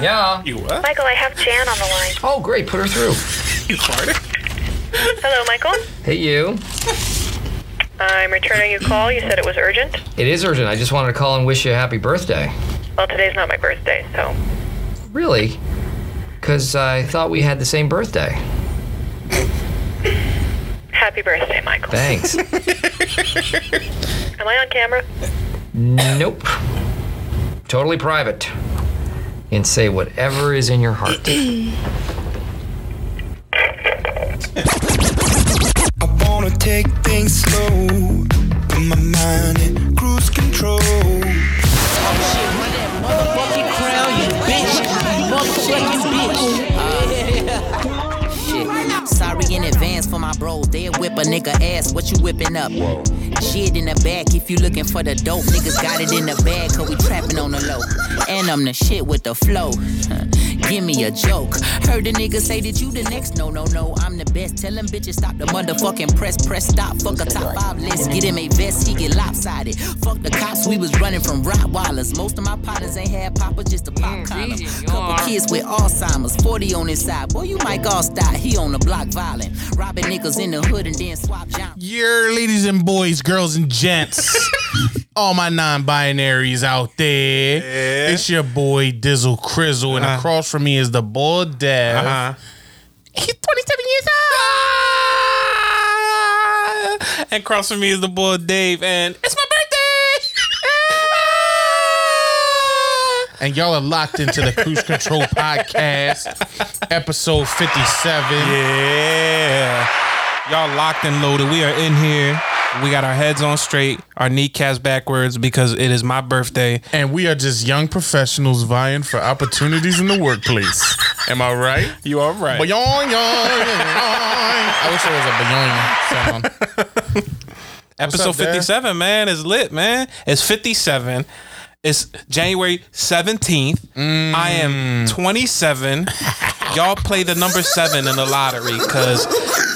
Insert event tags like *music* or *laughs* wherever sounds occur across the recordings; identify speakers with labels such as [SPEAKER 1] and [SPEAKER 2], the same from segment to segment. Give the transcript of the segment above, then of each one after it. [SPEAKER 1] Yeah.
[SPEAKER 2] You what?
[SPEAKER 3] Michael, I have Jan on the line.
[SPEAKER 1] Oh, great. Put her through.
[SPEAKER 2] You farted?
[SPEAKER 3] Hello, Michael.
[SPEAKER 1] Hey, you.
[SPEAKER 3] I'm returning your call. You said it was urgent.
[SPEAKER 1] It is urgent. I just wanted to call and wish you a happy birthday.
[SPEAKER 3] Well, today's not my birthday, so.
[SPEAKER 1] Really? Because I thought we had the same birthday.
[SPEAKER 3] Happy birthday, Michael.
[SPEAKER 2] *laughs*
[SPEAKER 1] Thanks.
[SPEAKER 3] Am I on camera?
[SPEAKER 1] nope. Totally private. And say whatever is in your
[SPEAKER 2] *clears throat*
[SPEAKER 1] heart.
[SPEAKER 4] I wanna take things slow. Put my mind in cruise control.
[SPEAKER 5] Motherfucking crown, you bitch. You motherfucking bitch. Shit. Sorry in advance for my bros. They'll whip a nigga ass. What you whipping up? Shit in the back. If you looking for the dope, niggas got it in the bag. Cause we trapping on the low. And I'm the shit with the flow. *laughs* Give me a joke. Heard the nigga say that you the next. No, no, no. I'm the best. Tell them bitches stop the motherfucking press. Press stop. Fuck a top five list. Get him a vest. He get lopsided. Fuck the cops. We was running from Rottweilers. Most of my partners ain't had poppers. Just a pop column. Couple kids with Alzheimer's. 40 on his side. Boy, you might all stop. He on the block violent. Robbing niggas in the hood and then swap John.
[SPEAKER 6] Your ladies and boys, girls and
[SPEAKER 2] *laughs*
[SPEAKER 6] gents, all my non-binaries out there.
[SPEAKER 2] Yeah.
[SPEAKER 6] It's your boy Dizzle Crizzle, and across from me is the boy Dev.
[SPEAKER 2] Uh-huh.
[SPEAKER 6] He's 27 years old.
[SPEAKER 2] And across from me is the boy Dave, and it's my birthday.
[SPEAKER 6] And y'all are locked into the Cruise
[SPEAKER 2] *laughs*
[SPEAKER 6] Control Podcast, episode 57.
[SPEAKER 2] yeah. Y'all locked and loaded. We are in here. We got our heads on straight, our kneecaps backwards because it is my birthday.
[SPEAKER 6] And we are just young professionals vying for opportunities in the workplace. Am I right?
[SPEAKER 2] You are right.
[SPEAKER 6] Boing, yoing, yoing. I wish there was a boing sound.
[SPEAKER 2] *laughs* Episode
[SPEAKER 6] What's up, Dad?
[SPEAKER 2] 57, man, is lit, man. It's 57. It's January 17th.
[SPEAKER 6] Mm.
[SPEAKER 2] I am 27. Y'all play the number seven in the lottery because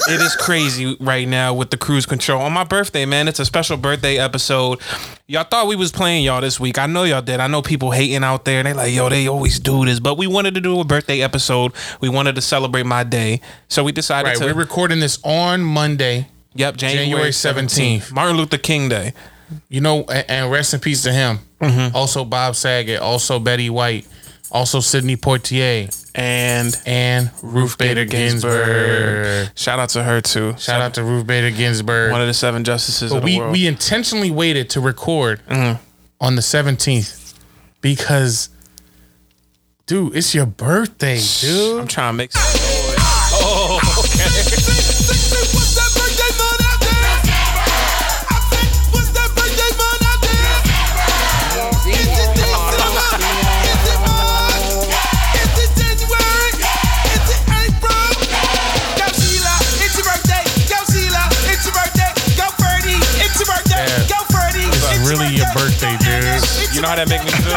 [SPEAKER 2] it is crazy right now with the cruise control. On my birthday, man, it's a special birthday episode. Y'all thought we was playing y'all this week. I know y'all did. I know people hating out there. And they like, yo, they always do this. But we wanted to do a birthday episode. We wanted to celebrate my day. So we decided
[SPEAKER 6] Right,
[SPEAKER 2] to.
[SPEAKER 6] we're recording this on Monday.
[SPEAKER 2] yep, January,
[SPEAKER 6] January
[SPEAKER 2] 17th. Martin Luther King Day.
[SPEAKER 6] You know, and, and rest in peace to him.
[SPEAKER 2] Mm-hmm.
[SPEAKER 6] Also Bob Saget, also Betty White, also Sidney Poitier,
[SPEAKER 2] and
[SPEAKER 6] and Ruth Bader Ginsburg.
[SPEAKER 2] Shout out to her too.
[SPEAKER 6] Shout out to Ruth Bader Ginsburg.
[SPEAKER 2] one of the seven justices of
[SPEAKER 6] But
[SPEAKER 2] the
[SPEAKER 6] we
[SPEAKER 2] world. Mm-hmm.
[SPEAKER 6] we intentionally waited to record on the 17th because dude it's your birthday dude
[SPEAKER 2] I'm trying to make.
[SPEAKER 7] It's
[SPEAKER 6] really your birthday, dude.
[SPEAKER 2] You know how that make me feel?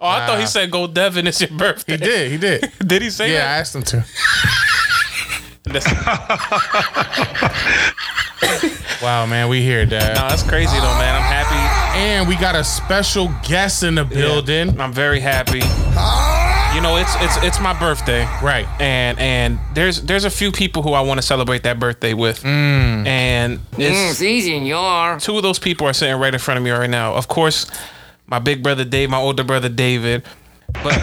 [SPEAKER 2] oh, Oh, I thought he said go Devin. It's your birthday.
[SPEAKER 6] he did he did
[SPEAKER 2] Did he *laughs* say
[SPEAKER 6] yeah i
[SPEAKER 2] yeah,
[SPEAKER 6] asked him
[SPEAKER 2] *laughs*
[SPEAKER 6] to
[SPEAKER 2] that? That's-
[SPEAKER 6] wow man we here dad
[SPEAKER 2] no, that's crazy though, man. I'm happy.
[SPEAKER 6] and we got a special guest in the building
[SPEAKER 2] I'm very happy. You know, it's it's it's my birthday.
[SPEAKER 6] right
[SPEAKER 2] And and there's there's a few people who I want to celebrate that birthday with. And
[SPEAKER 1] Mm,
[SPEAKER 2] it's
[SPEAKER 1] easy in your.
[SPEAKER 2] two of those people are sitting right in front of me right now. Of course, my big brother Dave, my older brother David. But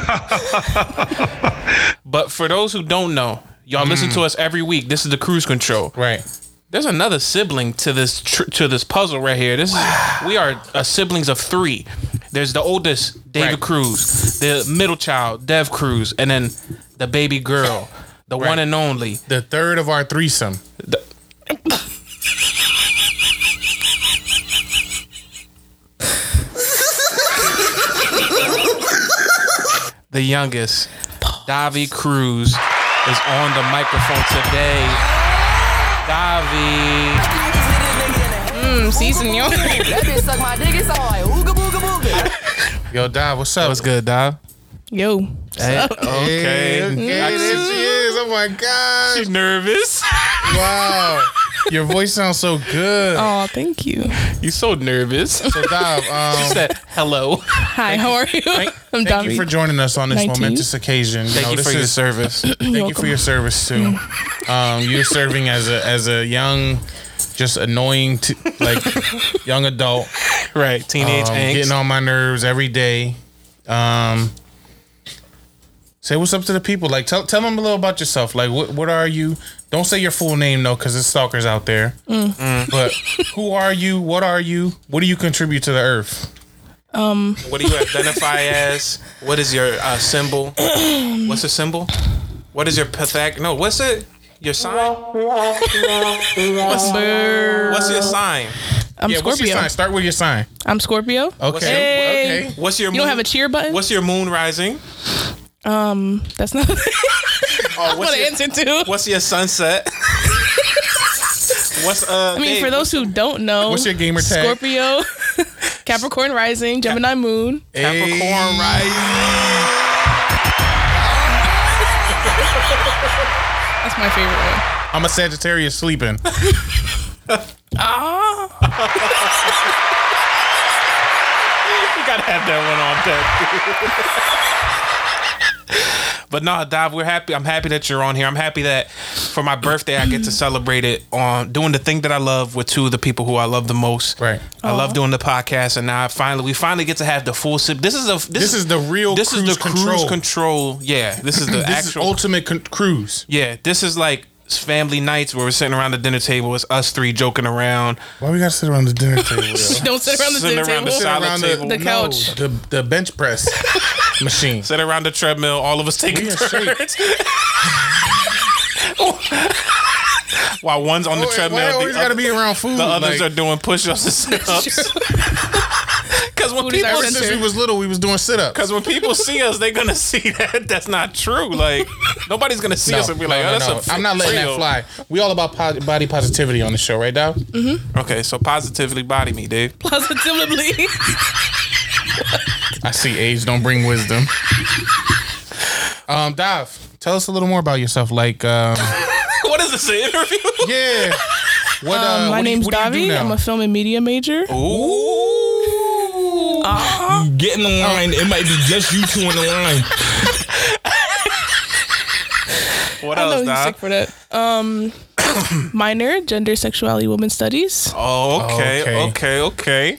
[SPEAKER 2] but for those who don't know, y'all listen to us every week. This is the cruise control.
[SPEAKER 6] right
[SPEAKER 2] There's another sibling to this tr- to this puzzle right here. This is we are uh, siblings of three. There's the oldest, David
[SPEAKER 6] Right.
[SPEAKER 2] Cruz, the middle child, Dev Cruz, and then the baby girl, the one and only.
[SPEAKER 6] the third of our threesome
[SPEAKER 2] the youngest, Davi Cruz, is on the microphone today. Davi,
[SPEAKER 5] That bitch suck my dick. It's all like ooga booga booga.
[SPEAKER 6] yo Dad, what's up
[SPEAKER 2] what's good, Dav?
[SPEAKER 8] Yo.
[SPEAKER 6] okay,
[SPEAKER 2] Okay.
[SPEAKER 6] okay there she is oh my gosh
[SPEAKER 2] nervous. *laughs*
[SPEAKER 6] wow Your voice sounds so good.
[SPEAKER 7] Oh, thank you.
[SPEAKER 2] You so nervous.
[SPEAKER 6] So, Dom, um,
[SPEAKER 2] She said hello.
[SPEAKER 7] Hi, how are you? I'm
[SPEAKER 6] thank you for
[SPEAKER 7] Dobby.
[SPEAKER 6] joining us on this
[SPEAKER 7] 19th.
[SPEAKER 6] momentous occasion.
[SPEAKER 2] Thank you
[SPEAKER 6] this
[SPEAKER 2] for your
[SPEAKER 6] is-
[SPEAKER 2] service.
[SPEAKER 6] Thank you for your service too. Um, you're serving as a as a young, just annoying, t- like young adult.
[SPEAKER 2] right, teenage
[SPEAKER 6] um,
[SPEAKER 2] angst.
[SPEAKER 6] getting on my nerves every day. Um, say what's up to the people. Like, tell tell them a little about yourself. Like, what what are you? Don't say your full name though, because there's stalkers out there. But who are you? What are you? What do you contribute to the earth?
[SPEAKER 2] What do you identify as? What is your uh, symbol? What's a symbol? What is your Pythag? No, what's it? Your sign? what's, what's your sign?
[SPEAKER 7] I'm
[SPEAKER 6] yeah, what's your
[SPEAKER 7] Scorpio.
[SPEAKER 6] sign? Oh. Start with your sign.
[SPEAKER 7] I'm Scorpio.
[SPEAKER 6] Okay.
[SPEAKER 7] Hey.
[SPEAKER 6] Okay.
[SPEAKER 2] What's your
[SPEAKER 7] You
[SPEAKER 2] moon?
[SPEAKER 7] don't have a cheer button?
[SPEAKER 2] What's your moon rising?
[SPEAKER 7] That's not
[SPEAKER 6] *laughs*
[SPEAKER 2] Oh,
[SPEAKER 7] *laughs* what
[SPEAKER 2] what's,
[SPEAKER 7] I
[SPEAKER 2] your,
[SPEAKER 7] answer to.
[SPEAKER 2] what's your sunset? what's uh?
[SPEAKER 7] I mean, for those who don't know,
[SPEAKER 6] What's your gamer tag?
[SPEAKER 7] Scorpio, *laughs* Capricorn rising, Gemini moon.
[SPEAKER 2] Capricorn rising.
[SPEAKER 7] That's my favorite one.
[SPEAKER 6] I'm a Sagittarius sleeping. Ah.
[SPEAKER 2] You gotta have that one on deck. But no, Dive, we're happy. I'm happy that you're on here. I'm happy that for my birthday I get to celebrate it on doing the thing that I love with two of the people who I love the most.
[SPEAKER 6] Right.
[SPEAKER 2] I love doing the podcast, and now I finally we finally get to have the full sip. This is a
[SPEAKER 6] This is the real
[SPEAKER 2] this is
[SPEAKER 6] cruise
[SPEAKER 2] the cruise
[SPEAKER 6] control.
[SPEAKER 2] control. Yeah, *clears throat* this is
[SPEAKER 6] *clears throat*
[SPEAKER 2] the
[SPEAKER 6] This is
[SPEAKER 2] actual
[SPEAKER 6] ultimate con- cruise.
[SPEAKER 2] Yeah, this is like family nights where we're sitting around the dinner table. It's us three joking around,
[SPEAKER 6] Why we gotta sit around the dinner table?
[SPEAKER 7] *laughs*
[SPEAKER 6] yo? Sit
[SPEAKER 7] Don't sit around the
[SPEAKER 2] Sitting
[SPEAKER 7] dinner
[SPEAKER 2] around the
[SPEAKER 7] table.
[SPEAKER 2] side. Solid table.
[SPEAKER 7] The couch.
[SPEAKER 6] the the bench press machine.
[SPEAKER 2] sitting around the treadmill, all of us taking
[SPEAKER 6] We in
[SPEAKER 2] turns. *laughs* While one's on the
[SPEAKER 6] Why-
[SPEAKER 2] treadmill,
[SPEAKER 6] Why
[SPEAKER 2] the,
[SPEAKER 6] always gotta
[SPEAKER 2] oth-
[SPEAKER 6] be around food?
[SPEAKER 2] the others
[SPEAKER 6] Like,
[SPEAKER 2] are doing push-ups and
[SPEAKER 6] *laughs*
[SPEAKER 2] sit-ups. Because when
[SPEAKER 7] Food is our
[SPEAKER 2] people
[SPEAKER 6] ever since we was little, we was doing sit ups.
[SPEAKER 2] because when
[SPEAKER 7] *laughs*
[SPEAKER 2] people see us, they're gonna see that that's not true. Like nobody's gonna see us and be like, "Oh, that's a."
[SPEAKER 6] I'm not letting
[SPEAKER 2] real.
[SPEAKER 6] that fly. We all about po- body positivity on the show, right, Dow?
[SPEAKER 2] Okay, so positively body me, Dave.
[SPEAKER 6] *laughs*
[SPEAKER 2] *laughs*
[SPEAKER 7] *laughs* Positively. Um,
[SPEAKER 6] I see age don't bring wisdom. um, Dov, tell us a little more about yourself. Like,
[SPEAKER 7] *laughs*
[SPEAKER 6] um,
[SPEAKER 2] what is this an interview?
[SPEAKER 6] yeah. What, uh,
[SPEAKER 7] Um, my
[SPEAKER 6] what do you-
[SPEAKER 7] name's
[SPEAKER 6] what do you do
[SPEAKER 7] Davi.
[SPEAKER 6] now? Oh.
[SPEAKER 7] I'm a film and media major.
[SPEAKER 2] Ooh.
[SPEAKER 9] Get in the line. It might be just you two in the line.
[SPEAKER 2] What
[SPEAKER 7] I know
[SPEAKER 2] else,
[SPEAKER 7] he's
[SPEAKER 2] Doc?
[SPEAKER 7] sick for that.
[SPEAKER 6] *coughs*
[SPEAKER 7] Um, minor, gender, sexuality, women's studies.
[SPEAKER 2] Oh, okay, okay, okay.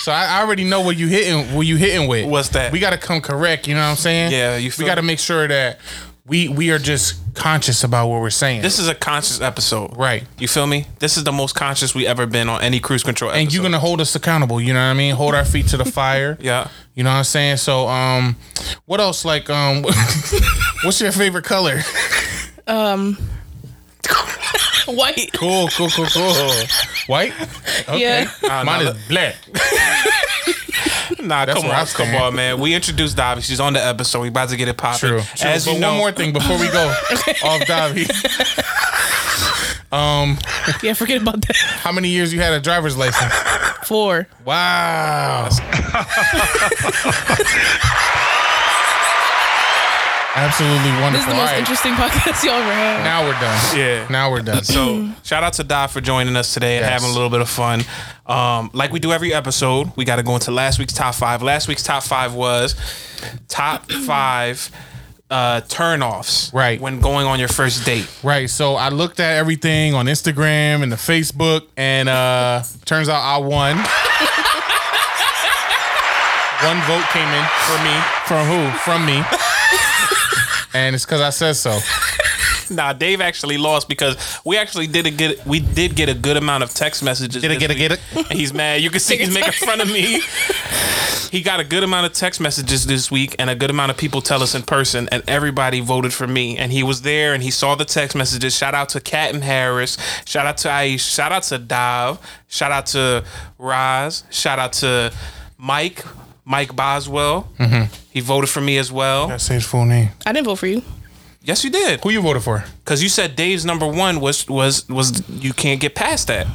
[SPEAKER 6] So I I already know what you hitting. What you hitting with?
[SPEAKER 2] What's that?
[SPEAKER 6] We got to come correct. You know what I'm saying?
[SPEAKER 2] Yeah, you
[SPEAKER 6] we
[SPEAKER 2] feel-
[SPEAKER 6] got to make sure that we we are just conscious about what we're saying.
[SPEAKER 2] This is a conscious episode,
[SPEAKER 6] right.
[SPEAKER 2] You feel me? This is the most conscious we ever been on any cruise control.
[SPEAKER 6] And you're
[SPEAKER 2] episode.
[SPEAKER 6] gonna hold us accountable. You know what I mean? Hold our feet
[SPEAKER 2] *laughs*
[SPEAKER 6] to the fire.
[SPEAKER 2] yeah.
[SPEAKER 6] You know what I'm saying? So um, what else? Like um, *laughs* what's your favorite color?
[SPEAKER 7] White.
[SPEAKER 6] Cool, cool, cool, cool. *laughs* White. Okay.
[SPEAKER 7] Yeah.
[SPEAKER 6] Mine is black.
[SPEAKER 2] Nah, come
[SPEAKER 6] where I
[SPEAKER 2] on, come
[SPEAKER 6] stand.
[SPEAKER 2] on, man. We introduced Davi. She's on the episode. We about to get it popping.
[SPEAKER 6] True.
[SPEAKER 2] As
[SPEAKER 6] But
[SPEAKER 2] you know,
[SPEAKER 6] one more thing before we go
[SPEAKER 2] *laughs*
[SPEAKER 6] off Davi. Um,
[SPEAKER 7] Yeah, forget about that. *laughs*
[SPEAKER 6] how many years you had a driver's license?
[SPEAKER 7] Four.
[SPEAKER 6] *laughs* Wow. Absolutely wonderful.
[SPEAKER 7] This is the
[SPEAKER 6] All
[SPEAKER 7] most
[SPEAKER 6] right.
[SPEAKER 7] interesting podcast y'all ever had.
[SPEAKER 6] Now we're done.
[SPEAKER 2] Yeah.
[SPEAKER 6] Now we're done.
[SPEAKER 2] So shout out to Dot for joining us today and
[SPEAKER 6] Yes.
[SPEAKER 2] having a little bit of fun. Um, like we do every episode, we got to go into last week's top five. Last week's top five was top five uh, turnoffs,
[SPEAKER 6] Right.
[SPEAKER 2] When going on your first date,
[SPEAKER 6] right. So I looked at everything on Instagram and the Facebook, and uh turns out I *laughs* won. One vote came in for me. From who? From me. *laughs* and it's because I said so.
[SPEAKER 2] nah, Dave actually lost because we actually did a good, we did get a good amount of text messages.
[SPEAKER 6] Get it,
[SPEAKER 2] this
[SPEAKER 6] get it,
[SPEAKER 2] week.
[SPEAKER 6] get it.
[SPEAKER 2] And he's mad. You can see he's making fun of me. He got a good amount of text messages this week, and a good amount of people tell us in person, and everybody voted for me. And he was there, and he saw the text messages. Shout out to Kat and Harris. Shout out to Aish. Shout out to Dav. Shout out to Roz. Shout out to Mike. Mike Boswell. He voted for me as well.
[SPEAKER 6] I say his full name.
[SPEAKER 7] I didn't vote for you.
[SPEAKER 2] Yes, you did.
[SPEAKER 6] Who you voted for?
[SPEAKER 2] Because you said Dave's number one was was was you can't get past that.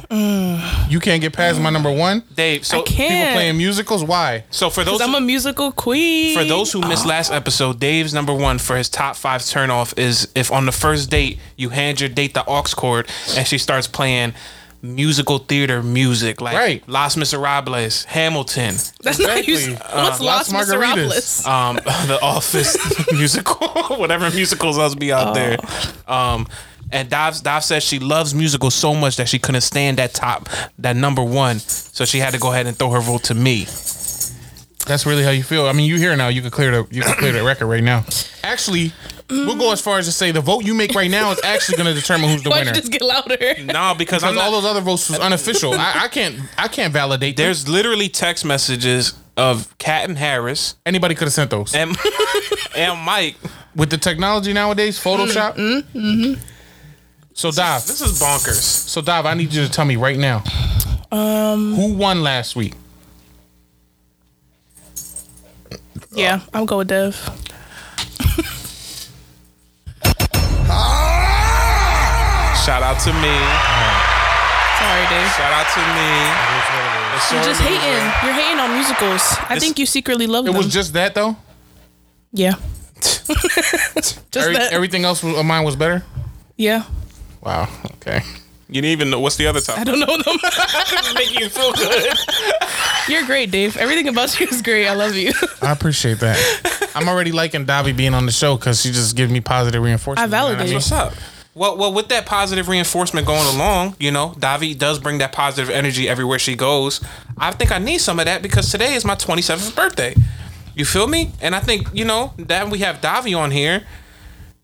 [SPEAKER 6] You can't get past my number one.
[SPEAKER 2] Dave, so
[SPEAKER 7] I can't.
[SPEAKER 6] People playing musicals.
[SPEAKER 7] *laughs*
[SPEAKER 6] Why?
[SPEAKER 2] so for those
[SPEAKER 7] Cause I'm a musical queen.
[SPEAKER 2] for those who missed last episode, Dave's number one for his top five turnoff is if on the first date you hand your date the aux cord and she starts playing musical theater music like
[SPEAKER 6] Right.
[SPEAKER 2] Los Miserables, Hamilton,
[SPEAKER 7] that's not
[SPEAKER 6] Exactly.
[SPEAKER 7] you. What's
[SPEAKER 6] Las
[SPEAKER 7] Lost
[SPEAKER 6] Margaritas.
[SPEAKER 7] Miserables?
[SPEAKER 2] um, *laughs* The Office musical, *laughs* whatever musicals else be out there.
[SPEAKER 6] Oh.
[SPEAKER 2] Um, and Dave, Dave says she loves musicals so much that she couldn't stand that top, that number one, so she had to go ahead and throw her vote
[SPEAKER 6] *laughs*
[SPEAKER 2] to me.
[SPEAKER 6] That's really how you feel. I mean, you here now. You can clear the you can clear the record right now. Actually, we'll go as far as to say the vote you make right now is actually going to determine who's the
[SPEAKER 7] *laughs* Why'd
[SPEAKER 6] winner.
[SPEAKER 7] you just get louder?
[SPEAKER 2] No, because I'm
[SPEAKER 6] Because all
[SPEAKER 2] not,
[SPEAKER 6] those other votes was unofficial. I, I can't I can't validate. There's
[SPEAKER 2] there's literally text messages of Kat and Harris
[SPEAKER 6] anybody could have sent those
[SPEAKER 2] and *laughs* and Mike.
[SPEAKER 6] with the technology nowadays, Photoshop.
[SPEAKER 7] Mm-hmm,
[SPEAKER 6] So Dive,
[SPEAKER 2] This is bonkers.
[SPEAKER 6] so Dive, I need you to tell me right now. Um, who won last week?
[SPEAKER 7] Yeah, I'm going with Dev.
[SPEAKER 2] Shout out to me.
[SPEAKER 7] Sorry, Dev.
[SPEAKER 2] Shout out to me. It's
[SPEAKER 7] You're
[SPEAKER 2] on
[SPEAKER 7] just
[SPEAKER 2] me.
[SPEAKER 7] hating. You're hating on musicals. I
[SPEAKER 2] It's-
[SPEAKER 7] think you secretly love
[SPEAKER 6] It
[SPEAKER 7] them.
[SPEAKER 6] was just that though. *laughs*
[SPEAKER 7] yeah. *laughs* just
[SPEAKER 6] Every-
[SPEAKER 7] that.
[SPEAKER 6] everything else was, of mine was better.
[SPEAKER 7] yeah.
[SPEAKER 6] Wow. Okay.
[SPEAKER 2] You didn't even know what's the other top.
[SPEAKER 7] I don't know them.
[SPEAKER 2] *laughs* make you feel good.
[SPEAKER 7] You're great, Dave. Everything about you is great. I love you.
[SPEAKER 6] I appreciate that. I'm already liking Davi being on the show because she just gives me positive reinforcement.
[SPEAKER 7] I validate.
[SPEAKER 6] You know what
[SPEAKER 2] What's up? Well, well, with that positive reinforcement going along, you know, Davi does bring that positive energy everywhere she goes. I think I need some of that because today is my 27th birthday. You feel me? And I think you know that we have Davi on here.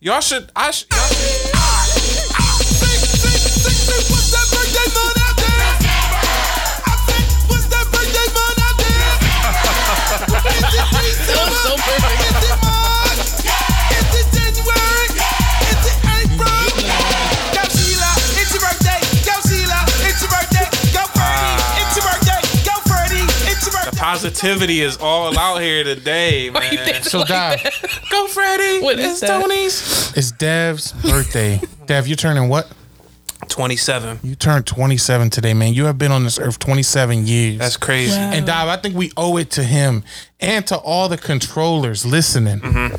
[SPEAKER 2] Y'all should. I should. Y'all should Positivity is all out here *laughs* today,
[SPEAKER 7] Why you
[SPEAKER 2] man.
[SPEAKER 7] think
[SPEAKER 6] So
[SPEAKER 7] like that?
[SPEAKER 6] Dive,
[SPEAKER 2] Go, Oh, Freddie.
[SPEAKER 7] What is
[SPEAKER 2] it's
[SPEAKER 7] that?
[SPEAKER 2] Tony's.
[SPEAKER 6] it's Dev's birthday. Dev, you're turning what?
[SPEAKER 2] 27.
[SPEAKER 6] You turned 27 today, man. You have been on this earth 27 years.
[SPEAKER 2] That's crazy.
[SPEAKER 7] Wow.
[SPEAKER 6] And Dive, I think we owe it to him and to all the controllers listening,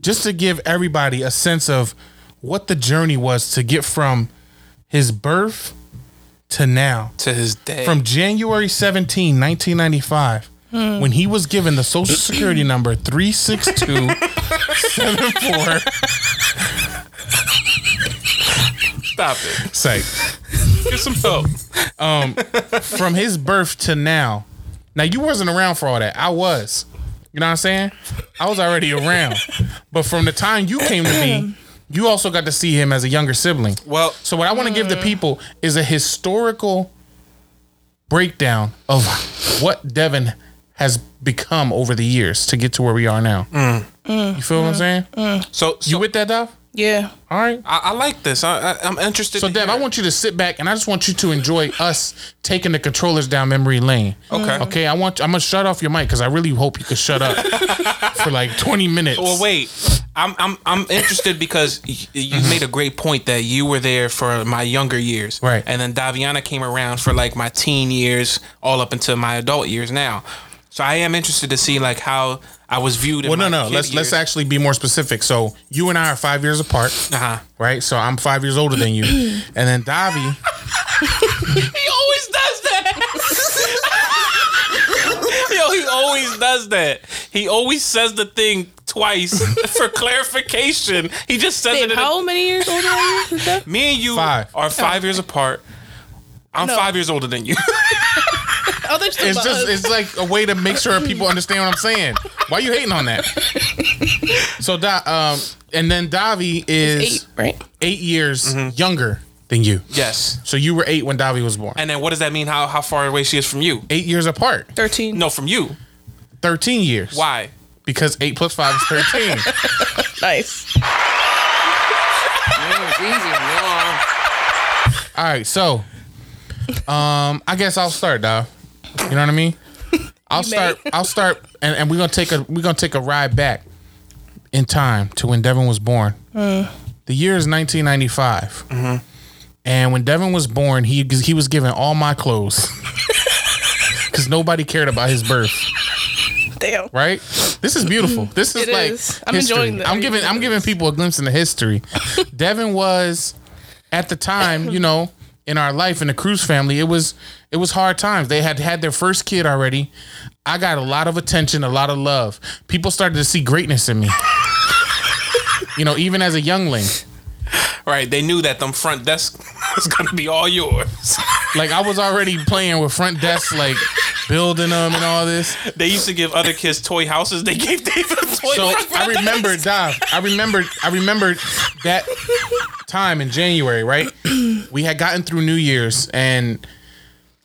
[SPEAKER 6] just to give everybody a sense of what the journey was to get from his birth to now.
[SPEAKER 2] To his day.
[SPEAKER 6] From January 17, 1995, when he was given the social security number 36274.
[SPEAKER 2] stop it.
[SPEAKER 6] Say,
[SPEAKER 2] Get some help.
[SPEAKER 6] from his birth to now. Now you wasn't around for all that. I was. You know what I'm saying? I was already around. But from the time you came to me, you also got to see him as a younger sibling.
[SPEAKER 2] Well,
[SPEAKER 6] So what I want to give the people is a historical breakdown of what Devin has become over the years to get to where we are now.
[SPEAKER 2] Mm.
[SPEAKER 6] You feel what I'm saying?
[SPEAKER 2] so, so
[SPEAKER 6] You with that, Dev?
[SPEAKER 7] Yeah.
[SPEAKER 6] All right.
[SPEAKER 2] I, I like this. I, I, I'm interested.
[SPEAKER 6] So,
[SPEAKER 2] to
[SPEAKER 6] Dev,
[SPEAKER 2] hear.
[SPEAKER 6] I want you to sit back and I just want you to enjoy us taking the controllers down memory lane.
[SPEAKER 2] Okay.
[SPEAKER 6] Okay, I want I'm gonna shut off your mic because I really hope you could shut
[SPEAKER 2] *laughs*
[SPEAKER 6] up for like 20 minutes.
[SPEAKER 2] Well, wait. I'm I'm I'm interested because y- you
[SPEAKER 6] Mm-hmm.
[SPEAKER 2] made a great point that you were there for my younger years,
[SPEAKER 6] Right.
[SPEAKER 2] And then Daviana came around for like my teen years, all up until my adult years now. So I am interested to see like how I was viewed. In
[SPEAKER 6] Well, no,
[SPEAKER 2] my
[SPEAKER 6] no.
[SPEAKER 2] kid
[SPEAKER 6] Let's let's
[SPEAKER 2] years.
[SPEAKER 6] actually be more specific. So you and I are five years apart,
[SPEAKER 2] Uh-huh.
[SPEAKER 6] right? So I'm five years older than you, and then Davi.
[SPEAKER 2] He always does that. *laughs* Yo, he always does that. He always says the thing twice for clarification. He just says
[SPEAKER 7] Babe,
[SPEAKER 2] it. In
[SPEAKER 7] how many years older are you? Dev?
[SPEAKER 2] a, *laughs* me and you
[SPEAKER 6] Five.
[SPEAKER 2] are five years apart. I'm
[SPEAKER 7] No.
[SPEAKER 2] five years older than you. *laughs*
[SPEAKER 7] Oh, they're still
[SPEAKER 6] It's
[SPEAKER 7] about
[SPEAKER 6] just
[SPEAKER 7] us.
[SPEAKER 6] it's like a way to make sure people understand what I'm saying. Why you hating on that? So da, um, and then Davi is
[SPEAKER 7] eight, right?
[SPEAKER 6] eight, years younger than you.
[SPEAKER 2] yes.
[SPEAKER 6] So you were eight when Davi was born.
[SPEAKER 2] And then what does that mean? How how far away she is from you?
[SPEAKER 6] Eight years apart.
[SPEAKER 7] Thirteen.
[SPEAKER 2] No, from you.
[SPEAKER 6] 13 years.
[SPEAKER 2] Why?
[SPEAKER 6] Because eight plus five is 13.
[SPEAKER 7] Nice.
[SPEAKER 6] All right, so um, I guess I'll start, dog. You know what I mean? I'll
[SPEAKER 7] may.
[SPEAKER 6] start. I'll start, and, and we're gonna take a we're gonna take a ride back in time to when Devin was born. The year is 1995. And when Devin was born, he he was given all my clothes *laughs* because nobody cared about his birth.
[SPEAKER 7] Damn.
[SPEAKER 6] Right? This is beautiful. This is
[SPEAKER 7] It
[SPEAKER 6] like
[SPEAKER 7] is. I'm
[SPEAKER 6] history.
[SPEAKER 7] enjoying the-
[SPEAKER 6] I'm giving I'm giving people a glimpse into
[SPEAKER 7] *laughs*
[SPEAKER 6] history. Devin was at the time, you know, in our life in the Cruz family, it was it was hard times. They had had their first kid already. I got a lot of attention, a lot of love. People started to see greatness
[SPEAKER 7] *laughs*
[SPEAKER 6] in me. you know, even as a youngling.
[SPEAKER 2] Right. They knew that them front desk *laughs* was gonna be all yours.
[SPEAKER 6] Like I was already playing with front desks, like building them and all this.
[SPEAKER 2] They used to give other kids toy houses. They gave David a toy.
[SPEAKER 6] So
[SPEAKER 2] front
[SPEAKER 6] I
[SPEAKER 2] desk.
[SPEAKER 6] remember, Dom, I remember, I remember that time in January, right? We had gotten through New Year's, and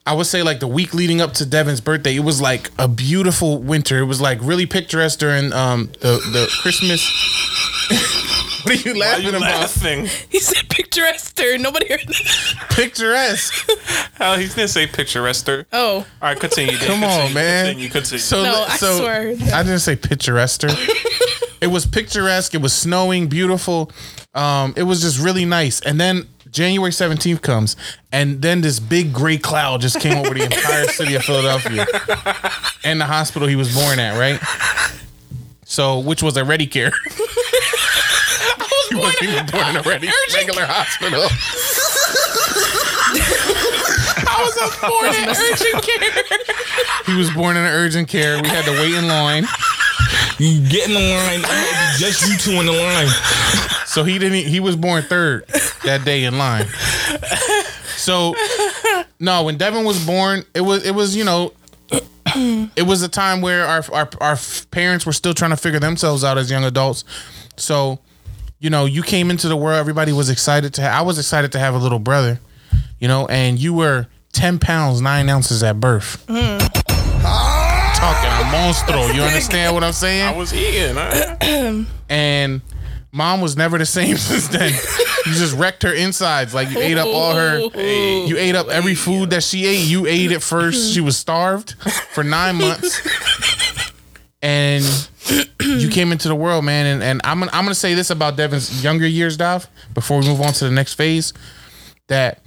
[SPEAKER 6] I would say like the week leading up to Devin's birthday, it was like a beautiful winter. It was like really picturesque during um, the the Christmas. *laughs* what are you
[SPEAKER 2] Why
[SPEAKER 6] laughing
[SPEAKER 2] you
[SPEAKER 6] about?
[SPEAKER 2] laughing?
[SPEAKER 7] He said picturesque. or Nobody heard that.
[SPEAKER 6] Picturesque.
[SPEAKER 2] Hell, he didn't say picture rester. All
[SPEAKER 7] Oh,
[SPEAKER 2] right, continue. Dave.
[SPEAKER 6] Come on,
[SPEAKER 2] Continue,
[SPEAKER 6] man.
[SPEAKER 2] Continue. continue.
[SPEAKER 6] So,
[SPEAKER 7] No, I
[SPEAKER 6] so-
[SPEAKER 7] swear.
[SPEAKER 6] I didn't say
[SPEAKER 7] *laughs*
[SPEAKER 6] picturesque. it was picturesque. It was snowing, beautiful. Um, it was just really nice. And then January 17th comes, and then this big gray cloud just came over the
[SPEAKER 7] *laughs*
[SPEAKER 6] entire city of Philadelphia and the hospital he was born at, right? So, which was a ready
[SPEAKER 7] *laughs*
[SPEAKER 6] care. *laughs* He wasn't even born in a ready, regular hospital. He was born in an urgent care. We had to wait in line.
[SPEAKER 9] You get in the line. It might be just you two in the line.
[SPEAKER 6] So he didn't. e, He was born third that day in line. So no, when Devin was born, it was it was you know, it was a time where our our our parents were still trying to figure themselves out as young adults. So you know, you came into the world. Everybody was excited to. Ha- I was excited to have a little brother. You know, and you were ten pounds nine ounces at birth. Talking a monstro. You understand what I'm saying?
[SPEAKER 2] I was eating. huh?
[SPEAKER 6] and mom was never the same *laughs* since then. you just wrecked her insides. Like you ate up all her. You ate up every food that she ate. You ate it first. She was starved for nine months, and you came into the world, man. And, and I'm gonna, I'm gonna say this about Devin's younger years, Dov. Before we move on to the next phase, that.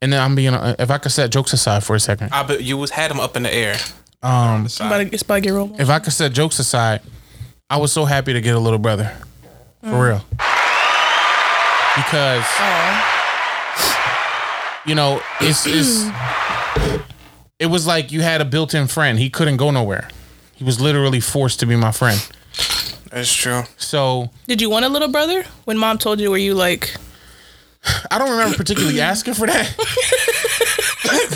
[SPEAKER 6] And then I'm being, if I could set jokes aside for a second.
[SPEAKER 2] I bet you was had him up in the air.
[SPEAKER 7] I'm about to, it's about to get real.
[SPEAKER 6] if I could set jokes aside, I was so happy to get a little brother. For
[SPEAKER 7] Mm.
[SPEAKER 6] real. Because
[SPEAKER 7] Oh.
[SPEAKER 6] you know, it's
[SPEAKER 7] *clears throat*
[SPEAKER 6] it's it was like you had a built-in friend. He couldn't go nowhere. He was literally forced to be my friend.
[SPEAKER 2] That's true.
[SPEAKER 6] So
[SPEAKER 7] Did you want a little brother? When mom told you, were you like,
[SPEAKER 6] I don't remember
[SPEAKER 7] *clears throat*
[SPEAKER 6] particularly asking for that.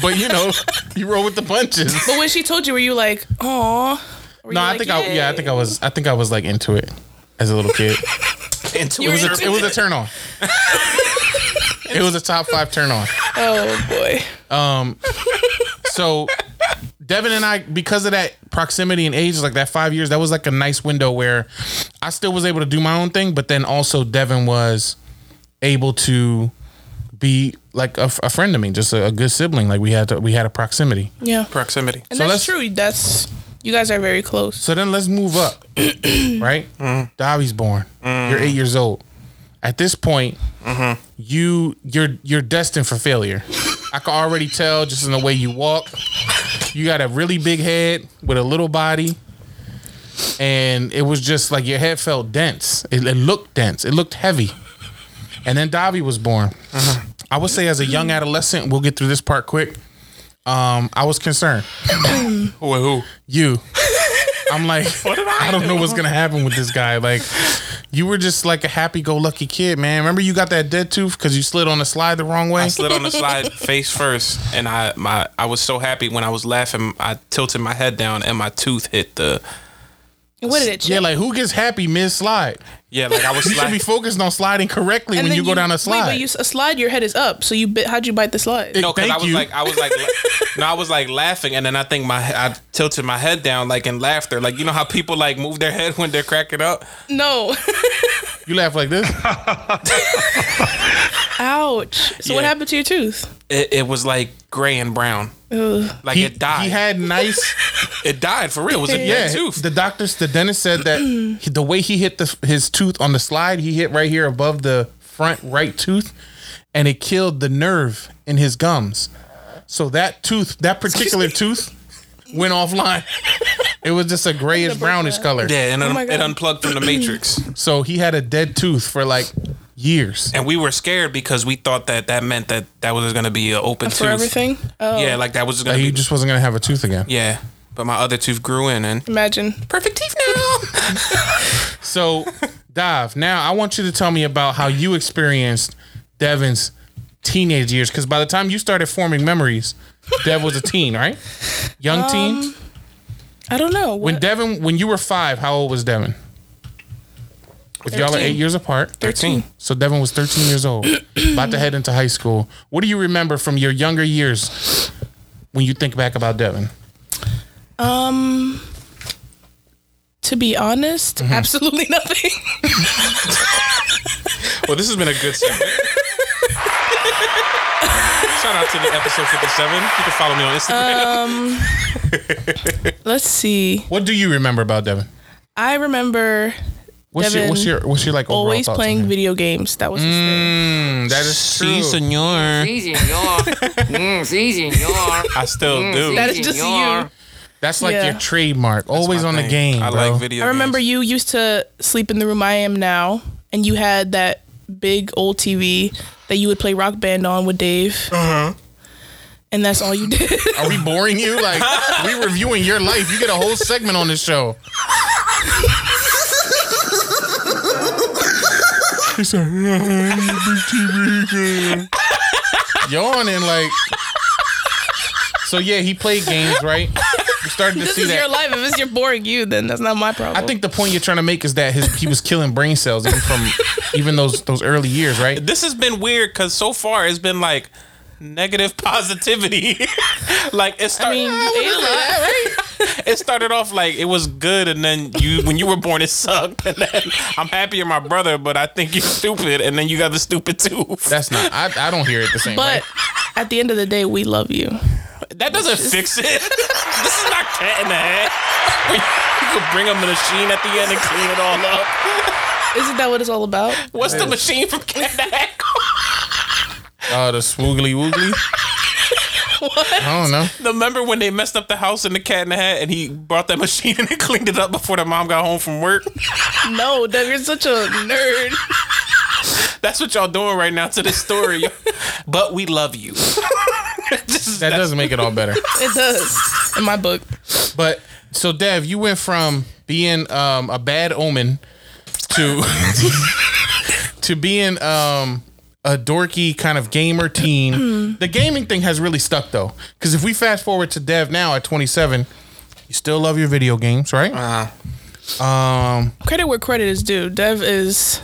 [SPEAKER 6] *laughs* but you know, you roll with the
[SPEAKER 7] *laughs*
[SPEAKER 6] punches.
[SPEAKER 7] but when she told you, were you like, aw? Were
[SPEAKER 6] No,
[SPEAKER 7] you
[SPEAKER 6] I
[SPEAKER 7] like,
[SPEAKER 6] think I yeah, I
[SPEAKER 7] yay?
[SPEAKER 6] think I was I think I was like into it as a little kid.
[SPEAKER 2] Into
[SPEAKER 7] You
[SPEAKER 2] it
[SPEAKER 7] were
[SPEAKER 2] was a,
[SPEAKER 7] into
[SPEAKER 6] it was a turn on. it was a top five turn on.
[SPEAKER 7] Oh boy.
[SPEAKER 6] So Devin and I, because of that proximity and age, like that five years, that was like a nice window where I still was able to do my own thing, but then also Devin was able to be like a, a friend to me, just a, a good sibling. Like we had to, we had a proximity.
[SPEAKER 7] Yeah.
[SPEAKER 2] proximity.
[SPEAKER 7] And
[SPEAKER 6] So
[SPEAKER 7] that's
[SPEAKER 6] let's-
[SPEAKER 7] true. That's you guys are very close.
[SPEAKER 6] So then let's move up, right? Dobby's born. You're eight years old. At this point, you you're you're destined for failure. I can already tell just in the way you walk. You got a really big head with a little body, and it was just like your head felt dense. It, it looked dense. It looked heavy. And then Dobby was born. I would say as a young adolescent, we'll get through this part quick. Um, I was concerned.
[SPEAKER 2] Who? Who?
[SPEAKER 6] You. I'm like, I, don't know what's gonna happen with this guy. Like, you were just like a happy-go-lucky kid, man. Remember you got that dead tooth because you slid on the slide the wrong way.
[SPEAKER 2] I slid on the slide face first, and I my I was so happy when I was laughing. I tilted my head down, and my tooth hit the
[SPEAKER 7] And what did it?
[SPEAKER 6] Yeah, like who gets happy mid-slide?
[SPEAKER 2] yeah. Like I was
[SPEAKER 6] You should be
[SPEAKER 2] sliding.
[SPEAKER 6] focused on sliding correctly when you go down a slide.
[SPEAKER 7] Wait, but you s- a slide, your head is up. So you bit. How'd you bite the slide?
[SPEAKER 2] No, because
[SPEAKER 6] Thank
[SPEAKER 2] I was
[SPEAKER 6] you.
[SPEAKER 2] like I was like la- no, I was like laughing, and then I think my I tilted my head down like in laughter, like you know how people like move their head when they're cracking up.
[SPEAKER 7] No. *laughs*
[SPEAKER 6] you laugh like
[SPEAKER 2] *laughs*
[SPEAKER 6] this.
[SPEAKER 7] Ouch. So what
[SPEAKER 2] Yeah.
[SPEAKER 7] happened to your tooth?
[SPEAKER 2] It, it was like gray and brown,
[SPEAKER 7] Ugh.
[SPEAKER 2] like
[SPEAKER 6] He,
[SPEAKER 2] it died.
[SPEAKER 6] he had nice
[SPEAKER 2] It died for real. It was a
[SPEAKER 6] Yeah,
[SPEAKER 2] dead tooth.
[SPEAKER 6] the doctors, the dentist said that he- the way he hit the, his tooth on the slide, he hit right here above the front right tooth, and it killed the nerve in his gums. So that tooth, that *laughs* particular tooth, went offline. It was just a grayish brownish color.
[SPEAKER 2] Yeah, and it-
[SPEAKER 7] Oh my
[SPEAKER 2] it
[SPEAKER 7] God.
[SPEAKER 2] unplugged
[SPEAKER 7] *clears throat*
[SPEAKER 2] from the matrix.
[SPEAKER 6] So he had a dead tooth for like years.
[SPEAKER 2] and we were scared because we thought that that meant that that was going to be an open tooth.
[SPEAKER 7] for everything. Oh,
[SPEAKER 2] Yeah, like that was going
[SPEAKER 6] Like
[SPEAKER 2] to
[SPEAKER 6] he
[SPEAKER 2] be.
[SPEAKER 6] just wasn't gonna have a tooth again.
[SPEAKER 2] yeah, but my other tooth grew in, and
[SPEAKER 7] imagine.
[SPEAKER 2] perfect teeth
[SPEAKER 7] *laughs*
[SPEAKER 2] now.
[SPEAKER 6] So, Dive, now I want you to tell me about how you experienced Devin's teenage years. Because by the time you started forming memories, Dev was a teen, right? Young
[SPEAKER 7] Um,
[SPEAKER 6] teen.
[SPEAKER 7] I don't know. What,
[SPEAKER 6] When Devin, when you were five, how old was Devin? If y'all are
[SPEAKER 7] 13.
[SPEAKER 6] eight years apart,
[SPEAKER 2] Thirteen.
[SPEAKER 6] So Devin was 13 years old, about to head into high school. What do you remember from your younger years when you think back about Devin?
[SPEAKER 7] um, to be honest,
[SPEAKER 6] Mm-hmm.
[SPEAKER 7] absolutely *laughs* nothing.
[SPEAKER 2] Well, this has been a good segment. *laughs* Shout out to the episode 57. You can follow me on
[SPEAKER 7] Uh,
[SPEAKER 2] Instagram.
[SPEAKER 7] Let's see.
[SPEAKER 6] What do you remember about Devin?
[SPEAKER 7] I remember
[SPEAKER 6] What's your
[SPEAKER 7] Devin
[SPEAKER 6] what's your what's your like overall
[SPEAKER 7] always
[SPEAKER 6] thoughts on
[SPEAKER 7] playing
[SPEAKER 6] him?
[SPEAKER 7] video games. That was his thing.
[SPEAKER 6] Mm, that is true.
[SPEAKER 2] senor.
[SPEAKER 5] Sí, señor. Mm, sí, señor.
[SPEAKER 2] I still do.
[SPEAKER 7] Mm, That is just you.
[SPEAKER 6] That's like
[SPEAKER 7] Yeah.
[SPEAKER 6] your trademark. Always on the game.
[SPEAKER 2] I
[SPEAKER 6] bro.
[SPEAKER 2] like video.
[SPEAKER 7] I remember
[SPEAKER 2] games.
[SPEAKER 7] you used to sleep in the room I am now, and you had that big old TV that you would play Rock Band on with Dave. Uh huh.
[SPEAKER 6] Uh-huh.
[SPEAKER 7] And that's all you *laughs* did.
[SPEAKER 6] Are we boring you? Like we reviewing your life. You get a whole segment on this show. It's like, "Yeah, I need a big TV game." Yawning like. So yeah, he played games, right? You started to
[SPEAKER 7] this
[SPEAKER 6] see
[SPEAKER 7] is your
[SPEAKER 6] that.
[SPEAKER 7] life. If it's your boring you, then that's not my problem.
[SPEAKER 6] I think the point you're trying to make is that his, he was killing brain cells even from even those those early years, right?
[SPEAKER 2] This has been weird because so far it's been like negative positivity. *laughs* like it started.
[SPEAKER 7] mean, you ate a lot.
[SPEAKER 2] it started off like it was good, and then you when you were born it sucked. And *laughs* then I'm happy you're my brother, but I think you're stupid, and then you got the stupid tooth.
[SPEAKER 6] That's not. I, I don't hear it the same. way.
[SPEAKER 7] But at the end of the day, we love you.
[SPEAKER 2] That doesn't fix it. *laughs* this is not cat in the hat. Where You could bring a machine at the end and clean it all up.
[SPEAKER 7] Isn't that what it's all about?
[SPEAKER 2] What's the machine from Cat in the Hat?
[SPEAKER 6] Oh, the swoogly woogly. what? I don't know.
[SPEAKER 2] Remember when they messed up the house in the Cat in the Hat, and he brought that machine *laughs* and cleaned it up before the mom got home from work?
[SPEAKER 7] No, Doug, you're such a nerd.
[SPEAKER 2] That's what y'all doing right now to this story. *laughs* but we love you. Just-
[SPEAKER 6] That doesn't make it all better.
[SPEAKER 7] It does in my book.
[SPEAKER 6] But so, Dev, you went from being um, a bad omen to *laughs* to being um, a dorky kind of gamer teen. the gaming thing has really stuck though, because if we fast forward to Dev now at 27, you still love your video games, right? Um,
[SPEAKER 7] Credit where credit is due. Dev is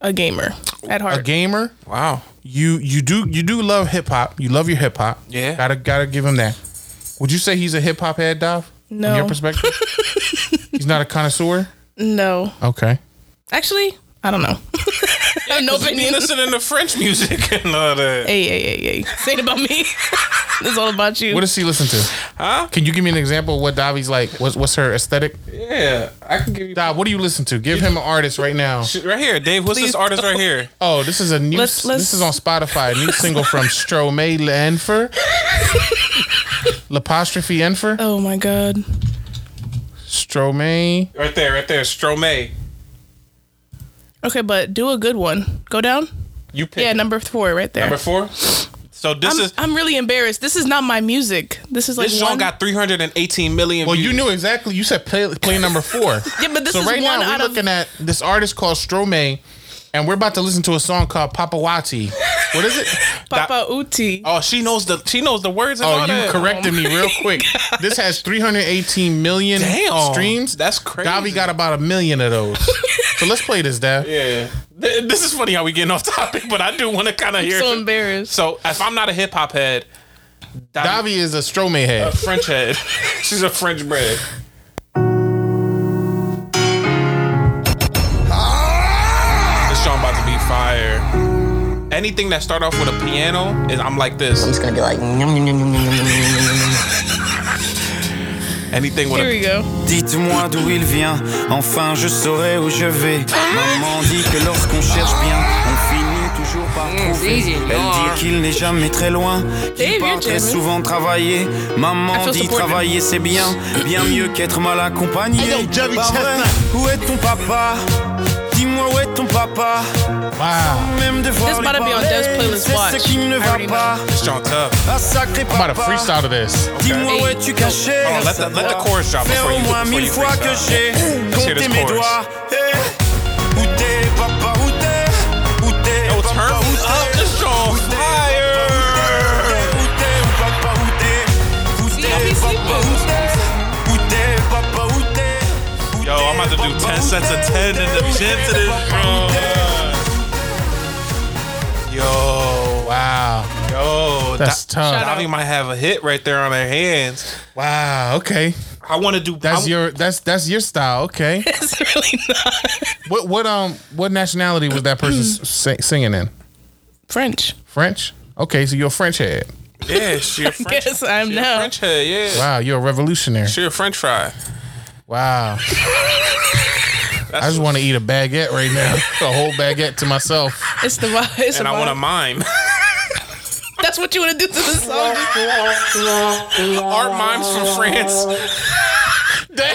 [SPEAKER 7] a gamer at
[SPEAKER 6] a
[SPEAKER 7] heart.
[SPEAKER 6] gamer.
[SPEAKER 2] wow.
[SPEAKER 6] You you do you do love hip hop. You love your hip hop.
[SPEAKER 2] Yeah.
[SPEAKER 6] Gotta gotta give him that. Would you say he's a hip hop head, Dov? From your
[SPEAKER 7] No. *laughs*
[SPEAKER 6] perspective? he's not a connoisseur?
[SPEAKER 7] no,
[SPEAKER 6] Okay.
[SPEAKER 7] actually, I
[SPEAKER 2] *laughs*
[SPEAKER 7] don't know. I have no
[SPEAKER 2] You
[SPEAKER 7] opinion.
[SPEAKER 2] listening to French music and all that.
[SPEAKER 7] Hey, hey, hey, hey! Say it about me. *laughs* it's all about you.
[SPEAKER 6] What does she listen to? Huh? Can you give me an example of what Davi's like? What's what's her aesthetic?
[SPEAKER 2] Yeah, I can give you.
[SPEAKER 6] Dav, what do you listen to? Give him an artist right now.
[SPEAKER 2] Right here, Dave. What's this artist right here?
[SPEAKER 6] Oh, this is a new
[SPEAKER 7] Let's- let's-
[SPEAKER 6] this is on Spotify. A new single from Stromae Lenfer. L'apostrophe Enfer.
[SPEAKER 7] oh my god!
[SPEAKER 6] Stromae.
[SPEAKER 2] Right there, right there. Stromae.
[SPEAKER 7] Okay, but do a good one. Go down.
[SPEAKER 2] You pick
[SPEAKER 7] Yeah, number four, right there.
[SPEAKER 2] number four. So this
[SPEAKER 7] I'm,
[SPEAKER 2] is
[SPEAKER 7] I'm really embarrassed. This is not my music. This is like
[SPEAKER 2] this
[SPEAKER 7] one-
[SPEAKER 2] song got 318 million.
[SPEAKER 6] Well,
[SPEAKER 2] views.
[SPEAKER 6] you knew exactly. You said play, play number four.
[SPEAKER 7] Yeah, but this
[SPEAKER 6] so
[SPEAKER 7] is
[SPEAKER 6] right
[SPEAKER 7] one
[SPEAKER 6] now
[SPEAKER 7] out
[SPEAKER 6] we're
[SPEAKER 7] of
[SPEAKER 6] looking at this artist called Stromae, and we're about to listen to a song called Papawati. What is it?
[SPEAKER 7] Papa Uti.
[SPEAKER 2] Oh, she knows the she knows the words. And
[SPEAKER 6] Oh,
[SPEAKER 2] all
[SPEAKER 6] you
[SPEAKER 2] that.
[SPEAKER 6] corrected me real quick. This has 318 million
[SPEAKER 2] Damn,
[SPEAKER 6] streams.
[SPEAKER 2] That's crazy.
[SPEAKER 6] Oh. Gavi got about a million of those. so let's play this, Dad.
[SPEAKER 2] Yeah. Th- This is funny how we getting off *laughs* topic, but I do want to kind of hear.
[SPEAKER 7] so embarrassed.
[SPEAKER 2] So if I'm not a hip hop head, Davi,
[SPEAKER 6] Davi is a Stromae head.
[SPEAKER 2] French head. *laughs* She's a French bread. This song about to be fire. Anything that start off with a piano is I'm like this.
[SPEAKER 5] It's gonna be like. Nom, nom, nom, nom, nom, nom, nom, nom, nom, nom.
[SPEAKER 2] Anything with
[SPEAKER 7] Here we
[SPEAKER 2] a
[SPEAKER 7] go.
[SPEAKER 4] Dites-moi d'où il vient, enfin je saurai où je vais. Maman dit que lorsqu'on cherche bien, on finit toujours par
[SPEAKER 7] Mm,
[SPEAKER 4] trouver.
[SPEAKER 5] easy,
[SPEAKER 4] Elle
[SPEAKER 5] Laura.
[SPEAKER 7] hein.
[SPEAKER 4] dit qu'il n'est jamais très loin,
[SPEAKER 7] Dave,
[SPEAKER 4] qu'il
[SPEAKER 7] you're
[SPEAKER 4] part très
[SPEAKER 7] jamming.
[SPEAKER 4] souvent travailler. Maman
[SPEAKER 7] feel
[SPEAKER 4] dit
[SPEAKER 7] supported.
[SPEAKER 4] travailler c'est bien, bien mieux qu'être mal accompagné.
[SPEAKER 10] Hello, Jerry
[SPEAKER 4] Pas vrai.
[SPEAKER 10] Chestnut.
[SPEAKER 4] Où est ton papa Dis-moi où est ton papa
[SPEAKER 6] Wow.
[SPEAKER 4] Même de voir
[SPEAKER 7] This
[SPEAKER 4] lui
[SPEAKER 7] better be on
[SPEAKER 4] parler,
[SPEAKER 7] Dev's playlist,
[SPEAKER 4] C'est
[SPEAKER 7] watch.
[SPEAKER 4] ce qui ne va
[SPEAKER 7] already know.
[SPEAKER 4] pas.
[SPEAKER 2] strong tough.
[SPEAKER 4] Ah sacré
[SPEAKER 6] I'm
[SPEAKER 4] papa.
[SPEAKER 6] about to freestyle to this.
[SPEAKER 4] Dis-moi où es-tu caché
[SPEAKER 2] Oh, let the, let the chorus drop
[SPEAKER 4] Faire
[SPEAKER 2] before you
[SPEAKER 4] au moins
[SPEAKER 2] before
[SPEAKER 4] mille
[SPEAKER 2] you
[SPEAKER 4] fois que
[SPEAKER 2] freestyle.
[SPEAKER 4] j'ai
[SPEAKER 2] Let's hear
[SPEAKER 4] compté
[SPEAKER 2] this
[SPEAKER 4] mes
[SPEAKER 2] chorus.
[SPEAKER 4] doigts. Hey, Où t'es, papa, où t'es Où t'es,
[SPEAKER 2] Yo, turn
[SPEAKER 4] papa, où
[SPEAKER 2] up
[SPEAKER 4] t'es Eh,
[SPEAKER 2] this song fire.
[SPEAKER 4] Où t'es, où papa, où t'es Où t'es, papa, où t'es Où t'es, papa, où t'es Où
[SPEAKER 2] Yo, I'm about to
[SPEAKER 4] t'es,
[SPEAKER 2] do
[SPEAKER 4] papa, où
[SPEAKER 2] 10 sets of
[SPEAKER 4] t'es?
[SPEAKER 2] 10 in the gym to this, bro. Yo,
[SPEAKER 6] Wow.
[SPEAKER 2] yo,
[SPEAKER 6] That's tough.
[SPEAKER 7] *laughs*
[SPEAKER 2] Davi might have a hit right there on her hands.
[SPEAKER 6] Wow. Okay.
[SPEAKER 2] I want to do.
[SPEAKER 6] That's
[SPEAKER 2] I-
[SPEAKER 6] your that's that's your style. Okay.
[SPEAKER 7] It's really not
[SPEAKER 6] What what um what nationality was that person s- sing, singing in?
[SPEAKER 7] French.
[SPEAKER 6] French. Okay, so you're a French head.
[SPEAKER 2] Yeah,
[SPEAKER 6] *laughs*
[SPEAKER 2] she a French.
[SPEAKER 7] Yes, I'm
[SPEAKER 2] she a
[SPEAKER 7] now.
[SPEAKER 2] French head, yeah.
[SPEAKER 6] Wow, you're a revolutionary.
[SPEAKER 2] She a French fry.
[SPEAKER 6] Wow. I just want to eat a baguette right now. *laughs* a whole baguette to myself.
[SPEAKER 7] It's the vibe. It's
[SPEAKER 2] And
[SPEAKER 7] the
[SPEAKER 2] I want to
[SPEAKER 7] vibe.
[SPEAKER 2] mime. *laughs*
[SPEAKER 7] That's what you want to do to the song.
[SPEAKER 2] Art mimes from France.
[SPEAKER 7] The,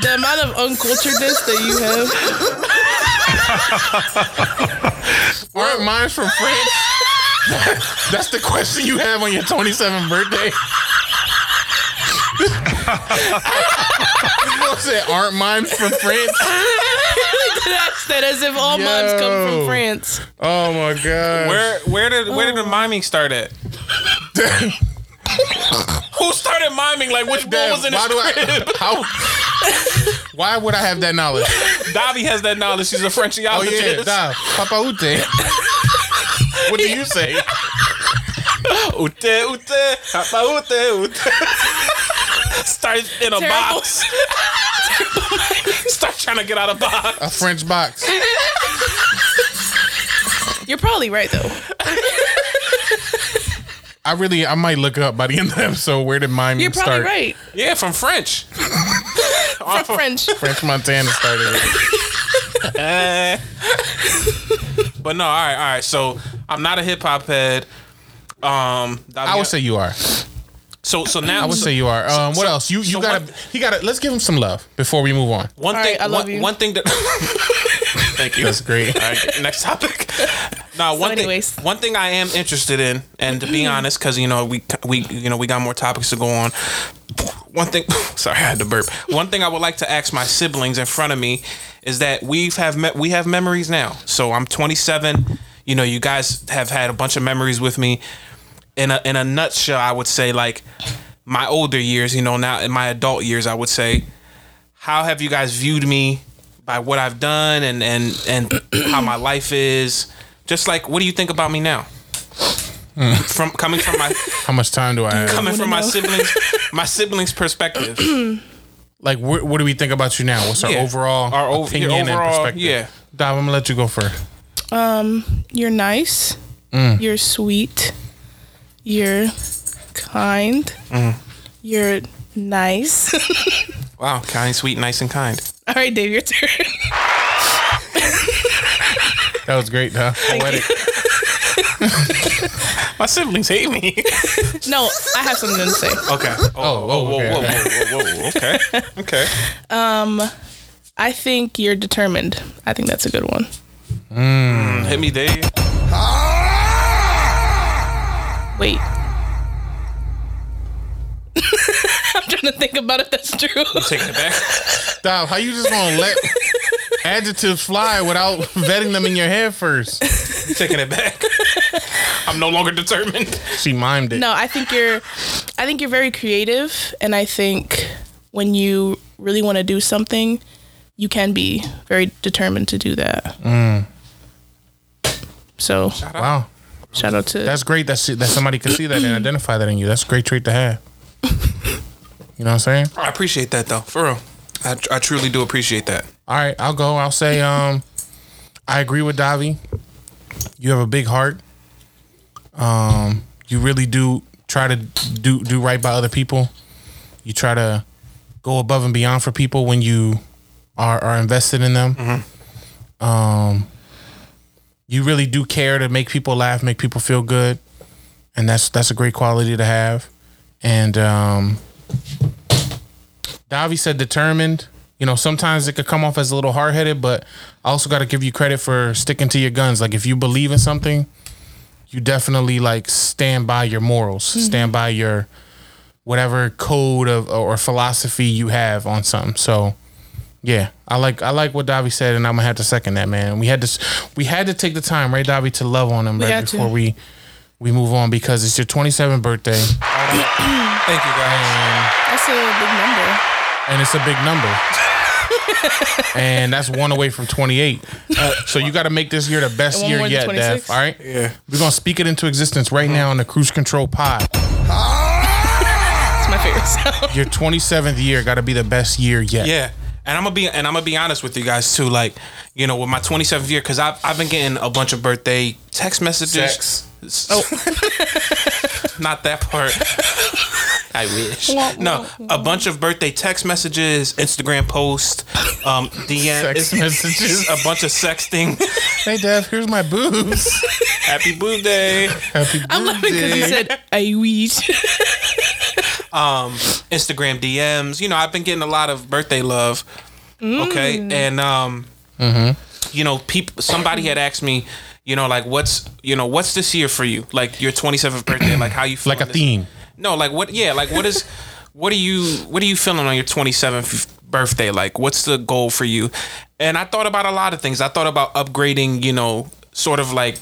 [SPEAKER 7] the amount of unculturedness that you have. *laughs*
[SPEAKER 6] Aren't mine from France? *laughs* That's the question you have on your 27th birthday. *laughs* you know said, aren't mine from France?
[SPEAKER 7] That's that as if all moms come
[SPEAKER 6] Yo.
[SPEAKER 7] from France.
[SPEAKER 6] Oh my god.
[SPEAKER 2] Where where did where did the miming
[SPEAKER 6] *laughs*
[SPEAKER 2] start at? Who started miming? Like which boy
[SPEAKER 6] Damn,
[SPEAKER 2] was in his
[SPEAKER 6] why do
[SPEAKER 2] crib?
[SPEAKER 6] I *laughs* how, Why would I have that knowledge?
[SPEAKER 2] Davi has that knowledge. She's a Frenchiologist.
[SPEAKER 6] Oh yeah, nah, Papa Ute. *laughs* what do you say?
[SPEAKER 2] *laughs* Ute, ute, papa, ute, ute. *laughs* Start in a
[SPEAKER 6] *laughs*
[SPEAKER 7] Terrible.
[SPEAKER 2] box. *laughs* Start trying to get out of box.
[SPEAKER 6] A French box.
[SPEAKER 7] You're probably right though.
[SPEAKER 6] I really, I might look up by the end of the episode. Where did mine
[SPEAKER 7] You're probably
[SPEAKER 6] start?
[SPEAKER 7] right.
[SPEAKER 2] Yeah, from French. *laughs*
[SPEAKER 7] From French.
[SPEAKER 6] French Montana started. it.
[SPEAKER 2] Eh. but no, all right, all right. So I'm not a hip hop head. Um,
[SPEAKER 6] I would say you are.
[SPEAKER 2] so. So now,
[SPEAKER 6] I would say you are. Um, what
[SPEAKER 2] so-
[SPEAKER 6] else? You you
[SPEAKER 2] so
[SPEAKER 6] gotta
[SPEAKER 2] what-
[SPEAKER 6] he gotta. Let's give him some love before we move on.
[SPEAKER 2] one
[SPEAKER 7] All
[SPEAKER 2] thing.
[SPEAKER 7] right, I love
[SPEAKER 2] one,
[SPEAKER 7] you.
[SPEAKER 2] one thing that. *laughs* Thank you.
[SPEAKER 6] That's great.
[SPEAKER 2] All right, next topic. Now, one
[SPEAKER 7] anyways.
[SPEAKER 2] thing, one thing I am interested in, and to be honest, because you know we we you know we got more topics to go on. One thing, *laughs* sorry, I had to burp. One thing I would like to ask my siblings in front of me is that we've have met we have memories now. So I'm 27. You know, you guys have had a bunch of memories with me. In a in a nutshell, I would say like my older years. You know, now in my adult years, I would say how have you guys viewed me by what I've done and and and *clears throat* how my life is? Just like, what do you think about me now? From coming from my
[SPEAKER 6] How much time do I have?
[SPEAKER 2] coming from my siblings my siblings' perspective.
[SPEAKER 6] Like, wh- what do we think about you now? What's our
[SPEAKER 2] Yeah.
[SPEAKER 6] overall
[SPEAKER 2] Our ov- your
[SPEAKER 6] opinion and
[SPEAKER 2] overall-
[SPEAKER 6] perspective?
[SPEAKER 2] yeah.
[SPEAKER 6] Dom, I'm gonna let you go first.
[SPEAKER 7] You're nice. You're sweet. You're kind. You're nice. *laughs*
[SPEAKER 2] Wow, kind, sweet, nice, and kind.
[SPEAKER 7] All right, Dave, your turn. *laughs*
[SPEAKER 6] That was great, huh? Poetic.
[SPEAKER 2] My siblings hate me.
[SPEAKER 7] no, I have something to say.
[SPEAKER 2] *laughs* Okay.
[SPEAKER 6] Oh,
[SPEAKER 2] whoa,
[SPEAKER 6] okay,
[SPEAKER 2] whoa,
[SPEAKER 6] okay.
[SPEAKER 2] whoa, whoa, whoa, whoa. Okay. Okay.
[SPEAKER 7] I think you're determined. I think that's a good one.
[SPEAKER 2] Hit me, Dave.
[SPEAKER 7] Wait. *laughs* I'm trying to think about if that's true.
[SPEAKER 2] Taking it back.
[SPEAKER 6] Dom, how you just gonna
[SPEAKER 2] *laughs*
[SPEAKER 6] let adjectives fly without *laughs* vetting them in your head first?
[SPEAKER 2] Taking it back. *laughs* I'm no longer determined.
[SPEAKER 6] She mimed it.
[SPEAKER 7] No, I think you're I think you're very creative and I think when you really want to do something, you can be very determined to do that. So,
[SPEAKER 6] Wow.
[SPEAKER 7] shout out to
[SPEAKER 6] That's great that, that somebody could see that and identify that in you. That's a great trait to have. You know what I'm saying?
[SPEAKER 2] I appreciate that though, for real. I, tr- I truly do appreciate that.
[SPEAKER 6] All right, I'll go. I'll say um, I agree with Davi. You have a big heart. Um, you really do try to do do right by other people. you try to go above and beyond for people when you are are invested in them. Um, you really do care to make people laugh, make people feel good, and that's that's a great quality to have. And um, Davi said determined. You know, sometimes it could come off as a little hard headed, but I also got to give you credit for sticking to your guns. Like if you believe in something, you definitely like stand by your morals, stand by your whatever code of or philosophy you have on something. So yeah, I like I like what Davi said, and I'm gonna have to second that man. We had to s- we had to take the time, right, Davi, to love on him right
[SPEAKER 7] had to.
[SPEAKER 6] before we we move on because it's your 27th birthday
[SPEAKER 2] Thank you guys.
[SPEAKER 7] That's a big number.
[SPEAKER 6] and it's a big number.
[SPEAKER 2] *laughs*
[SPEAKER 6] and that's one away from 28. so you got to make this year the best
[SPEAKER 7] one
[SPEAKER 6] year
[SPEAKER 7] more than
[SPEAKER 6] yet, Dev.
[SPEAKER 7] 26?
[SPEAKER 6] All right? Yeah. We're going to speak it into existence right now on the Cruise Control Pod.
[SPEAKER 7] It's my favorite sound.
[SPEAKER 6] Your 27th year got to be the best year yet.
[SPEAKER 2] Yeah. And I'm gonna be and I'm gonna be honest with you guys too. Like, you know, with my 27th year, because I've I've been getting a bunch of birthday text messages. Oh, *laughs* not that part. I wish. No, a bunch of birthday text messages, Instagram posts, um, DM
[SPEAKER 6] Text *laughs*
[SPEAKER 2] it's-
[SPEAKER 6] messages.
[SPEAKER 2] *laughs* a bunch of sexting.
[SPEAKER 6] Hey, Dev, here's my
[SPEAKER 2] *laughs*
[SPEAKER 6] boobs.
[SPEAKER 2] Happy birthday.
[SPEAKER 6] Happy
[SPEAKER 7] I love it *laughs* because he
[SPEAKER 6] birthday.
[SPEAKER 7] said, I wish.
[SPEAKER 2] Instagram DMs. You know, I've been getting a lot of birthday love. Okay, and um,
[SPEAKER 6] Mm-hmm.
[SPEAKER 2] you know, people. Somebody had asked me, you know, like what's you know what's this year for you? Like your 27th birthday. Like how you feel
[SPEAKER 6] Like a theme.
[SPEAKER 2] No, like what? Yeah, like what is? what are you? What are you feeling on your 27th birthday? Like what's the goal for you? And I thought about a lot of things. I thought about upgrading. You know, sort of like.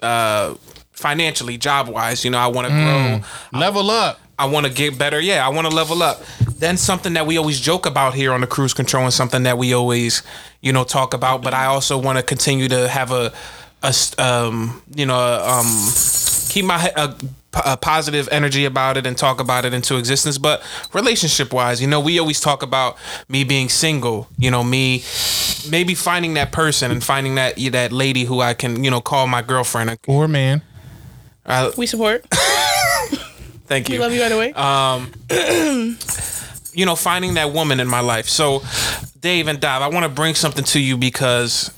[SPEAKER 2] uh financially job wise you know i want to
[SPEAKER 6] Mm.
[SPEAKER 2] grow
[SPEAKER 6] Level up.
[SPEAKER 2] I want to get better. Yeah, I want to level up. Then something that we always joke about here on the cruise control and something that we always, you know, talk about. But I also want to continue to have a, a s- um, you know, um, keep my he- a, a positive energy about it and talk about it into existence. But relationship wise, you know, we always talk about me being single. You know, me maybe finding that person and finding that that lady who I can, you know, call my girlfriend.
[SPEAKER 6] Or man.
[SPEAKER 7] *laughs* we support.
[SPEAKER 2] Thank you. Uh,
[SPEAKER 7] We love you either way.
[SPEAKER 2] Um, *clears throat* you know, finding that woman in my life. So, Dave and Dave, I want to bring something to you because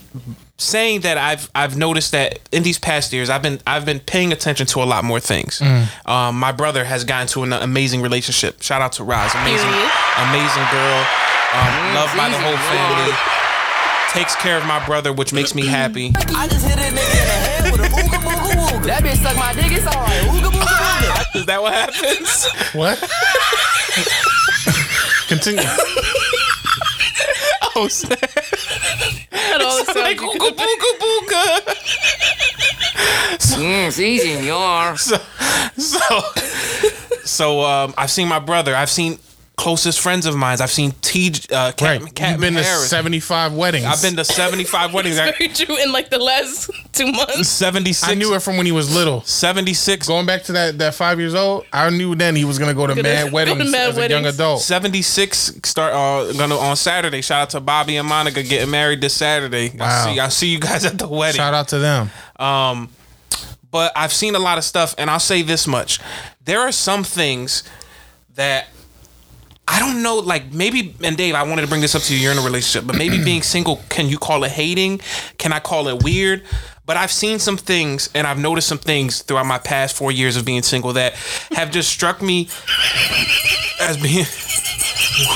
[SPEAKER 2] saying that I've I've noticed that in these past years I've been I've been paying attention to a lot more things. Um, my brother has gotten to an amazing relationship. Shout out to Roz, amazing,
[SPEAKER 7] Period.
[SPEAKER 2] amazing girl, um, loved by the whole
[SPEAKER 5] Jesus,
[SPEAKER 2] family. Takes care of my brother, which makes me happy.
[SPEAKER 11] I just hit a nigga in the head with a ooga booga wooga. Ah! That bitch suck my dick, it's alright. Ooga booga wooga.
[SPEAKER 2] Is that what happens? *laughs*
[SPEAKER 6] What? Continue.
[SPEAKER 2] *laughs* Oh, snap.
[SPEAKER 7] Not all the sounds
[SPEAKER 2] like
[SPEAKER 7] you
[SPEAKER 2] ooga booga booga.
[SPEAKER 5] Mm, see, senor.
[SPEAKER 2] *laughs* So, so um, I've seen my brother. I've seen closest friends of mine. I've seen T. Uh, Cat,
[SPEAKER 6] Right. You've been to
[SPEAKER 2] Harris.
[SPEAKER 6] 75 weddings.
[SPEAKER 2] I've been
[SPEAKER 6] *laughs*
[SPEAKER 2] to seventy-five weddings. I-
[SPEAKER 7] very true in like the last *laughs*
[SPEAKER 2] *laughs*
[SPEAKER 7] two months.
[SPEAKER 2] Seventy-six.
[SPEAKER 6] I knew it from when he was little.
[SPEAKER 2] Seventy-six.
[SPEAKER 6] Going back to that, that five years old, I knew then he was going to go to
[SPEAKER 7] Gonna
[SPEAKER 6] mad
[SPEAKER 7] go to
[SPEAKER 6] weddings
[SPEAKER 7] mad
[SPEAKER 6] as a young
[SPEAKER 7] weddings.
[SPEAKER 6] adult.
[SPEAKER 2] 76 start uh, gonna on Saturday. Shout out to Bobby and Monica getting married this Saturday.
[SPEAKER 6] Wow.
[SPEAKER 2] I see I see you guys at the wedding.
[SPEAKER 6] Shout out to them. *laughs*
[SPEAKER 2] Um, but I've seen a lot of stuff, and I'll say this much: there are some things that I don't know. Like maybe, and Dave, I wanted to bring this up to you. You're in a relationship, but maybe *clears throat* being single, can you call it hating? Can I call it weird? But I've seen some things, and I've noticed some things throughout my past four years of being single that have just struck me as being. *laughs*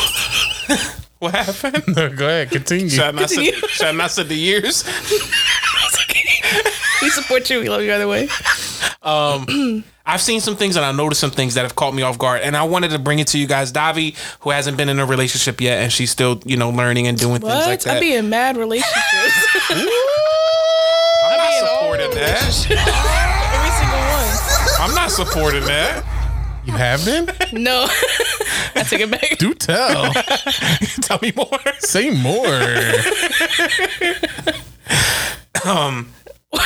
[SPEAKER 2] what happened?
[SPEAKER 6] No, go ahead, continue.
[SPEAKER 2] Should I not say-
[SPEAKER 7] Continue.
[SPEAKER 2] should I not say the years?
[SPEAKER 7] We support you. We love you either way.
[SPEAKER 2] I've seen some things and I noticed some things that have caught me off guard, and I wanted to bring it to you guys. Davi, who hasn't been in a relationship yet, and she's still, you know, learning and doing things like
[SPEAKER 7] What?
[SPEAKER 2] that.
[SPEAKER 7] I be in mad relationships. *laughs*
[SPEAKER 2] I'm not supporting that.
[SPEAKER 7] Every single one.
[SPEAKER 2] I'm not supporting that.
[SPEAKER 6] You have been?
[SPEAKER 7] No. *laughs* I take it back.
[SPEAKER 6] Do tell.
[SPEAKER 2] *laughs* Tell me more.
[SPEAKER 6] Say
[SPEAKER 2] Um,
[SPEAKER 6] more.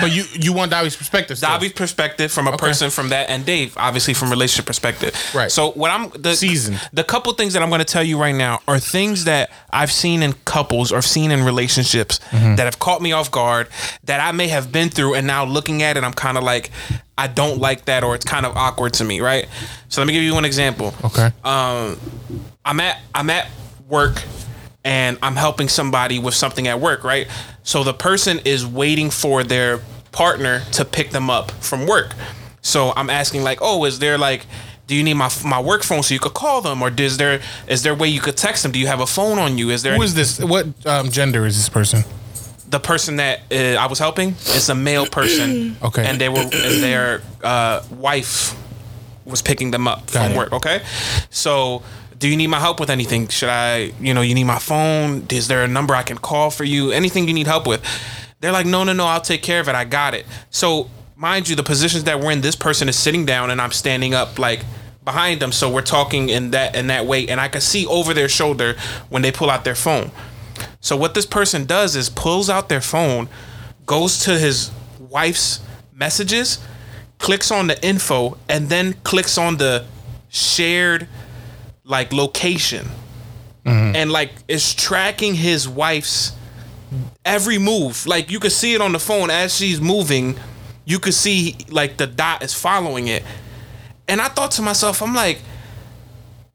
[SPEAKER 6] But you you want Dobby's perspective. Still.
[SPEAKER 2] Dobby's perspective from a person from that, and Dave obviously from relationship perspective.
[SPEAKER 6] Right.
[SPEAKER 2] So what I'm the
[SPEAKER 6] Seasoned.
[SPEAKER 2] The couple things that I'm going to tell you right now are things that I've seen in couples or seen in relationships
[SPEAKER 6] Mm-hmm.
[SPEAKER 2] that have caught me off guard that I may have been through, and now looking at it, I'm kind of like, I don't like that, or it's kind of awkward to me, right? So let me give you one example.
[SPEAKER 6] Okay.
[SPEAKER 2] Um, I'm at I'm at work and I'm helping somebody with something at work, right? So the person is waiting for their partner to pick them up from work. So I'm asking like, "Oh, is there like do you need my my work phone so you could call them or is there is there a way you could text them? Do you have a phone on you? Is there
[SPEAKER 6] Who is this? What um, gender is this person?
[SPEAKER 2] the person that uh, I was helping is a male person.
[SPEAKER 6] *clears throat* Okay.
[SPEAKER 2] And they were and their uh, wife was picking them up
[SPEAKER 6] Got
[SPEAKER 2] from
[SPEAKER 6] it.
[SPEAKER 2] work. Okay. So do you need my help with anything? Should I, you know, you need my phone? Is there a number I can call for you? Anything you need help with? They're like, no, no, no, I'll take care of it. I got it. So mind you, the positions that we're in, this person is sitting down and I'm standing up like behind them. So we're talking in that in that way, and I can see over their shoulder when they pull out their phone. So what this person does is pulls out their phone, goes to his wife's messages, clicks on the info, and then clicks on the shared like location. And like is tracking his wife's every move. Like you could see it on the phone as she's moving, you could see like the dot is following it. And I thought to myself, I'm like,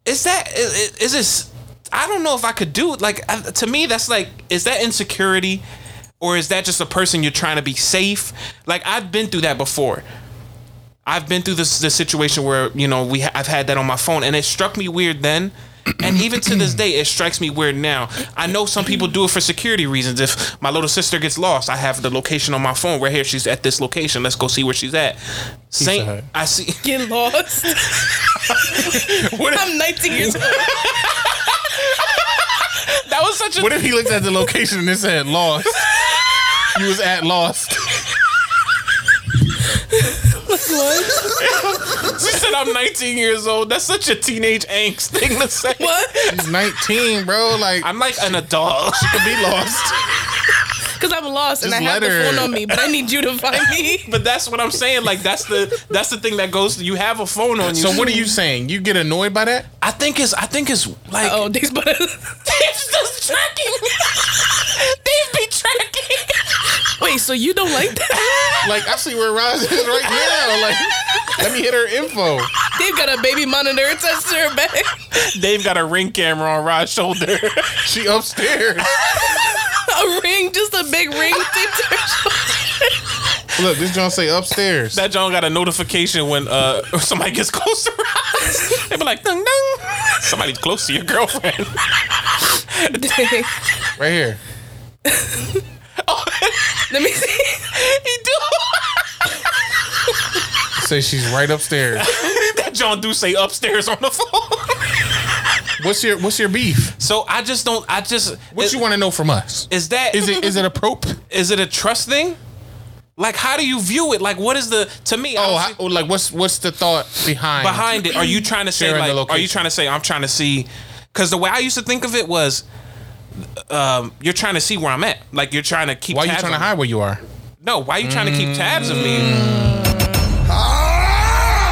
[SPEAKER 2] is that i- i- is this i don't know if i could do it like I- to me that's like is that insecurity or is that just a person you're trying to be safe like i've been through that before i've been through this this situation where you know we ha- i've had that on my phone and it struck me weird then and even to this day it strikes me weird now i know some people do it for security reasons if my little sister gets lost i have the location on my phone right here she's at this location let's go see where she's at
[SPEAKER 6] Hut.
[SPEAKER 2] same i see *laughs*
[SPEAKER 7] Get lost. I'm 19
[SPEAKER 2] *laughs*
[SPEAKER 7] years old.
[SPEAKER 2] that was such a
[SPEAKER 6] What if he looked at the location and it said lost? you was at lost.
[SPEAKER 2] She said I'm 19 years old. That's such a teenage angst thing to say.
[SPEAKER 7] What?
[SPEAKER 6] He's 19, bro. Like
[SPEAKER 2] I'm like an adult.
[SPEAKER 6] could be lost.
[SPEAKER 7] Because I'm lost and
[SPEAKER 6] Just
[SPEAKER 7] I have the
[SPEAKER 6] let her.
[SPEAKER 7] phone on me, but I need you to find me.
[SPEAKER 2] *laughs* But that's what I'm saying. Like that's the that's the thing that goes. You have a phone on you.
[SPEAKER 6] So what are
[SPEAKER 7] *laughs*
[SPEAKER 6] you saying? You get annoyed by that?
[SPEAKER 2] I think it's I think it's like
[SPEAKER 7] Oh, these *laughs* buttons.
[SPEAKER 2] Dave's just tracking.
[SPEAKER 7] *laughs*
[SPEAKER 2] Dave be *laughs* tracking.
[SPEAKER 7] Wait, so you don't like that?
[SPEAKER 6] Like I see where Roz is right now. Like let me hit her info.
[SPEAKER 7] They've got a baby monitor attached to her back.
[SPEAKER 2] Dave got a ring camera on Rod's shoulder. *laughs*
[SPEAKER 6] She upstairs.
[SPEAKER 7] A ring, just a
[SPEAKER 2] *laughs*
[SPEAKER 7] big ring taped to her
[SPEAKER 6] Look, this John say upstairs.
[SPEAKER 2] that John got a notification when uh somebody gets close to Rod. They be like, ding ding. Somebody's close to your girlfriend. *laughs*
[SPEAKER 7] Dang.
[SPEAKER 6] Right here.
[SPEAKER 7] Let me see.
[SPEAKER 2] he do.
[SPEAKER 6] Say she's right upstairs.
[SPEAKER 2] that John do say upstairs on the phone. *laughs*
[SPEAKER 6] What's your what's your beef?
[SPEAKER 2] so I just don't. I just
[SPEAKER 6] What
[SPEAKER 2] is,
[SPEAKER 6] you want to know from us?
[SPEAKER 2] is that
[SPEAKER 6] Is it is it a probe?
[SPEAKER 2] is it a trust thing? Like how do you view it? Like what is the to me?
[SPEAKER 6] Oh,
[SPEAKER 2] I
[SPEAKER 6] how,
[SPEAKER 2] don't see-
[SPEAKER 6] oh, like what's what's the thought behind
[SPEAKER 2] behind it? Are you trying to say
[SPEAKER 6] Sharing the
[SPEAKER 2] like? Are you
[SPEAKER 6] location.
[SPEAKER 2] trying to say I'm trying to see? Because the way I used to think of it was, um, you're trying to see where I'm at. Like you're trying to keep.
[SPEAKER 6] Why are you
[SPEAKER 2] tabs
[SPEAKER 6] trying to
[SPEAKER 2] on me.
[SPEAKER 6] hide where you are?
[SPEAKER 2] No, why you trying to keep tabs of me?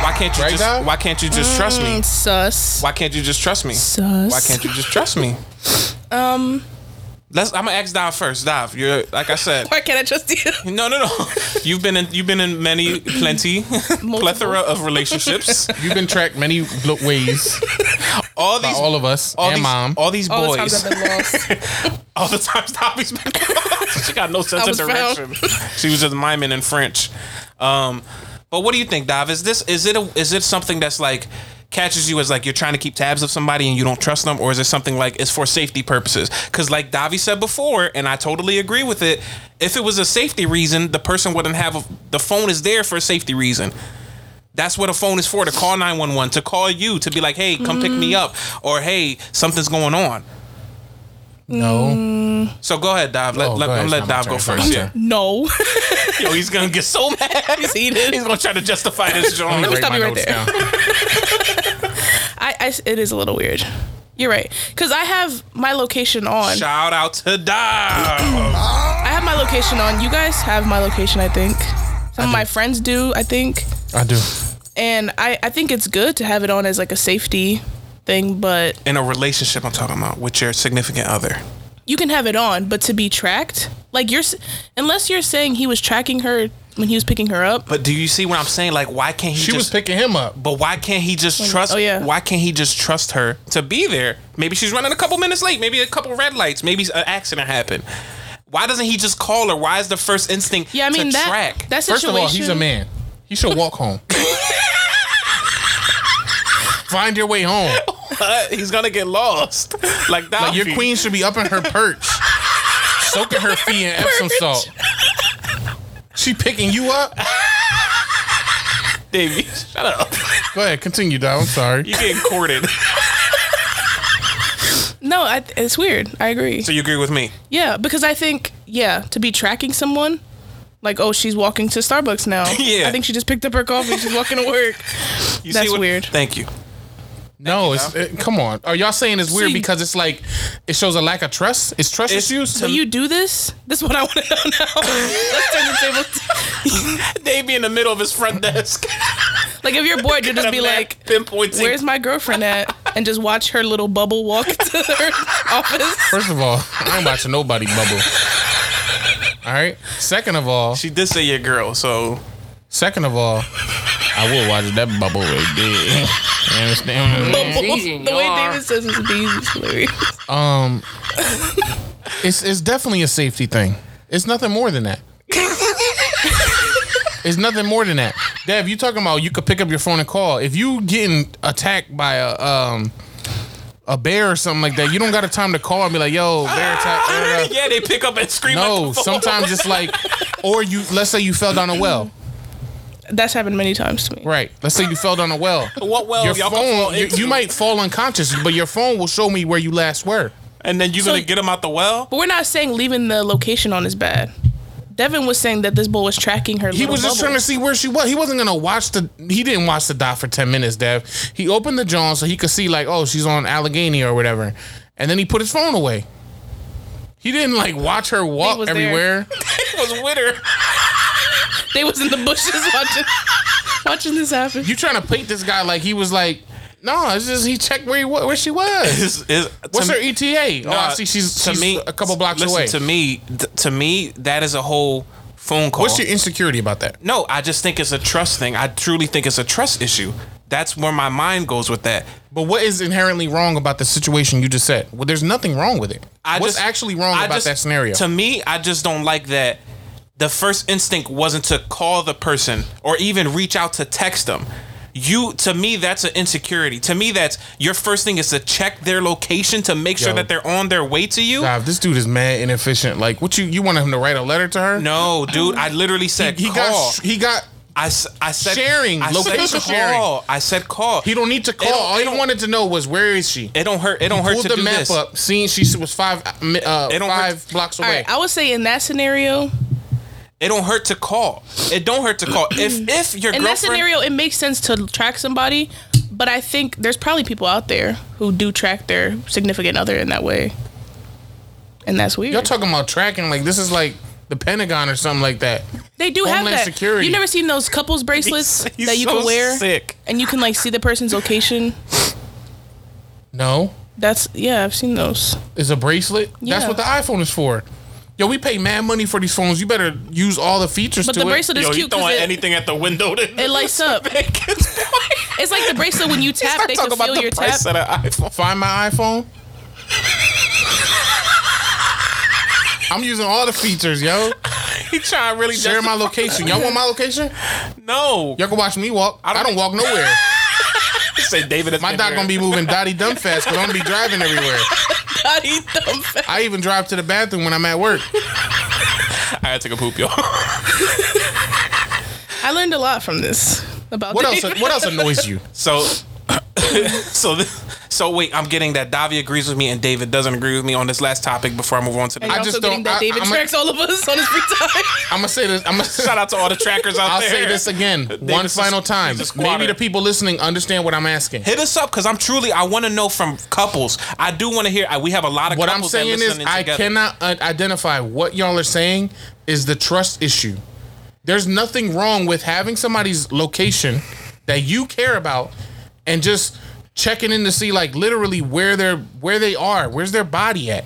[SPEAKER 2] Why can't you
[SPEAKER 6] Right,
[SPEAKER 2] just?
[SPEAKER 6] Val?
[SPEAKER 2] Why can't you just trust me?
[SPEAKER 7] Mm. Sus.
[SPEAKER 2] Why can't you just trust me?
[SPEAKER 7] Sus.
[SPEAKER 2] Why can't you just trust me?
[SPEAKER 7] Um,
[SPEAKER 2] Let's. I'm gonna ask Dive first. Dive, you're like I said.
[SPEAKER 7] why can't I trust you?
[SPEAKER 2] No, no,
[SPEAKER 7] *laughs*
[SPEAKER 2] no. You've been in. You've been in many, plenty, plethora of relationships.
[SPEAKER 6] You've been tracked many lo- ways
[SPEAKER 2] All
[SPEAKER 6] by
[SPEAKER 2] these,
[SPEAKER 6] all of us
[SPEAKER 2] all
[SPEAKER 6] and
[SPEAKER 2] these,
[SPEAKER 6] mom.
[SPEAKER 2] all these
[SPEAKER 7] All the
[SPEAKER 2] boys,
[SPEAKER 7] times I've been
[SPEAKER 2] *laughs*
[SPEAKER 7] lost.
[SPEAKER 2] all the times Dobby's been. *laughs* she got no sense
[SPEAKER 7] I
[SPEAKER 2] of
[SPEAKER 7] was
[SPEAKER 2] direction. she was just miming in French. Um, but what do you think, Dive? Is this? Is it? A, is it something that's like? Catches you as like you're trying to keep tabs of somebody and you don't trust them, or is it something like it's for safety purposes? Because like Davi said before, and I totally agree with it. If it was a safety reason, the person wouldn't have a, the phone is there for a safety reason. That's what a phone is for to call 911, to call you, to be like, hey, come pick me up, or hey, something's going on.
[SPEAKER 6] no.
[SPEAKER 2] So go ahead, Dive. Let,
[SPEAKER 6] Oh,
[SPEAKER 2] let,
[SPEAKER 6] go ahead.
[SPEAKER 2] I'm let
[SPEAKER 6] It's not
[SPEAKER 2] Dive
[SPEAKER 6] my
[SPEAKER 2] go
[SPEAKER 6] turn.
[SPEAKER 2] first.
[SPEAKER 6] It's
[SPEAKER 2] Yeah.
[SPEAKER 6] not
[SPEAKER 7] No.
[SPEAKER 2] Yo, he's going to get so mad. he's
[SPEAKER 7] heated.
[SPEAKER 2] going to try to justify *laughs* this, John.
[SPEAKER 7] me
[SPEAKER 6] Write
[SPEAKER 7] stop
[SPEAKER 6] my
[SPEAKER 7] you right
[SPEAKER 6] notes
[SPEAKER 7] there.
[SPEAKER 6] down.
[SPEAKER 7] I, I, it is a little weird. You're right. Because I have my location on.
[SPEAKER 2] Shout out to Dive.
[SPEAKER 7] I have my location on. You guys have my location, I think. Some of my friends do, *laughs* I think.
[SPEAKER 2] I do.
[SPEAKER 7] And I, I think it's good to have it on as like a safety thing, but
[SPEAKER 2] *clears throat* In a relationship, I'm talking about with your significant other.
[SPEAKER 7] you can have it on, but to be tracked, like you're, s- unless you're saying he was tracking her when he was picking her up.
[SPEAKER 2] But do you see what I'm saying? Like, why can't he
[SPEAKER 6] She was
[SPEAKER 2] just?
[SPEAKER 6] picking him up.
[SPEAKER 2] but why can't he just trust?
[SPEAKER 7] oh, yeah.
[SPEAKER 2] Why can't he just trust her to be there? Maybe she's running a couple minutes late. Maybe a couple red lights. Maybe an accident happened. Why doesn't he just call her? Why is the first instinct?
[SPEAKER 7] Yeah, I mean
[SPEAKER 2] to
[SPEAKER 7] that
[SPEAKER 2] track? *laughs*
[SPEAKER 7] that
[SPEAKER 6] First
[SPEAKER 7] situation.
[SPEAKER 6] of all, he's a man. He should walk
[SPEAKER 7] *laughs*
[SPEAKER 6] home. Find your way home.
[SPEAKER 2] But he's gonna get lost. Like that.
[SPEAKER 6] Like your queen should be up in her perch, soaking her feet in Epsom salt. She picking you up.
[SPEAKER 2] *laughs* Davey, shut up.
[SPEAKER 6] Go ahead, continue, Dow. I'm sorry.
[SPEAKER 2] You're getting courted.
[SPEAKER 7] No, I, it's weird. I
[SPEAKER 2] *laughs*
[SPEAKER 7] agree.
[SPEAKER 2] so you agree with me?
[SPEAKER 7] Yeah, because I think yeah, to be tracking someone, like oh she's walking to Starbucks now.
[SPEAKER 2] *laughs* Yeah.
[SPEAKER 7] I think she just picked up her coffee. She's walking to work.
[SPEAKER 2] *laughs* You
[SPEAKER 7] That's weird.
[SPEAKER 2] Thank you.
[SPEAKER 6] No, it's it, come on. Are y'all saying it's weird
[SPEAKER 7] See-
[SPEAKER 6] because it's like it shows a lack of trust? It's trust
[SPEAKER 2] It's-
[SPEAKER 6] issues.
[SPEAKER 7] Do you do this? This is what I want to know now. *laughs* Let's turn the table.
[SPEAKER 2] Davey in the middle of his front
[SPEAKER 6] *laughs*
[SPEAKER 2] desk.
[SPEAKER 7] like if you're bored, you'll just
[SPEAKER 2] Got a
[SPEAKER 7] be
[SPEAKER 2] map
[SPEAKER 7] like,
[SPEAKER 2] *laughs* pinpointing.
[SPEAKER 7] "Where's my girlfriend at?" And just watch her little bubble walk *laughs* to her *laughs* office.
[SPEAKER 6] First of all, I ain't watching nobody bubble. All right. Second of all,
[SPEAKER 2] She did say your girl, so
[SPEAKER 6] second of all, I will watch that bubble right there. You understand? what I'm saying?
[SPEAKER 5] Season,
[SPEAKER 7] the way
[SPEAKER 5] y'all.
[SPEAKER 7] David says it's the easiest hilarious.
[SPEAKER 6] Um, it's it's definitely a safety thing. It's nothing more than that. it's nothing more than that. Dev, you talking about you could pick up your phone and call. If you getting attacked by a um a bear or something like that, you don't got a time to call and be like, "Yo, bear attack." da, da, da.
[SPEAKER 2] *laughs* yeah, they pick up and scream. at
[SPEAKER 6] No,
[SPEAKER 2] the phone.
[SPEAKER 6] sometimes it's like, or you. Let's say you fell down a well.
[SPEAKER 7] *laughs* That's happened many times to me.
[SPEAKER 6] Right. Let's say you fell down a well.
[SPEAKER 2] What well
[SPEAKER 6] Your
[SPEAKER 2] y'all can fall
[SPEAKER 6] phone. You,
[SPEAKER 2] into?
[SPEAKER 6] you might fall unconscious, but your phone will show me where you last were.
[SPEAKER 2] and then you gonna get him out the well.
[SPEAKER 6] *laughs*
[SPEAKER 7] But we're not saying leaving the location on is bad. Devin was saying that this boy was tracking her.
[SPEAKER 6] He was just trying to see where she was. He wasn't gonna watch the. He didn't watch the dot for ten minutes, Dev. He opened the John so he could see like, oh, she's on Allegheny or whatever, and then he put his phone away. He didn't like watch her walk
[SPEAKER 7] was there.
[SPEAKER 6] everywhere.
[SPEAKER 2] It was with her.
[SPEAKER 7] They was in the
[SPEAKER 6] *laughs*
[SPEAKER 7] bushes watching, watching this happen.
[SPEAKER 6] You trying to paint this guy like he was like, no, it's just he checked where he wa- where she was.
[SPEAKER 2] Is- is-
[SPEAKER 6] What's
[SPEAKER 2] *laughs* to-
[SPEAKER 6] her ETA? oh, I
[SPEAKER 2] nah,
[SPEAKER 6] see she's, she's a couple blocks
[SPEAKER 2] listen,
[SPEAKER 6] away.
[SPEAKER 2] To me, th- to me, that is a whole phone call.
[SPEAKER 6] What's your e- insecurity about that?
[SPEAKER 2] No, I just think it's a trust thing. I truly think it's a trust issue. That's where my mind goes with that.
[SPEAKER 6] But what is inherently wrong about the situation you just said? Well, there's nothing wrong with it.
[SPEAKER 2] I
[SPEAKER 6] What's
[SPEAKER 2] just-
[SPEAKER 6] actually wrong
[SPEAKER 2] I
[SPEAKER 6] about
[SPEAKER 2] just-
[SPEAKER 6] that scenario?
[SPEAKER 2] To me, I just don't like that. The first instinct wasn't to call the person or even reach out to text them. You to me that's an insecurity. To me that's your first thing is to check their location to make sure
[SPEAKER 6] Yo.
[SPEAKER 2] that they're on their way to you.
[SPEAKER 6] Nah, this dude is mad inefficient. Like, what you you want him to write a letter to her?
[SPEAKER 2] No, dude, I literally said
[SPEAKER 6] he
[SPEAKER 2] call.
[SPEAKER 6] got he got.
[SPEAKER 2] I, s- I said
[SPEAKER 6] Sharing,
[SPEAKER 2] I
[SPEAKER 6] location
[SPEAKER 2] said
[SPEAKER 6] sharing.
[SPEAKER 2] call. I said call.
[SPEAKER 6] He don't need to
[SPEAKER 2] It
[SPEAKER 6] call.
[SPEAKER 2] don't-
[SPEAKER 6] All
[SPEAKER 2] it
[SPEAKER 6] he
[SPEAKER 2] don't-
[SPEAKER 6] wanted to know was where is she.
[SPEAKER 2] It don't hurt. It don't hurt
[SPEAKER 6] Pulled
[SPEAKER 2] to
[SPEAKER 6] the
[SPEAKER 2] do
[SPEAKER 6] map
[SPEAKER 2] this.
[SPEAKER 6] up, seeing she was five uh,
[SPEAKER 2] It don't
[SPEAKER 6] five
[SPEAKER 2] hurt-
[SPEAKER 6] blocks
[SPEAKER 7] All
[SPEAKER 6] away.
[SPEAKER 7] right, I would say in that scenario,
[SPEAKER 2] It don't hurt to call. It don't hurt to call. If if your
[SPEAKER 7] in
[SPEAKER 2] girlfriend
[SPEAKER 7] that scenario, it makes sense to track somebody. But I think there's probably people out there who do track their significant other in that way, and that's weird.
[SPEAKER 6] Y'all talking about tracking? Like this is like the Pentagon or something like that.
[SPEAKER 7] they do have
[SPEAKER 6] Homeland
[SPEAKER 7] that.
[SPEAKER 6] Security.
[SPEAKER 7] You never seen those
[SPEAKER 6] *laughs*
[SPEAKER 7] couples
[SPEAKER 2] *laughs*
[SPEAKER 7] bracelets
[SPEAKER 2] He's- he's
[SPEAKER 7] that you
[SPEAKER 2] so
[SPEAKER 7] can wear,
[SPEAKER 2] sick.
[SPEAKER 7] and you can like see the person's location.
[SPEAKER 6] No,
[SPEAKER 7] That's yeah, I've seen those.
[SPEAKER 6] it's a bracelet. That's
[SPEAKER 7] Yeah.
[SPEAKER 6] what the iPhone is for. Yo, we pay mad money for these phones. You better use all the features.
[SPEAKER 7] But
[SPEAKER 6] to
[SPEAKER 7] the
[SPEAKER 6] it.
[SPEAKER 7] bracelet is cute because it,
[SPEAKER 2] at the window?
[SPEAKER 7] it lights up. It's like the bracelet
[SPEAKER 2] *laughs*
[SPEAKER 7] when you tap, they can
[SPEAKER 2] talking about
[SPEAKER 7] feel
[SPEAKER 2] the
[SPEAKER 7] your tap.
[SPEAKER 2] price of
[SPEAKER 7] *laughs*
[SPEAKER 2] the iPhone.
[SPEAKER 6] Find my iPhone. I'm using all the features, yo.
[SPEAKER 2] *laughs* He trying really
[SPEAKER 6] Share my location. Y'all want my location?
[SPEAKER 2] no.
[SPEAKER 6] Y'all can watch me walk. I don't, walk nowhere.
[SPEAKER 2] You say *laughs* David.
[SPEAKER 6] My dog gonna be moving dotty dumb fast because I'm gonna be driving everywhere.
[SPEAKER 7] Body thump.
[SPEAKER 6] I even drive to the bathroom when I'm at work.
[SPEAKER 2] *laughs* I had to take a poop, y'all.
[SPEAKER 7] I learned a lot from this about *laughs*
[SPEAKER 6] What else?
[SPEAKER 7] David.
[SPEAKER 6] What else annoys you?
[SPEAKER 2] *coughs* So, so, th- So wait, I'm getting that Davi agrees with me and David doesn't agree with me on this last topic before I move on to the
[SPEAKER 7] And you're
[SPEAKER 6] just
[SPEAKER 7] also getting
[SPEAKER 6] don't-
[SPEAKER 7] that
[SPEAKER 6] I-
[SPEAKER 7] David
[SPEAKER 6] I'm a-
[SPEAKER 7] tracks all of us on his free
[SPEAKER 6] *laughs*
[SPEAKER 7] time.
[SPEAKER 6] I'm gonna say this. I'm gonna
[SPEAKER 2] Shout out to all the trackers out
[SPEAKER 6] I'll
[SPEAKER 2] there.
[SPEAKER 6] say this again, one
[SPEAKER 2] is-
[SPEAKER 6] final time.
[SPEAKER 2] he's a squatter.
[SPEAKER 6] Maybe the people listening understand what I'm asking.
[SPEAKER 2] Hit us up because I'm truly I want to know from couples. I do want to hear. I, we have a lot of
[SPEAKER 6] What I'm
[SPEAKER 2] couples that
[SPEAKER 6] saying is,
[SPEAKER 2] listening
[SPEAKER 6] I
[SPEAKER 2] together.
[SPEAKER 6] cannot uh, identify what y'all are saying is the trust issue. There's nothing wrong with having somebody's location that you care about and just checking in to see, like, literally where they're where they are, where's their body at.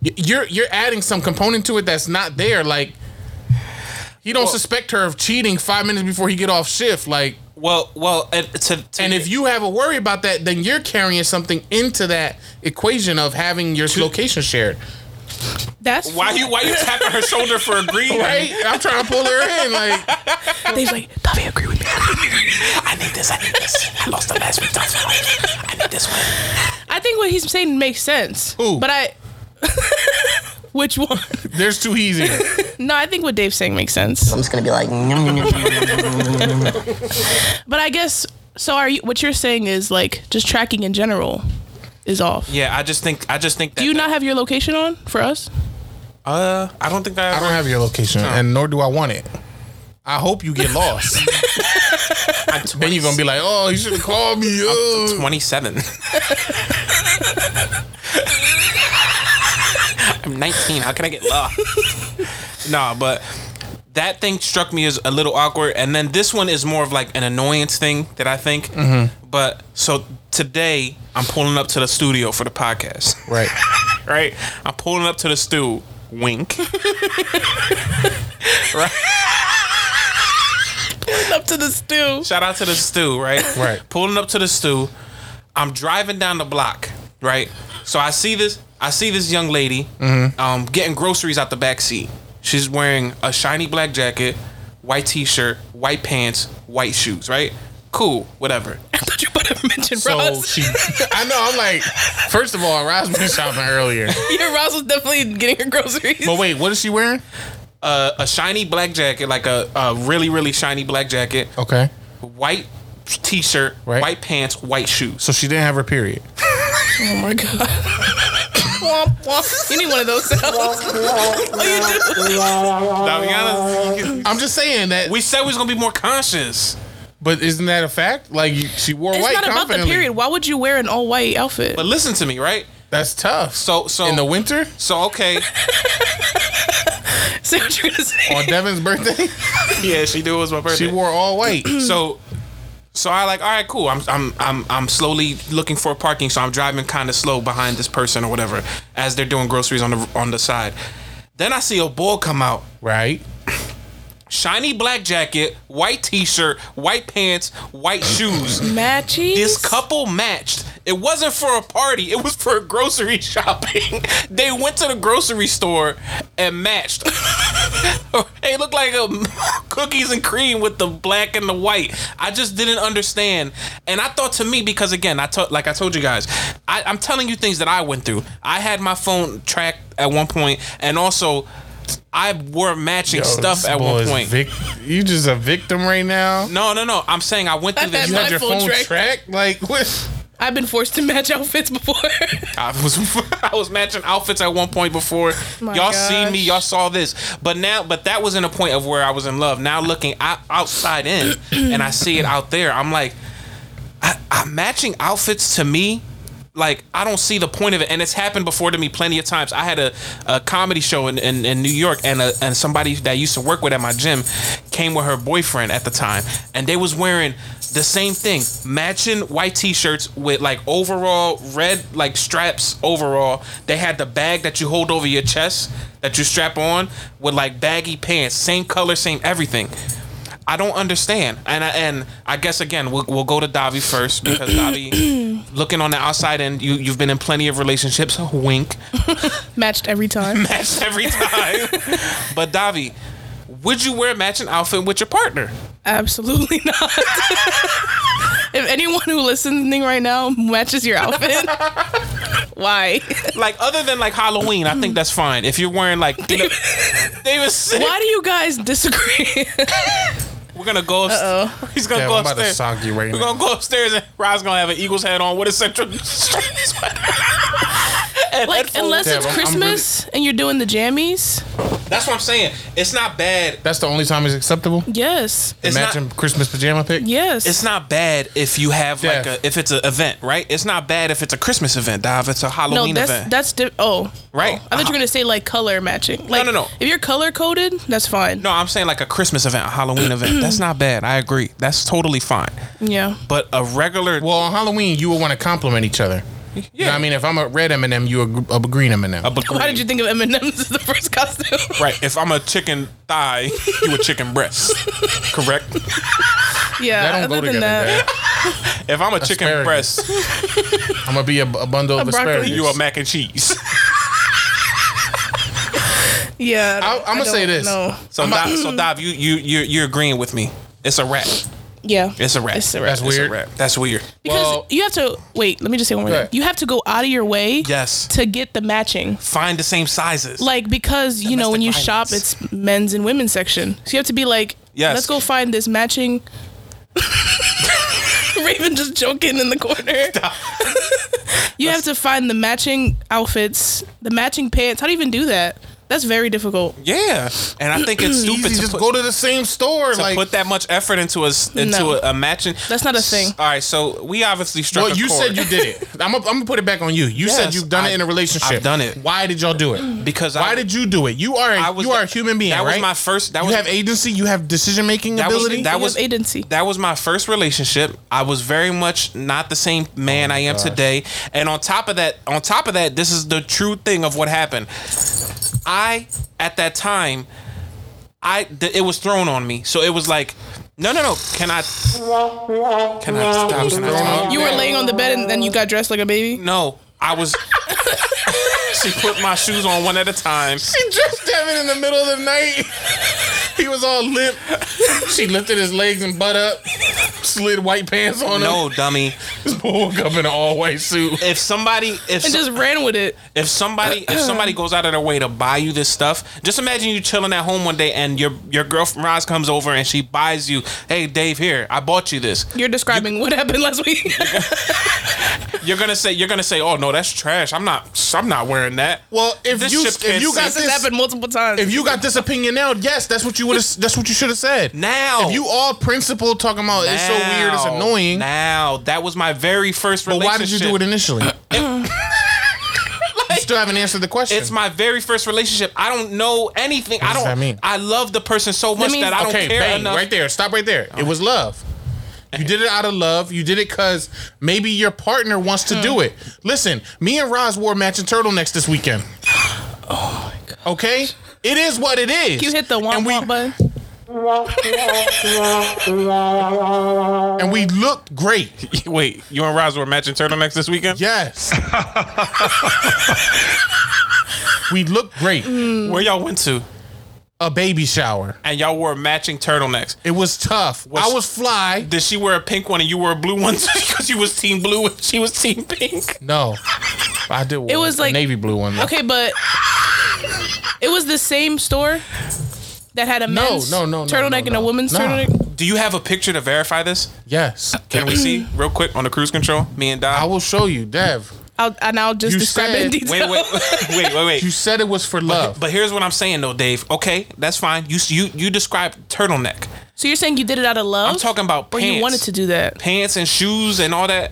[SPEAKER 6] Y- You're you're adding some component to it that's not there. Like, he don't suspect her of cheating five minutes before he get off shift. Like,
[SPEAKER 2] Well, well, and to, to
[SPEAKER 6] and if you have a worry about that, then you're carrying something into that equation of having your location shared.
[SPEAKER 7] That's
[SPEAKER 2] why you why you tapping her shoulder for
[SPEAKER 6] *laughs*
[SPEAKER 2] agreeing?
[SPEAKER 6] Right? I'm trying to pull her in. Like,
[SPEAKER 7] Dave's like, Davi, agree with me.
[SPEAKER 2] I need this. I need this. I lost the last week. I need this one.
[SPEAKER 7] I think what he's saying makes sense.
[SPEAKER 6] Who?
[SPEAKER 7] But I. *laughs* Which one?
[SPEAKER 6] there's too easy.
[SPEAKER 7] No, I think what Dave's saying makes sense.
[SPEAKER 11] I'm just gonna be like,
[SPEAKER 7] But I guess so. Are you? What you're saying is like just tracking in general is off.
[SPEAKER 2] Yeah, I just think I just think that
[SPEAKER 7] Do you not have your location on for us?
[SPEAKER 2] Uh, I don't think I.
[SPEAKER 6] I don't have your location, and nor do I want it. I hope you get lost. then you're gonna be like, "Oh, you should have called me." uh."
[SPEAKER 2] 27. I'm 19. How can I get lost? nah, but that thing struck me as a little awkward. And then this one is more of like an annoyance thing that I think. But so today, I'm pulling up to the studio for the podcast *laughs*
[SPEAKER 6] Right.
[SPEAKER 2] right? I'm pulling up to the stew. Wink. right?
[SPEAKER 7] Up to the *laughs* stew.
[SPEAKER 2] Shout out to the stew, right?
[SPEAKER 6] Right.
[SPEAKER 2] Pulling up to the stew. I'm driving down the block, right? So I see this. I see this young lady
[SPEAKER 6] Mm-hmm.
[SPEAKER 2] um, getting groceries out the back seat. She's wearing a shiny black jacket, white T-shirt, white pants, white shoes. Right? Cool. Whatever.
[SPEAKER 7] I thought you might have mentioned
[SPEAKER 6] So
[SPEAKER 7] Ross.
[SPEAKER 6] she, I know. I'm like, first of all, Roz been shopping earlier.
[SPEAKER 7] yeah, Ross was definitely getting her groceries.
[SPEAKER 6] But wait, what is she wearing?
[SPEAKER 2] Uh, a shiny black jacket, like a, a really really shiny black jacket,
[SPEAKER 6] Okay,
[SPEAKER 2] white T-shirt,
[SPEAKER 6] Right.
[SPEAKER 2] white pants, white shoes.
[SPEAKER 6] so she didn't have her period.
[SPEAKER 7] Oh my god. *laughs* womp, womp. You need one of those sounds. oh, you do.
[SPEAKER 2] Daviana,
[SPEAKER 6] I'm just saying that.
[SPEAKER 2] *laughs* we said we was gonna be more conscious.
[SPEAKER 6] but isn't that a fact? Like, you, she wore
[SPEAKER 7] It's
[SPEAKER 6] white
[SPEAKER 7] not about the
[SPEAKER 6] confidently.
[SPEAKER 7] period. Why would you wear an all white outfit?
[SPEAKER 2] But listen to me, right?
[SPEAKER 6] That's tough.
[SPEAKER 2] So, so,
[SPEAKER 6] in the winter
[SPEAKER 2] so okay.
[SPEAKER 7] See what you're gonna say?
[SPEAKER 6] on Devin's birthday,
[SPEAKER 2] yeah, she knew it was my birthday.
[SPEAKER 6] she wore all white.
[SPEAKER 2] so, so I like, all right, cool. I'm, I'm, I'm, I'm slowly looking for parking, so I'm driving kind of slow behind this person or whatever as they're doing groceries on the on the side. Then I see a ball come out,
[SPEAKER 6] right.
[SPEAKER 2] shiny black jacket, white T-shirt, white pants, white shoes.
[SPEAKER 7] Matchy.
[SPEAKER 2] This couple matched. It wasn't for a party. It was for grocery *laughs* shopping. they went to the grocery store and matched. *laughs* they looked like um *laughs* cookies and cream with the black and the white. I just didn't understand. And I thought to me because again, I told like I told you guys, I, I'm telling you things that I went through. I had my phone tracked at one point, and also I wore matching stuff
[SPEAKER 6] this
[SPEAKER 2] at
[SPEAKER 6] boy
[SPEAKER 2] one
[SPEAKER 6] is
[SPEAKER 2] point.
[SPEAKER 6] Vic- you just a victim right now.
[SPEAKER 2] no, no, no. I'm saying I went through
[SPEAKER 7] I've had
[SPEAKER 2] this.
[SPEAKER 6] You had your
[SPEAKER 7] Full
[SPEAKER 6] phone
[SPEAKER 7] track.
[SPEAKER 6] tracked. Like what?
[SPEAKER 7] I've been forced to match outfits before.
[SPEAKER 2] *laughs*
[SPEAKER 7] Ah.
[SPEAKER 2] I was I was matching outfits at one point before.
[SPEAKER 7] My
[SPEAKER 2] y'all
[SPEAKER 7] gosh.
[SPEAKER 2] seen me, y'all saw this. But now but that was in a point of where I was in love. Now looking out, outside in and I see it out there, I'm like I, I matching outfits to me like I don't see the point of it, and it's happened before to me plenty of times. I had a, a comedy show in, in, in New York, and a, and somebody that I used to work with at my gym came with her boyfriend at the time, and they was wearing the same thing, matching white t-shirts with like overall red like straps overall. They had the bag that you hold over your chest that you strap on with like baggy pants, same color, same everything. I don't understand, and I, and I guess again we'll, we'll go to Davi first because Davi, looking on the outside, and you you've been in plenty of relationships. *laughs* Wink,
[SPEAKER 7] Matched every time.
[SPEAKER 2] matched every time. but Davi, would you wear a matching outfit with your partner?
[SPEAKER 7] Absolutely not. *laughs* if anyone who listening right now matches your *laughs* outfit, why?
[SPEAKER 2] Like other than like Halloween, I think that's fine. If you're wearing like, you know, they was sick.
[SPEAKER 7] Why do you guys disagree?
[SPEAKER 2] We're gonna go. upst-
[SPEAKER 7] *laughs* Uh-oh.
[SPEAKER 2] He's gonna
[SPEAKER 6] Yeah,
[SPEAKER 2] go
[SPEAKER 6] I'm about to
[SPEAKER 2] upstairs.
[SPEAKER 6] sock you right
[SPEAKER 2] We're
[SPEAKER 6] now.
[SPEAKER 2] gonna go upstairs, and Rod's gonna have an Eagles hat on with a Central sweater. And
[SPEAKER 7] Like
[SPEAKER 2] headphones.
[SPEAKER 7] unless
[SPEAKER 6] Damn,
[SPEAKER 7] it's
[SPEAKER 6] I'm- I'm
[SPEAKER 7] Christmas and you're doing the jammies,
[SPEAKER 2] that's what I'm saying. It's not bad.
[SPEAKER 6] That's the only time it's acceptable.
[SPEAKER 7] yes,
[SPEAKER 2] It's not-
[SPEAKER 6] Imagine Christmas pajama pick.
[SPEAKER 7] yes.
[SPEAKER 2] It's not bad if you have like
[SPEAKER 6] Def.
[SPEAKER 2] a if it's an event, right? It's not bad if it's a Christmas event, Dive. It's a
[SPEAKER 7] no,
[SPEAKER 2] Halloween
[SPEAKER 7] that's
[SPEAKER 2] event,
[SPEAKER 7] that's di- oh.
[SPEAKER 2] right?
[SPEAKER 7] I thought you were gonna say like color matching. Like,
[SPEAKER 2] no, no.
[SPEAKER 7] If you're color coded, that's fine.
[SPEAKER 2] No, I'm saying like a Christmas event, a Halloween
[SPEAKER 7] *clears throat*
[SPEAKER 2] event. That's not bad. I agree. That's totally fine.
[SPEAKER 7] Yeah.
[SPEAKER 2] But a regular
[SPEAKER 6] Well, on Halloween, you would want to compliment each other. Yeah. You know what I mean, if I'm a red M&M, you a, gr- a green M&M.
[SPEAKER 2] a begree-
[SPEAKER 7] Why did you think of M&M's as the
[SPEAKER 6] *laughs*
[SPEAKER 7] first costume?
[SPEAKER 2] *laughs* Right. If I'm a chicken thigh, you a chicken breast. Correct.
[SPEAKER 7] *laughs* Yeah.
[SPEAKER 6] that don't go
[SPEAKER 7] other than
[SPEAKER 6] together.
[SPEAKER 7] that,
[SPEAKER 6] *laughs* Dad.
[SPEAKER 2] If I'm a chicken
[SPEAKER 6] Asparagus.
[SPEAKER 2] breast,
[SPEAKER 6] I'm gonna be a, a bundle of
[SPEAKER 7] A broccoli.
[SPEAKER 6] asparagus.
[SPEAKER 2] you a mac and cheese.
[SPEAKER 7] yeah.
[SPEAKER 6] I- I'm gonna say this.
[SPEAKER 7] No.
[SPEAKER 2] So Dive, so Dive, you you you you're agreeing with me. It's a wrap.
[SPEAKER 7] Yeah.
[SPEAKER 2] It's a wrap.
[SPEAKER 7] It's a wrap.
[SPEAKER 6] That's
[SPEAKER 2] It's a
[SPEAKER 6] weird.
[SPEAKER 2] wrap. That's weird.
[SPEAKER 7] Because
[SPEAKER 6] Well-
[SPEAKER 7] you have to wait. Let me just say one more thing.
[SPEAKER 6] ahead.
[SPEAKER 7] You have to go out of your way.
[SPEAKER 2] Yes.
[SPEAKER 7] To get the matching.
[SPEAKER 2] Find the same sizes.
[SPEAKER 7] Like because you know when you
[SPEAKER 2] Domestic
[SPEAKER 7] shop,
[SPEAKER 2] violence.
[SPEAKER 7] it's men's and women's section. So you have to be like,
[SPEAKER 2] Yes.
[SPEAKER 7] let's go find this matching. *laughs* Raven just joking in the corner. *laughs* you have to find the matching outfits, the matching pants. How do you even do that? That's very difficult.
[SPEAKER 2] yeah. And I
[SPEAKER 6] *clears throat*
[SPEAKER 2] think it's
[SPEAKER 6] Easy,
[SPEAKER 2] stupid to
[SPEAKER 6] just
[SPEAKER 2] put,
[SPEAKER 6] go to the same store.
[SPEAKER 2] to
[SPEAKER 6] like,
[SPEAKER 2] put that much effort into a s- into
[SPEAKER 7] No.
[SPEAKER 2] a, a matching.
[SPEAKER 7] That's not a thing.
[SPEAKER 2] All right. So we obviously struck.
[SPEAKER 6] well,
[SPEAKER 2] a
[SPEAKER 6] you
[SPEAKER 2] chord
[SPEAKER 6] said you did it. *laughs* I'm gonna I'm gonna put it back on you. You
[SPEAKER 2] Yes,
[SPEAKER 6] said you've done
[SPEAKER 2] I-
[SPEAKER 6] it in a relationship.
[SPEAKER 2] I've done it.
[SPEAKER 6] Why did y'all do it?
[SPEAKER 2] because I,
[SPEAKER 6] Why did you do it? You are
[SPEAKER 2] I
[SPEAKER 6] a,
[SPEAKER 2] was
[SPEAKER 6] you are a
[SPEAKER 2] the-
[SPEAKER 6] human being,
[SPEAKER 2] that was
[SPEAKER 6] right?
[SPEAKER 2] my first- that
[SPEAKER 6] you
[SPEAKER 2] was-
[SPEAKER 6] have agency. You have decision making
[SPEAKER 2] That was-
[SPEAKER 6] ability.
[SPEAKER 2] that
[SPEAKER 7] You
[SPEAKER 2] was-
[SPEAKER 7] have agency.
[SPEAKER 2] That was my first relationship. I was very much not the same
[SPEAKER 6] Oh
[SPEAKER 2] man I am today. And on top of that, on top of that, this is the true thing of what happened. I at that time, I th- it was thrown on me. So it was like, no, no, no. Can I? Can I stop? Can I stop?
[SPEAKER 7] you were laying on the bed and then you got dressed like
[SPEAKER 2] *laughs*
[SPEAKER 7] a baby.
[SPEAKER 2] No, I was. she put my shoes on one at a time.
[SPEAKER 6] she dressed Devin in the middle of the night. he was all limp. she lifted his legs and butt up. Slid white pants on him.
[SPEAKER 2] No, dummy.
[SPEAKER 6] This boy woke up in an all white suit.
[SPEAKER 2] If somebody, if
[SPEAKER 7] And
[SPEAKER 2] so-
[SPEAKER 7] just ran with it.
[SPEAKER 2] If somebody if somebody goes out of their way to buy you this stuff, just imagine you chilling at home one day and your your girlfriend Roz comes over and she buys you, "Hey Dave, here, I bought you this."
[SPEAKER 7] You're describing what happened last *laughs* week.
[SPEAKER 2] You're going to say you're going to say, "Oh no, that's trash. I'm not I'm not wearing that."
[SPEAKER 6] Well, if
[SPEAKER 2] This
[SPEAKER 6] you
[SPEAKER 2] ship
[SPEAKER 6] if
[SPEAKER 2] can't
[SPEAKER 6] you got
[SPEAKER 2] sink.
[SPEAKER 7] this has
[SPEAKER 6] this
[SPEAKER 7] happened multiple times.
[SPEAKER 6] if you got this opinion now, yes, that's what you would have. That's what you should have said.
[SPEAKER 2] Now.
[SPEAKER 6] if you all principle talking about it's so weird, it's
[SPEAKER 2] Now-
[SPEAKER 6] annoying.
[SPEAKER 2] Now, that was my very first
[SPEAKER 6] but
[SPEAKER 2] relationship.
[SPEAKER 6] why did you do it initially? *coughs* you still haven't answered the question.
[SPEAKER 2] It's my very first relationship. I don't know anything. I
[SPEAKER 6] does
[SPEAKER 2] don't
[SPEAKER 6] that mean?
[SPEAKER 2] I love the person so much
[SPEAKER 7] means-
[SPEAKER 2] that I don't
[SPEAKER 6] okay,
[SPEAKER 2] care
[SPEAKER 6] bang,
[SPEAKER 2] enough.
[SPEAKER 6] right there. Stop right there. It was love. You did it out of love. You did it because maybe your partner wants to
[SPEAKER 2] Hmm.
[SPEAKER 6] do it. Listen, me and Roz wore matching turtlenecks this
[SPEAKER 2] *gasps*
[SPEAKER 6] weekend. oh my god. Okay, it is what it is.
[SPEAKER 7] you hit the womp
[SPEAKER 6] and we,
[SPEAKER 7] womp button.
[SPEAKER 6] and we looked great.
[SPEAKER 2] *laughs* Wait, you and Roz were matching turtlenecks this weekend? *laughs*
[SPEAKER 6] Yes. we looked great.
[SPEAKER 2] Where y'all went to?
[SPEAKER 6] A baby shower.
[SPEAKER 2] and y'all wore matching turtlenecks.
[SPEAKER 6] It was tough.
[SPEAKER 2] Was-
[SPEAKER 6] I was fly.
[SPEAKER 2] Did she wear a pink one and you wore a blue one *laughs* because you was team blue and she was team pink?
[SPEAKER 6] No, I did. Wear
[SPEAKER 7] It was
[SPEAKER 6] a
[SPEAKER 7] like-
[SPEAKER 6] navy blue one. though.
[SPEAKER 7] Okay, but it was the same store that had a
[SPEAKER 6] No,
[SPEAKER 7] men's
[SPEAKER 6] no, no, no,
[SPEAKER 7] turtleneck
[SPEAKER 6] no,
[SPEAKER 7] and a
[SPEAKER 6] no.
[SPEAKER 7] woman's
[SPEAKER 6] Nah.
[SPEAKER 7] turtleneck.
[SPEAKER 2] Do you have a picture to verify this?
[SPEAKER 6] Yes,
[SPEAKER 2] Can we
[SPEAKER 7] *clears throat*
[SPEAKER 2] see real quick on the cruise control? Me and
[SPEAKER 6] I
[SPEAKER 2] Dom.
[SPEAKER 6] will show you, Dev.
[SPEAKER 7] I'll, and I'll just
[SPEAKER 6] You
[SPEAKER 7] describe it in
[SPEAKER 6] said-
[SPEAKER 7] detail.
[SPEAKER 2] Wait, wait, wait, *laughs* wait,
[SPEAKER 6] You
[SPEAKER 2] wait.
[SPEAKER 6] said it was for love.
[SPEAKER 2] But here's what I'm saying though, Dave. Okay, that's fine. You you you described turtleneck.
[SPEAKER 7] *laughs* So you're saying you did it out of love?
[SPEAKER 2] I'm talking about
[SPEAKER 7] Oh, Or
[SPEAKER 2] pants.
[SPEAKER 7] you wanted to do that? *laughs*
[SPEAKER 2] pants and shoes and all that.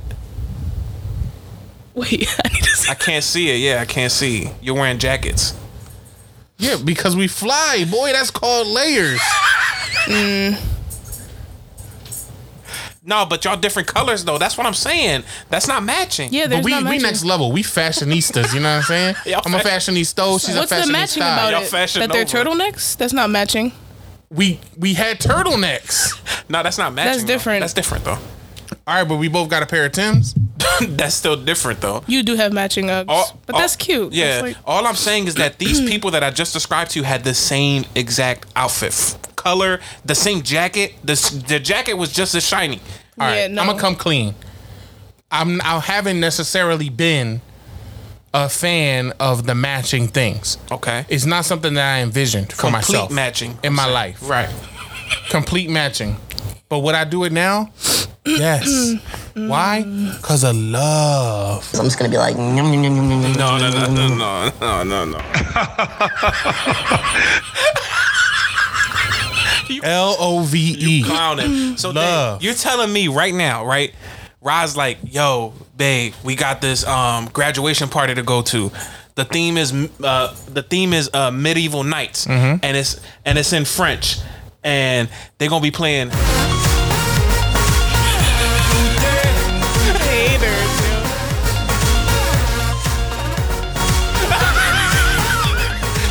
[SPEAKER 7] Wait, I need to see.
[SPEAKER 2] I can't see it. Yeah, I can't see. You're wearing jackets.
[SPEAKER 6] yeah, because we fly, boy. That's called layers.
[SPEAKER 2] No, but y'all different colors though. That's what I'm saying. That's not matching.
[SPEAKER 7] Yeah, there's
[SPEAKER 6] but we
[SPEAKER 7] not
[SPEAKER 6] we
[SPEAKER 7] matching.
[SPEAKER 6] next level. We fashionistas. You know what I'm
[SPEAKER 7] *laughs*
[SPEAKER 6] saying?
[SPEAKER 2] Y'all
[SPEAKER 6] I'm a
[SPEAKER 2] fashion-
[SPEAKER 6] fashionista. She's
[SPEAKER 7] What's
[SPEAKER 6] a
[SPEAKER 7] the
[SPEAKER 6] fashionista.
[SPEAKER 7] matching about
[SPEAKER 2] Y'all
[SPEAKER 7] it?
[SPEAKER 2] Fashion
[SPEAKER 7] That they're
[SPEAKER 2] Nova.
[SPEAKER 7] turtlenecks? That's not matching.
[SPEAKER 6] We we had turtlenecks.
[SPEAKER 2] No, that's not matching. though.
[SPEAKER 7] different.
[SPEAKER 2] That's different though. *laughs*
[SPEAKER 6] All right, but we both got a pair of Tims.
[SPEAKER 2] that's still different though.
[SPEAKER 7] You do have matching Uggs,
[SPEAKER 2] All-
[SPEAKER 7] but
[SPEAKER 2] all-
[SPEAKER 7] that's cute. That's
[SPEAKER 2] Oh, Yeah.
[SPEAKER 7] like-
[SPEAKER 2] all I'm saying is
[SPEAKER 7] *clears throat*
[SPEAKER 2] that these people that I just described to you had the same exact outfit, f- color, the same jacket. The s- the jacket was just as shiny.
[SPEAKER 6] All right,
[SPEAKER 7] Yeah, no.
[SPEAKER 6] I'm gonna come clean. I'm I haven't necessarily been a fan of the matching things.
[SPEAKER 2] Okay.
[SPEAKER 6] It's not something that I envisioned for
[SPEAKER 2] Complete
[SPEAKER 6] myself.
[SPEAKER 2] matching.
[SPEAKER 6] in my life.
[SPEAKER 2] Right.
[SPEAKER 6] complete matching. But would I do it now? Yes. *clears throat* Why? Cause of love.
[SPEAKER 5] So I'm just gonna be like, "Nom, nom, nom, nom, nom, nom,
[SPEAKER 2] No,
[SPEAKER 5] nom,
[SPEAKER 2] no, no,
[SPEAKER 5] nom,
[SPEAKER 2] no,
[SPEAKER 5] nom."
[SPEAKER 2] no, no, no, no.
[SPEAKER 6] L O V E.
[SPEAKER 2] Clowning. So then
[SPEAKER 6] Love.
[SPEAKER 2] you're telling me right now, right? Rod's like, yo, babe, we got this um graduation party to go to. The theme is uh the theme is uh medieval knights,
[SPEAKER 6] Mm-hmm.
[SPEAKER 2] and it's and it's in French, and they're gonna be playing. *laughs*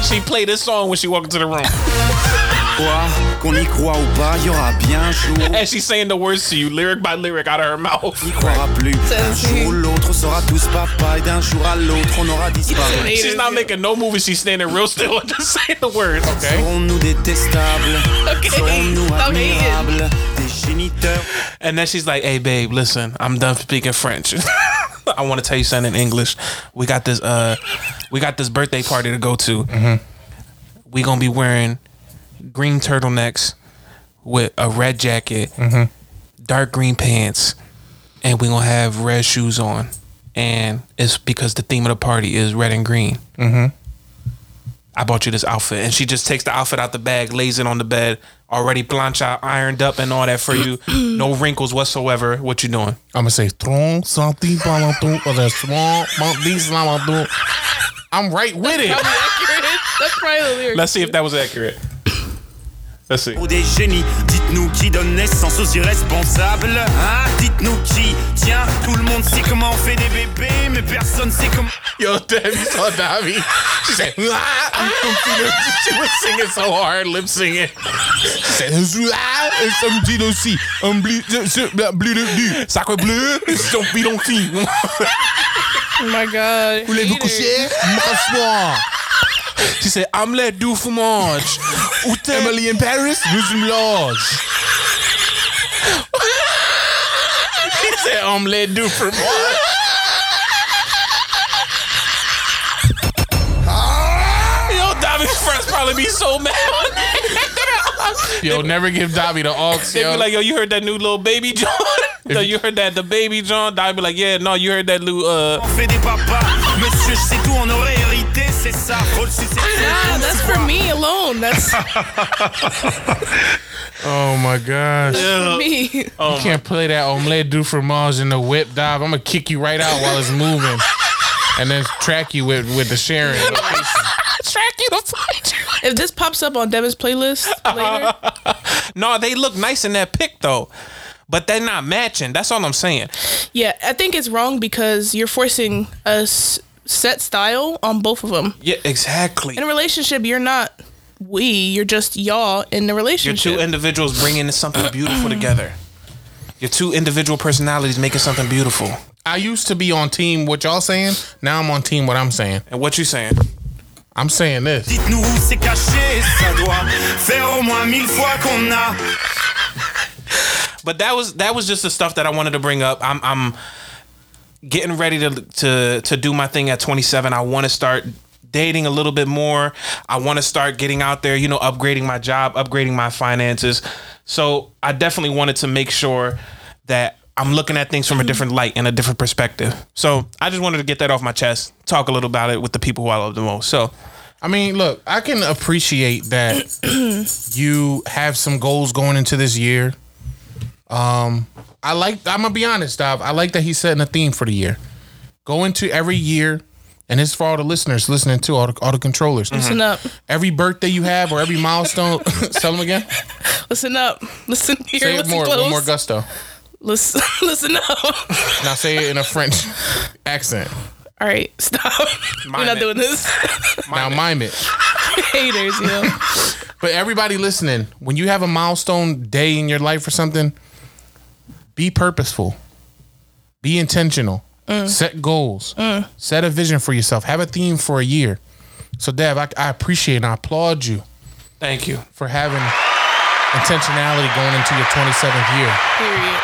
[SPEAKER 2] She played this song when she walked into the room,
[SPEAKER 4] Quoi Qu'on y croit ou pas, y aura bien un jour.
[SPEAKER 2] and she's saying the words to you, lyric by lyric, out of her mouth.
[SPEAKER 4] *laughs* N'y croira plus. Un jour ou l'autre, on sera tous papa. Et d'un jour à l'autre, on aura disparu.
[SPEAKER 2] She's not making no movie. She's standing real still and just *laughs* saying the words. Okay.
[SPEAKER 4] Serons-nous détestables
[SPEAKER 7] Okay,
[SPEAKER 4] Serons-nous
[SPEAKER 7] stop hating.
[SPEAKER 4] admirables Des géniteurs
[SPEAKER 2] And then she's like, "Hey, babe, listen, I'm done speaking French. *laughs* I want to tell you something in English. We got this. Uh, we got this birthday party to go to. We gonna be wearing green turtlenecks with a red jacket, dark green pants, and we gonna have red shoes on. And it's because the theme of the party is red and green." I bought you this outfit. And she just takes the outfit out the bag, lays it on the bed, already plancha, ironed up and all that for you. no wrinkles whatsoever. What you doing?
[SPEAKER 6] I'ma say tron something palanton or the small monthly slamanton. I'm right with it.
[SPEAKER 7] That's probably the lyric.
[SPEAKER 2] Let's see if that
[SPEAKER 9] *coughs*
[SPEAKER 2] was accurate. Let's see.
[SPEAKER 4] Ou des génies Dites-nous qui donne naissance aux irresponsables Hein Dites-nous qui Tiens, tout le monde sait comment on fait des bébés Mais personne sait comment...
[SPEAKER 6] Yo, Debbie saw Dobby. She said, "Ah, I'm confused." She was singing so hard, lip singing. She said, "Ah, it's some Gino C. Um, blue, blue, blue, blue, blue. Sacre bleu, it's son bidon fille.
[SPEAKER 7] Oh my god.
[SPEAKER 6] Voulez-vous coucher? M'asseoir.
[SPEAKER 2] She said, I'm let do *laughs* fromage.
[SPEAKER 6] Emily in Paris, nous sommes large. He said, um, let do for more.
[SPEAKER 2] Yo, Davi's friends probably be so mad.
[SPEAKER 6] Yo, never give Dobby the aux,
[SPEAKER 2] They
[SPEAKER 6] yo.
[SPEAKER 2] be like, yo, you heard that new little baby John? yo, you heard that the baby John? Davi be like, yeah, no, you heard that new uh
[SPEAKER 4] On fait des papas Monsieur, je sais tout, on aurait hérité, c'est ça Faut le sucer
[SPEAKER 7] Nah, that's for me alone.
[SPEAKER 2] *laughs*
[SPEAKER 7] That's
[SPEAKER 6] oh my gosh.
[SPEAKER 7] for me.
[SPEAKER 6] You can't play that omelette du fromage in the whip dive. I'm gonna kick you right out while it's moving, and then track you with with the sharing.
[SPEAKER 2] track you to find you.
[SPEAKER 7] *laughs* If this pops up on
[SPEAKER 2] *laughs*
[SPEAKER 7] Devin's playlist later,
[SPEAKER 2] No, they look nice in that pic though. But they're not matching. That's all I'm saying.
[SPEAKER 7] yeah, I think it's wrong because you're forcing a s- set style on both of them.
[SPEAKER 2] Yeah, exactly.
[SPEAKER 7] In a relationship, you're not we, you're just y'all in the
[SPEAKER 2] Your
[SPEAKER 7] relationship.
[SPEAKER 2] two individuals bringing something beautiful together. Your two individual personalities making something beautiful.
[SPEAKER 6] I used to be on team what y'all saying. Now I'm on team what I'm saying.
[SPEAKER 2] And what you saying?
[SPEAKER 6] I'm saying this.
[SPEAKER 4] Dites-nous où c'est caché, ça doit faire au moins mille fois qu'on a
[SPEAKER 2] But that was that was just the stuff that I wanted to bring up. I'm I'm getting ready to to to do my thing at 27. I want to start dating a little bit more. I want to start getting out there, you know, upgrading my job, upgrading my finances. So, I definitely wanted to make sure that I'm looking at things from
[SPEAKER 6] Mm-hmm.
[SPEAKER 2] a different light and a different perspective. So, I just wanted to get that off my chest, talk a little about it with the people who I love the most. So,
[SPEAKER 6] I mean, look, I can appreciate that *clears throat* you have some goals going into this year. Um, I like. I'm gonna be honest, Dov. I like that he's setting a theme for the year. Go into every year, and it's for all the listeners listening to all the, all the controllers.
[SPEAKER 7] Listen up.
[SPEAKER 6] Every birthday you have or every milestone,
[SPEAKER 7] *laughs*
[SPEAKER 6] tell them again.
[SPEAKER 7] Listen up. Listen here.
[SPEAKER 6] Say it
[SPEAKER 7] listen
[SPEAKER 6] more,
[SPEAKER 7] close.
[SPEAKER 6] with more gusto.
[SPEAKER 7] listen, *laughs* listen up.
[SPEAKER 6] Now say it in a French accent.
[SPEAKER 7] All right, stop. *laughs* We're
[SPEAKER 2] Mime
[SPEAKER 7] not
[SPEAKER 2] it.
[SPEAKER 7] doing this.
[SPEAKER 6] now mime it.
[SPEAKER 7] *laughs* Haters, you know.
[SPEAKER 6] But everybody listening, when you have a milestone day in your life or something, be purposeful. Be intentional. Set goals. Set a vision for yourself. Have a theme for a year. So, Dev, I, I appreciate and I applaud you
[SPEAKER 2] thank you.
[SPEAKER 6] for having intentionality going into your 27th year.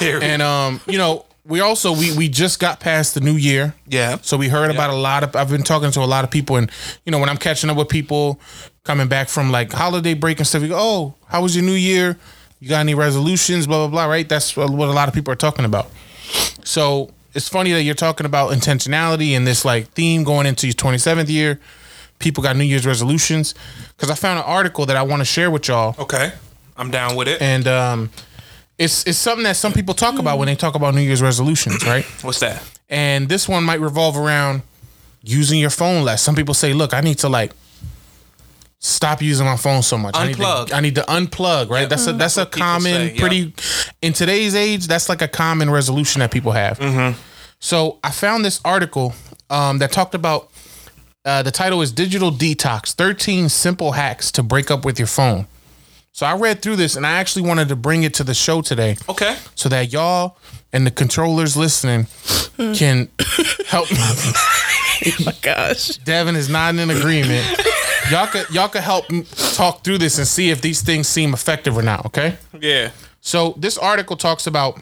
[SPEAKER 7] Period.
[SPEAKER 2] Period.
[SPEAKER 6] And um, you know,
[SPEAKER 2] we also we we just got past the new year.
[SPEAKER 9] Yeah.
[SPEAKER 2] So we heard about a lot of I've been talking to a lot of people and you know when I'm catching up with people coming back from like holiday break and stuff, you go, "Oh, how was your new year? You got any resolutions, blah blah blah, right? That's what a lot of people are talking about." So, it's funny that you're talking about intentionality and this like theme going into your 27th year. People got New Year's resolutions cuz I found an article that I want to share with y'all
[SPEAKER 9] Okay. I'm down with it.
[SPEAKER 2] and um it's, it's something that some people talk about when they talk about New Year's resolutions, right?
[SPEAKER 9] What's that?
[SPEAKER 2] and this one might revolve around using your phone less. Some people say, "Look, I need to like stop using my phone so much.
[SPEAKER 9] Unplug. Mm-hmm.
[SPEAKER 2] I need to, I need to unplug." Right? That's a that's, a
[SPEAKER 9] people
[SPEAKER 2] common,
[SPEAKER 9] say, yeah.
[SPEAKER 2] pretty in today's age. That's like a common resolution that people have.
[SPEAKER 9] Mm-hmm.
[SPEAKER 2] So I found this article um, that talked about. Uh, the title is Digital Detox 13 Simple Hacks to Break Up with Your Phone. So I read through this and I actually wanted to bring it to the show today
[SPEAKER 9] Okay.
[SPEAKER 2] so that y'all and the controllers listening can help.
[SPEAKER 7] my gosh.
[SPEAKER 2] *laughs* Devin is not in agreement. Y'all could y'all could help m- talk through this and see if these things seem effective or not. Okay.
[SPEAKER 9] Yeah.
[SPEAKER 2] So this article talks about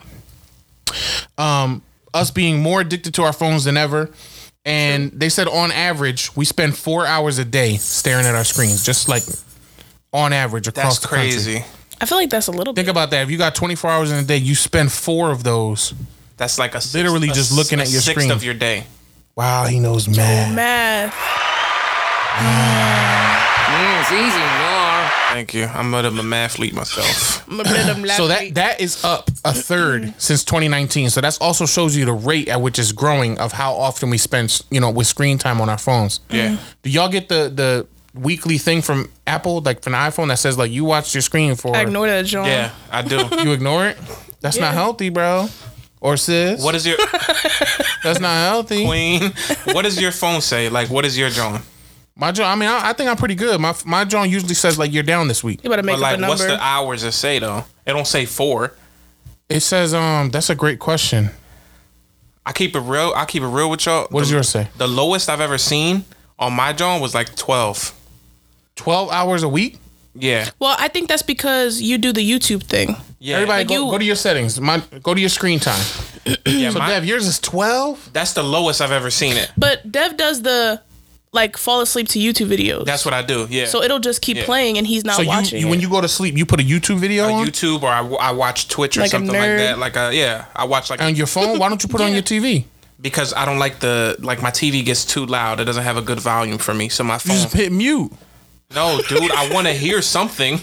[SPEAKER 2] um, us being more addicted to our phones than ever, and they said on average we spend four hours a day staring at our screens, just like on average
[SPEAKER 9] That's
[SPEAKER 2] across the country.
[SPEAKER 9] crazy.
[SPEAKER 7] I feel like that's a little
[SPEAKER 2] Think
[SPEAKER 7] bit.
[SPEAKER 2] about that. If you got 24 hours in a day, you spend four of those
[SPEAKER 9] That's like a sixth-
[SPEAKER 2] Literally
[SPEAKER 9] a
[SPEAKER 2] just looking
[SPEAKER 9] s-
[SPEAKER 2] at
[SPEAKER 9] a
[SPEAKER 2] your
[SPEAKER 9] sixth
[SPEAKER 2] screen.
[SPEAKER 9] of your day.
[SPEAKER 2] Wow, he knows math.
[SPEAKER 7] Math.
[SPEAKER 1] Yeah, it's easy. Lar.
[SPEAKER 9] Thank you. I'm a bit of a mathlete
[SPEAKER 2] *laughs*
[SPEAKER 9] myself.
[SPEAKER 7] I'm a bit of
[SPEAKER 2] So
[SPEAKER 7] math-
[SPEAKER 2] that that is up a
[SPEAKER 7] Mm-hmm.
[SPEAKER 2] third since 2019. So that's also shows you the rate at which it's growing of how often we spend, you know, with screen time on our phones.
[SPEAKER 9] Yeah.
[SPEAKER 2] Do y'all get the the weekly thing from Apple, like from the iPhone, that says like you watch your screen for
[SPEAKER 7] I ignore that, John.
[SPEAKER 9] Yeah, I do.
[SPEAKER 2] *laughs* you ignore it? That's not
[SPEAKER 7] Yeah.
[SPEAKER 2] healthy, bro. Or sis,
[SPEAKER 9] What
[SPEAKER 2] *laughs*
[SPEAKER 9] is your
[SPEAKER 2] that's not healthy.
[SPEAKER 9] queen? What does your phone say? Like, what is your drone?
[SPEAKER 2] My John, I mean, I, I think I'm pretty good. My my John usually says like you're down this week.
[SPEAKER 7] You better
[SPEAKER 9] But
[SPEAKER 7] make up a
[SPEAKER 9] like,
[SPEAKER 7] number.
[SPEAKER 9] what's the hours it say though? It don't say four.
[SPEAKER 2] It says um, that's a great question.
[SPEAKER 9] I keep it real. I keep it real with y'all.
[SPEAKER 2] What does
[SPEAKER 9] The-
[SPEAKER 2] yours say?
[SPEAKER 9] The lowest I've ever seen on my drone was like twelve.
[SPEAKER 2] 12 hours a week.
[SPEAKER 9] Yeah.
[SPEAKER 7] well, I think that's because you do the YouTube thing.
[SPEAKER 9] Yeah.
[SPEAKER 2] Everybody,
[SPEAKER 7] Like
[SPEAKER 2] go,
[SPEAKER 7] you-
[SPEAKER 2] go to your settings. My go to your screen time.
[SPEAKER 9] *clears throat* Yeah,
[SPEAKER 2] So
[SPEAKER 9] my-
[SPEAKER 2] Dev, yours is 12.
[SPEAKER 9] that's the lowest I've ever seen it.
[SPEAKER 7] But Dev does the like fall asleep to YouTube videos.
[SPEAKER 9] That's what I do. Yeah.
[SPEAKER 7] so it'll just keep
[SPEAKER 9] Yeah.
[SPEAKER 7] playing and he's not
[SPEAKER 2] So you,
[SPEAKER 7] watching.
[SPEAKER 2] you
[SPEAKER 7] it.
[SPEAKER 2] when you go to sleep, you put a YouTube video
[SPEAKER 9] Like
[SPEAKER 2] on,
[SPEAKER 9] YouTube or I, I watch Twitch or
[SPEAKER 7] Like a
[SPEAKER 9] something like
[SPEAKER 7] nerd.
[SPEAKER 9] that.
[SPEAKER 7] Um,
[SPEAKER 9] Like a, yeah, I watch like
[SPEAKER 2] on your phone. Why don't you put it on your TV?
[SPEAKER 9] because I don't like the like my TV gets too loud. It doesn't have a good volume for me. So my
[SPEAKER 2] You
[SPEAKER 9] phone.
[SPEAKER 2] just hit mute.
[SPEAKER 9] no, dude, I want to hear something. *laughs*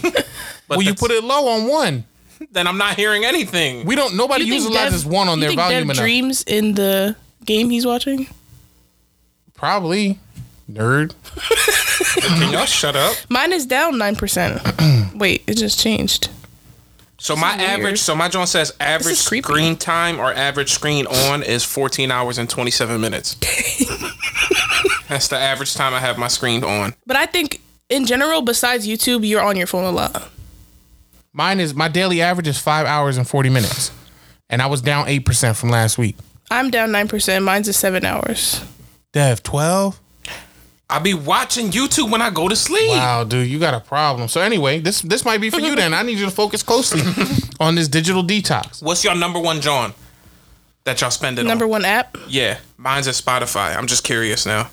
[SPEAKER 9] But
[SPEAKER 2] Well, you put it low on one.
[SPEAKER 9] then I'm not hearing anything.
[SPEAKER 2] We don't. Nobody
[SPEAKER 7] think
[SPEAKER 2] utilizes
[SPEAKER 7] Dev-
[SPEAKER 2] one on
[SPEAKER 7] you
[SPEAKER 2] their
[SPEAKER 7] think
[SPEAKER 2] volume
[SPEAKER 7] Dev
[SPEAKER 2] enough.
[SPEAKER 7] dreams in the game he's watching.
[SPEAKER 2] Probably, nerd.
[SPEAKER 9] Can y'all shut up?
[SPEAKER 7] Mine is down
[SPEAKER 2] *clears throat*
[SPEAKER 7] nine percent. Wait, it just changed.
[SPEAKER 9] So my
[SPEAKER 7] is weird.
[SPEAKER 9] average, so my John says average
[SPEAKER 7] is creepy.
[SPEAKER 9] screen time or average screen on is 14 hours and 27
[SPEAKER 7] *laughs*
[SPEAKER 9] minutes. That's the average time I have my screen on.
[SPEAKER 7] But I think in general, besides YouTube, you're on your phone a lot.
[SPEAKER 2] Mine is my daily average is five hours and forty minutes, and I was down eight percent from last week.
[SPEAKER 7] I'm down nine percent. Mine's is seven hours.
[SPEAKER 2] Dev twelve.
[SPEAKER 9] I be watching YouTube when I go to sleep.
[SPEAKER 2] Wow, dude, you got a problem. So anyway, this this might be for you then. I need you to focus closely *laughs* on this digital detox.
[SPEAKER 9] What's your number one John that y'all spend
[SPEAKER 2] Oh.
[SPEAKER 9] it
[SPEAKER 7] Number
[SPEAKER 9] on?
[SPEAKER 7] one app. *laughs*
[SPEAKER 9] Yeah, mine's at Spotify. I'm just curious now.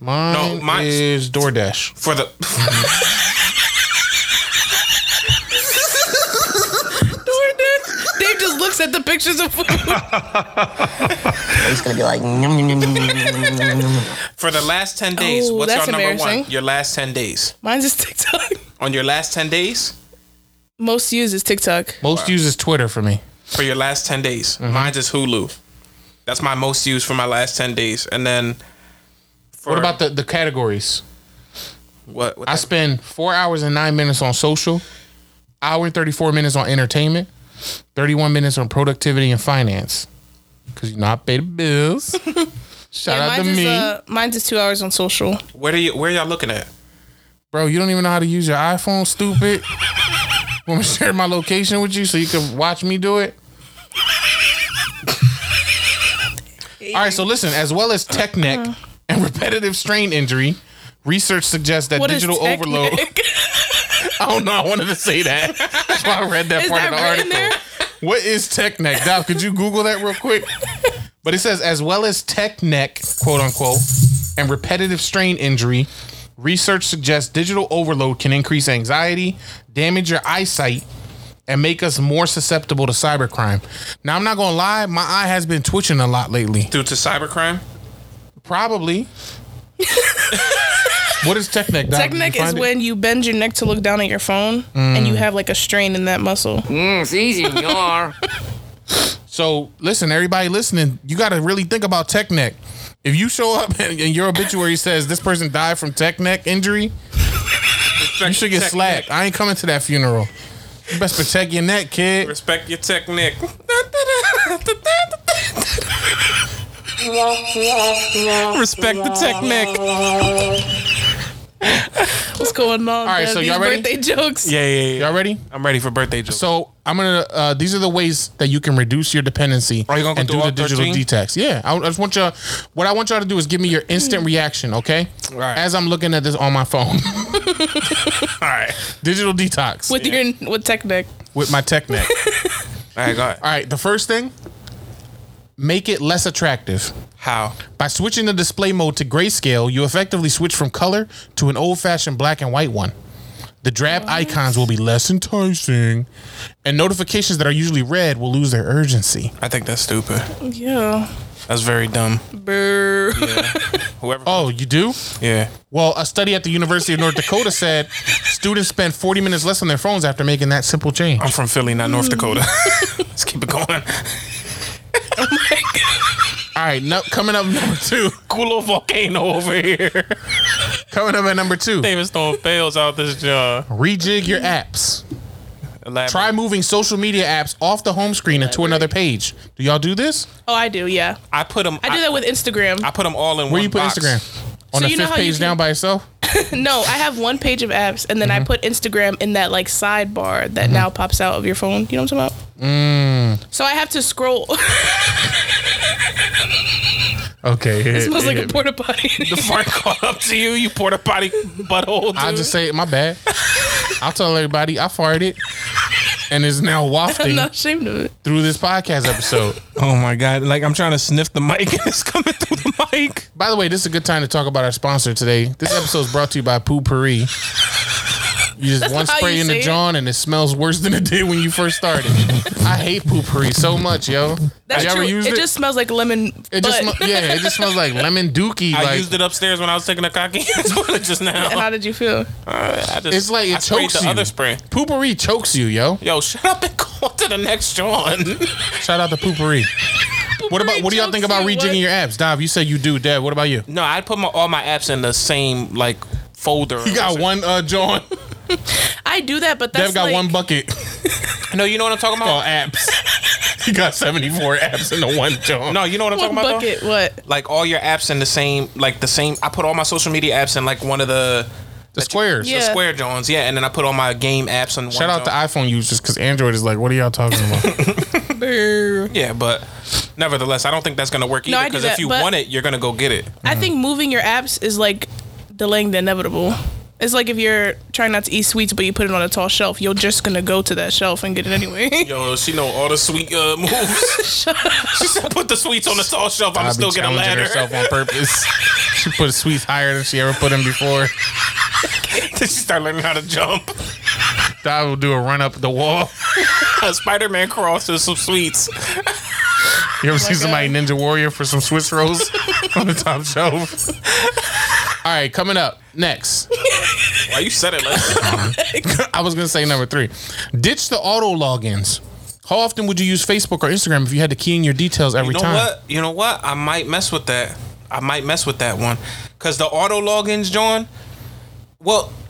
[SPEAKER 2] Mine,
[SPEAKER 9] No, mine-
[SPEAKER 2] is DoorDash.
[SPEAKER 9] For the *laughs*
[SPEAKER 7] Dave just looks at the pictures of food. *laughs*
[SPEAKER 12] It's gonna be like. Nom, nom, nom, nom, nom, nom, nom, nom.
[SPEAKER 9] for the last 10 days,
[SPEAKER 7] Oh,
[SPEAKER 9] what's
[SPEAKER 7] that's
[SPEAKER 9] your number one?
[SPEAKER 7] embarrassing.
[SPEAKER 9] Your last 10 days.
[SPEAKER 7] Mine's is TikTok.
[SPEAKER 9] On your last 10 days?
[SPEAKER 7] Most used is TikTok.
[SPEAKER 2] Most uses Twitter for me.
[SPEAKER 9] for your last 10 days.
[SPEAKER 2] Mm-hmm.
[SPEAKER 9] Mine's is Hulu. That's my most used for my last 10 days. And then for
[SPEAKER 2] What about the, the categories?
[SPEAKER 9] what, what
[SPEAKER 2] I
[SPEAKER 9] the-
[SPEAKER 2] spend four hours and nine minutes on social, hour and 34 minutes on entertainment, 31 minutes on productivity and finance. Because you know, I pay the *laughs* bills. Shout
[SPEAKER 7] Yeah,
[SPEAKER 2] out to
[SPEAKER 7] mine's,
[SPEAKER 2] me.
[SPEAKER 7] is, uh, mine's is two hours on social.
[SPEAKER 9] where do you where y'all looking at?
[SPEAKER 2] Bro, you don't even know how to use your iPhone,
[SPEAKER 7] *laughs*
[SPEAKER 2] stupid. Want me to share my location with you so you can watch me do
[SPEAKER 7] *laughs*
[SPEAKER 2] it? All right, so listen, as well as tech neck
[SPEAKER 7] Uh-huh.
[SPEAKER 2] and repetitive strain injury, research suggests that
[SPEAKER 7] What is
[SPEAKER 2] digital *laughs*
[SPEAKER 7] tech
[SPEAKER 2] overload.
[SPEAKER 7] neck?
[SPEAKER 2] *laughs* I don't know. I wanted to say that. That's why I read that
[SPEAKER 7] Is
[SPEAKER 2] part
[SPEAKER 7] that
[SPEAKER 2] of the
[SPEAKER 7] written
[SPEAKER 2] article.
[SPEAKER 7] there?
[SPEAKER 2] What is tech neck? Doc, could you Google that real quick? But it says, as well as tech neck, quote unquote, and repetitive strain injury, research suggests digital overload can increase anxiety, damage your eyesight, and make us more susceptible to cybercrime. Now, I'm not going to lie, my eye has been twitching a lot lately.
[SPEAKER 6] Due to cybercrime?
[SPEAKER 7] *laughs*
[SPEAKER 2] Probably. what is tech neck, Doc? Did you
[SPEAKER 7] Neck is
[SPEAKER 2] find it? Mm.
[SPEAKER 7] when you bend your neck to look down at your phone and you have like a strain in that muscle.
[SPEAKER 1] Mm, it's easy. You are.
[SPEAKER 2] So listen, everybody listening, you got to really think about tech neck. If you show up *laughs* and, and your obituary says this person died from tech neck injury, you should get
[SPEAKER 6] tech
[SPEAKER 2] slapped. I ain't coming to that funeral. You best protect your neck, *laughs* kid.
[SPEAKER 6] Respect your technique. Respect the technique.
[SPEAKER 7] What's going on? All
[SPEAKER 2] right, so y'all ready?
[SPEAKER 7] Birthday jokes.
[SPEAKER 6] Yeah, yeah, yeah.
[SPEAKER 2] Y'all ready?
[SPEAKER 6] I'm ready for birthday jokes.
[SPEAKER 2] So I'm gonna. Uh, these are the ways that you can reduce your dependency
[SPEAKER 6] Are you gonna go
[SPEAKER 2] and do
[SPEAKER 6] through
[SPEAKER 2] the
[SPEAKER 6] all
[SPEAKER 2] digital
[SPEAKER 6] 13?
[SPEAKER 2] detox. Yeah, I, I just want y'all. What I want y'all to do is give me your instant reaction, okay?
[SPEAKER 6] Right.
[SPEAKER 2] As I'm looking at this on my phone, *laughs*
[SPEAKER 6] all right,
[SPEAKER 2] digital detox with,
[SPEAKER 7] With your with tech neck.
[SPEAKER 2] my tech neck.
[SPEAKER 6] all right, go ahead.
[SPEAKER 2] All right. The first thing, make it less attractive.
[SPEAKER 6] How?
[SPEAKER 2] By switching the display mode to grayscale, you effectively switch from color to an old fashioned black and white one. The drab icons will be less enticing, and notifications that are usually red will lose their urgency.
[SPEAKER 6] I think that's stupid.
[SPEAKER 7] Yeah.
[SPEAKER 6] That's very dumb.
[SPEAKER 7] Brr.
[SPEAKER 6] Whoever.
[SPEAKER 2] Oh, you do?
[SPEAKER 6] yeah.
[SPEAKER 2] Well, a study at the University of North Dakota said students spend 40 minutes less on their phones after making that simple change.
[SPEAKER 6] I'm from Philly, not North
[SPEAKER 2] *laughs*
[SPEAKER 6] Dakota. *laughs* Let's keep it going.
[SPEAKER 2] All right, no, coming up number two.
[SPEAKER 6] Cool old volcano over here.
[SPEAKER 2] Coming up at number two,
[SPEAKER 6] Davis throwing fails out this job.
[SPEAKER 2] rejig your apps. Try moving social media apps off the home screen and to another page. Do y'all do this?
[SPEAKER 7] *laughs* Oh, I do. Yeah.
[SPEAKER 6] I put them.
[SPEAKER 7] I do that with Instagram.
[SPEAKER 6] I put them all in one.
[SPEAKER 2] Where you put
[SPEAKER 6] box.
[SPEAKER 2] Instagram? On
[SPEAKER 7] So
[SPEAKER 2] the
[SPEAKER 7] you know
[SPEAKER 2] fifth
[SPEAKER 7] how you
[SPEAKER 2] page
[SPEAKER 7] can-
[SPEAKER 2] down by Mm-hmm. itself?
[SPEAKER 7] *laughs* No, I have one page of apps, and then I put Instagram in that like sidebar
[SPEAKER 2] Mm-hmm.
[SPEAKER 7] that now pops out of your phone. You know what I'm talking about? Mm. So I have to scroll. *laughs*
[SPEAKER 2] Okay.
[SPEAKER 7] it smells like a porta potty. *laughs*
[SPEAKER 6] The fart caught up to you. You poured a potty butthole.
[SPEAKER 2] I'll
[SPEAKER 6] dude.
[SPEAKER 2] just say it, my bad. I'll tell everybody I farted and is
[SPEAKER 7] *laughs*
[SPEAKER 2] now
[SPEAKER 7] I'm
[SPEAKER 2] wafting
[SPEAKER 7] not ashamed of it.
[SPEAKER 2] through this podcast episode.
[SPEAKER 6] *laughs* Oh my god! Like I'm trying to sniff the mic *laughs* and it's coming through the mic.
[SPEAKER 2] By the way, this is a good time to talk about our sponsor today. This episode is brought to you by Poo Pourri. You just one
[SPEAKER 7] how
[SPEAKER 2] spray
[SPEAKER 7] you
[SPEAKER 2] in the
[SPEAKER 7] say it?
[SPEAKER 2] John and it smells worse than it did when you first started. I hate Poo Pourri so much, yo. Have
[SPEAKER 7] That's
[SPEAKER 2] you
[SPEAKER 7] true.
[SPEAKER 2] ever used it?
[SPEAKER 7] just smells like lemon.
[SPEAKER 2] it just
[SPEAKER 7] butt.
[SPEAKER 2] sm- yeah, it just smells like lemon dookie.
[SPEAKER 6] I
[SPEAKER 2] like
[SPEAKER 6] used it upstairs when I was taking a cocky *laughs* toilet just
[SPEAKER 7] *laughs* And
[SPEAKER 6] now.
[SPEAKER 7] how did you feel?
[SPEAKER 6] I just,
[SPEAKER 2] It's like it
[SPEAKER 6] I sprayed
[SPEAKER 2] chokes
[SPEAKER 6] the
[SPEAKER 2] you.
[SPEAKER 6] other spray.
[SPEAKER 2] Poo Pourri chokes you, yo.
[SPEAKER 6] Yo, shut up and *laughs* go on to the next John. *laughs*
[SPEAKER 2] Shout out to Poo Pourri. What about what do y'all think about
[SPEAKER 7] Jokes you,
[SPEAKER 2] rejigging your apps? Dive, you said you do, Dad. What about you?
[SPEAKER 6] no, I put my, all my apps in the same like folder.
[SPEAKER 2] You got one uh John.
[SPEAKER 7] I do that, but
[SPEAKER 2] Dev
[SPEAKER 7] that's
[SPEAKER 2] got
[SPEAKER 7] like,
[SPEAKER 2] one bucket
[SPEAKER 6] No, you know what I'm talking
[SPEAKER 2] of
[SPEAKER 6] about.
[SPEAKER 2] apps. He got 74 apps in the one John.
[SPEAKER 6] No, you know what I'm
[SPEAKER 7] one
[SPEAKER 6] talking about. though?
[SPEAKER 7] bucket. What?
[SPEAKER 6] Like all your apps in the same, like the same. I put all my social media apps in like one of the
[SPEAKER 2] the squares.
[SPEAKER 7] Yeah.
[SPEAKER 6] the square Johns, yeah, and then I put all my game apps *laughs* in one.
[SPEAKER 2] Shout out to
[SPEAKER 6] John.
[SPEAKER 2] iPhone users because Android is like, what are y'all talking
[SPEAKER 6] *laughs*
[SPEAKER 2] about?
[SPEAKER 6] Yeah, but nevertheless, I don't think that's gonna work
[SPEAKER 7] No,
[SPEAKER 6] either.
[SPEAKER 7] I do
[SPEAKER 6] Because if
[SPEAKER 7] that,
[SPEAKER 6] you
[SPEAKER 7] but-
[SPEAKER 6] want it, you're gonna go get it.
[SPEAKER 7] I think moving your apps is like delaying the inevitable. It's like if you're trying not to eat sweets, but you put it on a tall shelf, you're just gonna go to that shelf and get it
[SPEAKER 2] *laughs*
[SPEAKER 7] anyway.
[SPEAKER 6] Yo, she know all the sweet
[SPEAKER 7] *laughs*
[SPEAKER 6] uh, moves. she said, "Put the sweets on the tall shelf. I'm
[SPEAKER 2] I'll
[SPEAKER 6] still
[SPEAKER 2] be
[SPEAKER 6] get a
[SPEAKER 2] challenging
[SPEAKER 6] ladder."
[SPEAKER 2] herself on purpose. she put sweets higher than she ever put them before.
[SPEAKER 6] Then *laughs* she start learning how to jump.
[SPEAKER 2] Dive will do a run up the wall.
[SPEAKER 6] Uh, *laughs* Spider-Man crosses some sweets.
[SPEAKER 2] You ever see somebody Ninja Warrior for some Swiss rolls on the top shelf? All right, coming up next.
[SPEAKER 6] Why you said it like that?
[SPEAKER 2] I was gonna say number three. Ditch the auto logins. How often would you use Facebook or Instagram if you had to key in your details every
[SPEAKER 6] You know
[SPEAKER 2] time?
[SPEAKER 6] what? You know what? I might mess with that. I might mess with that one because the auto logins, John. Well, *sighs*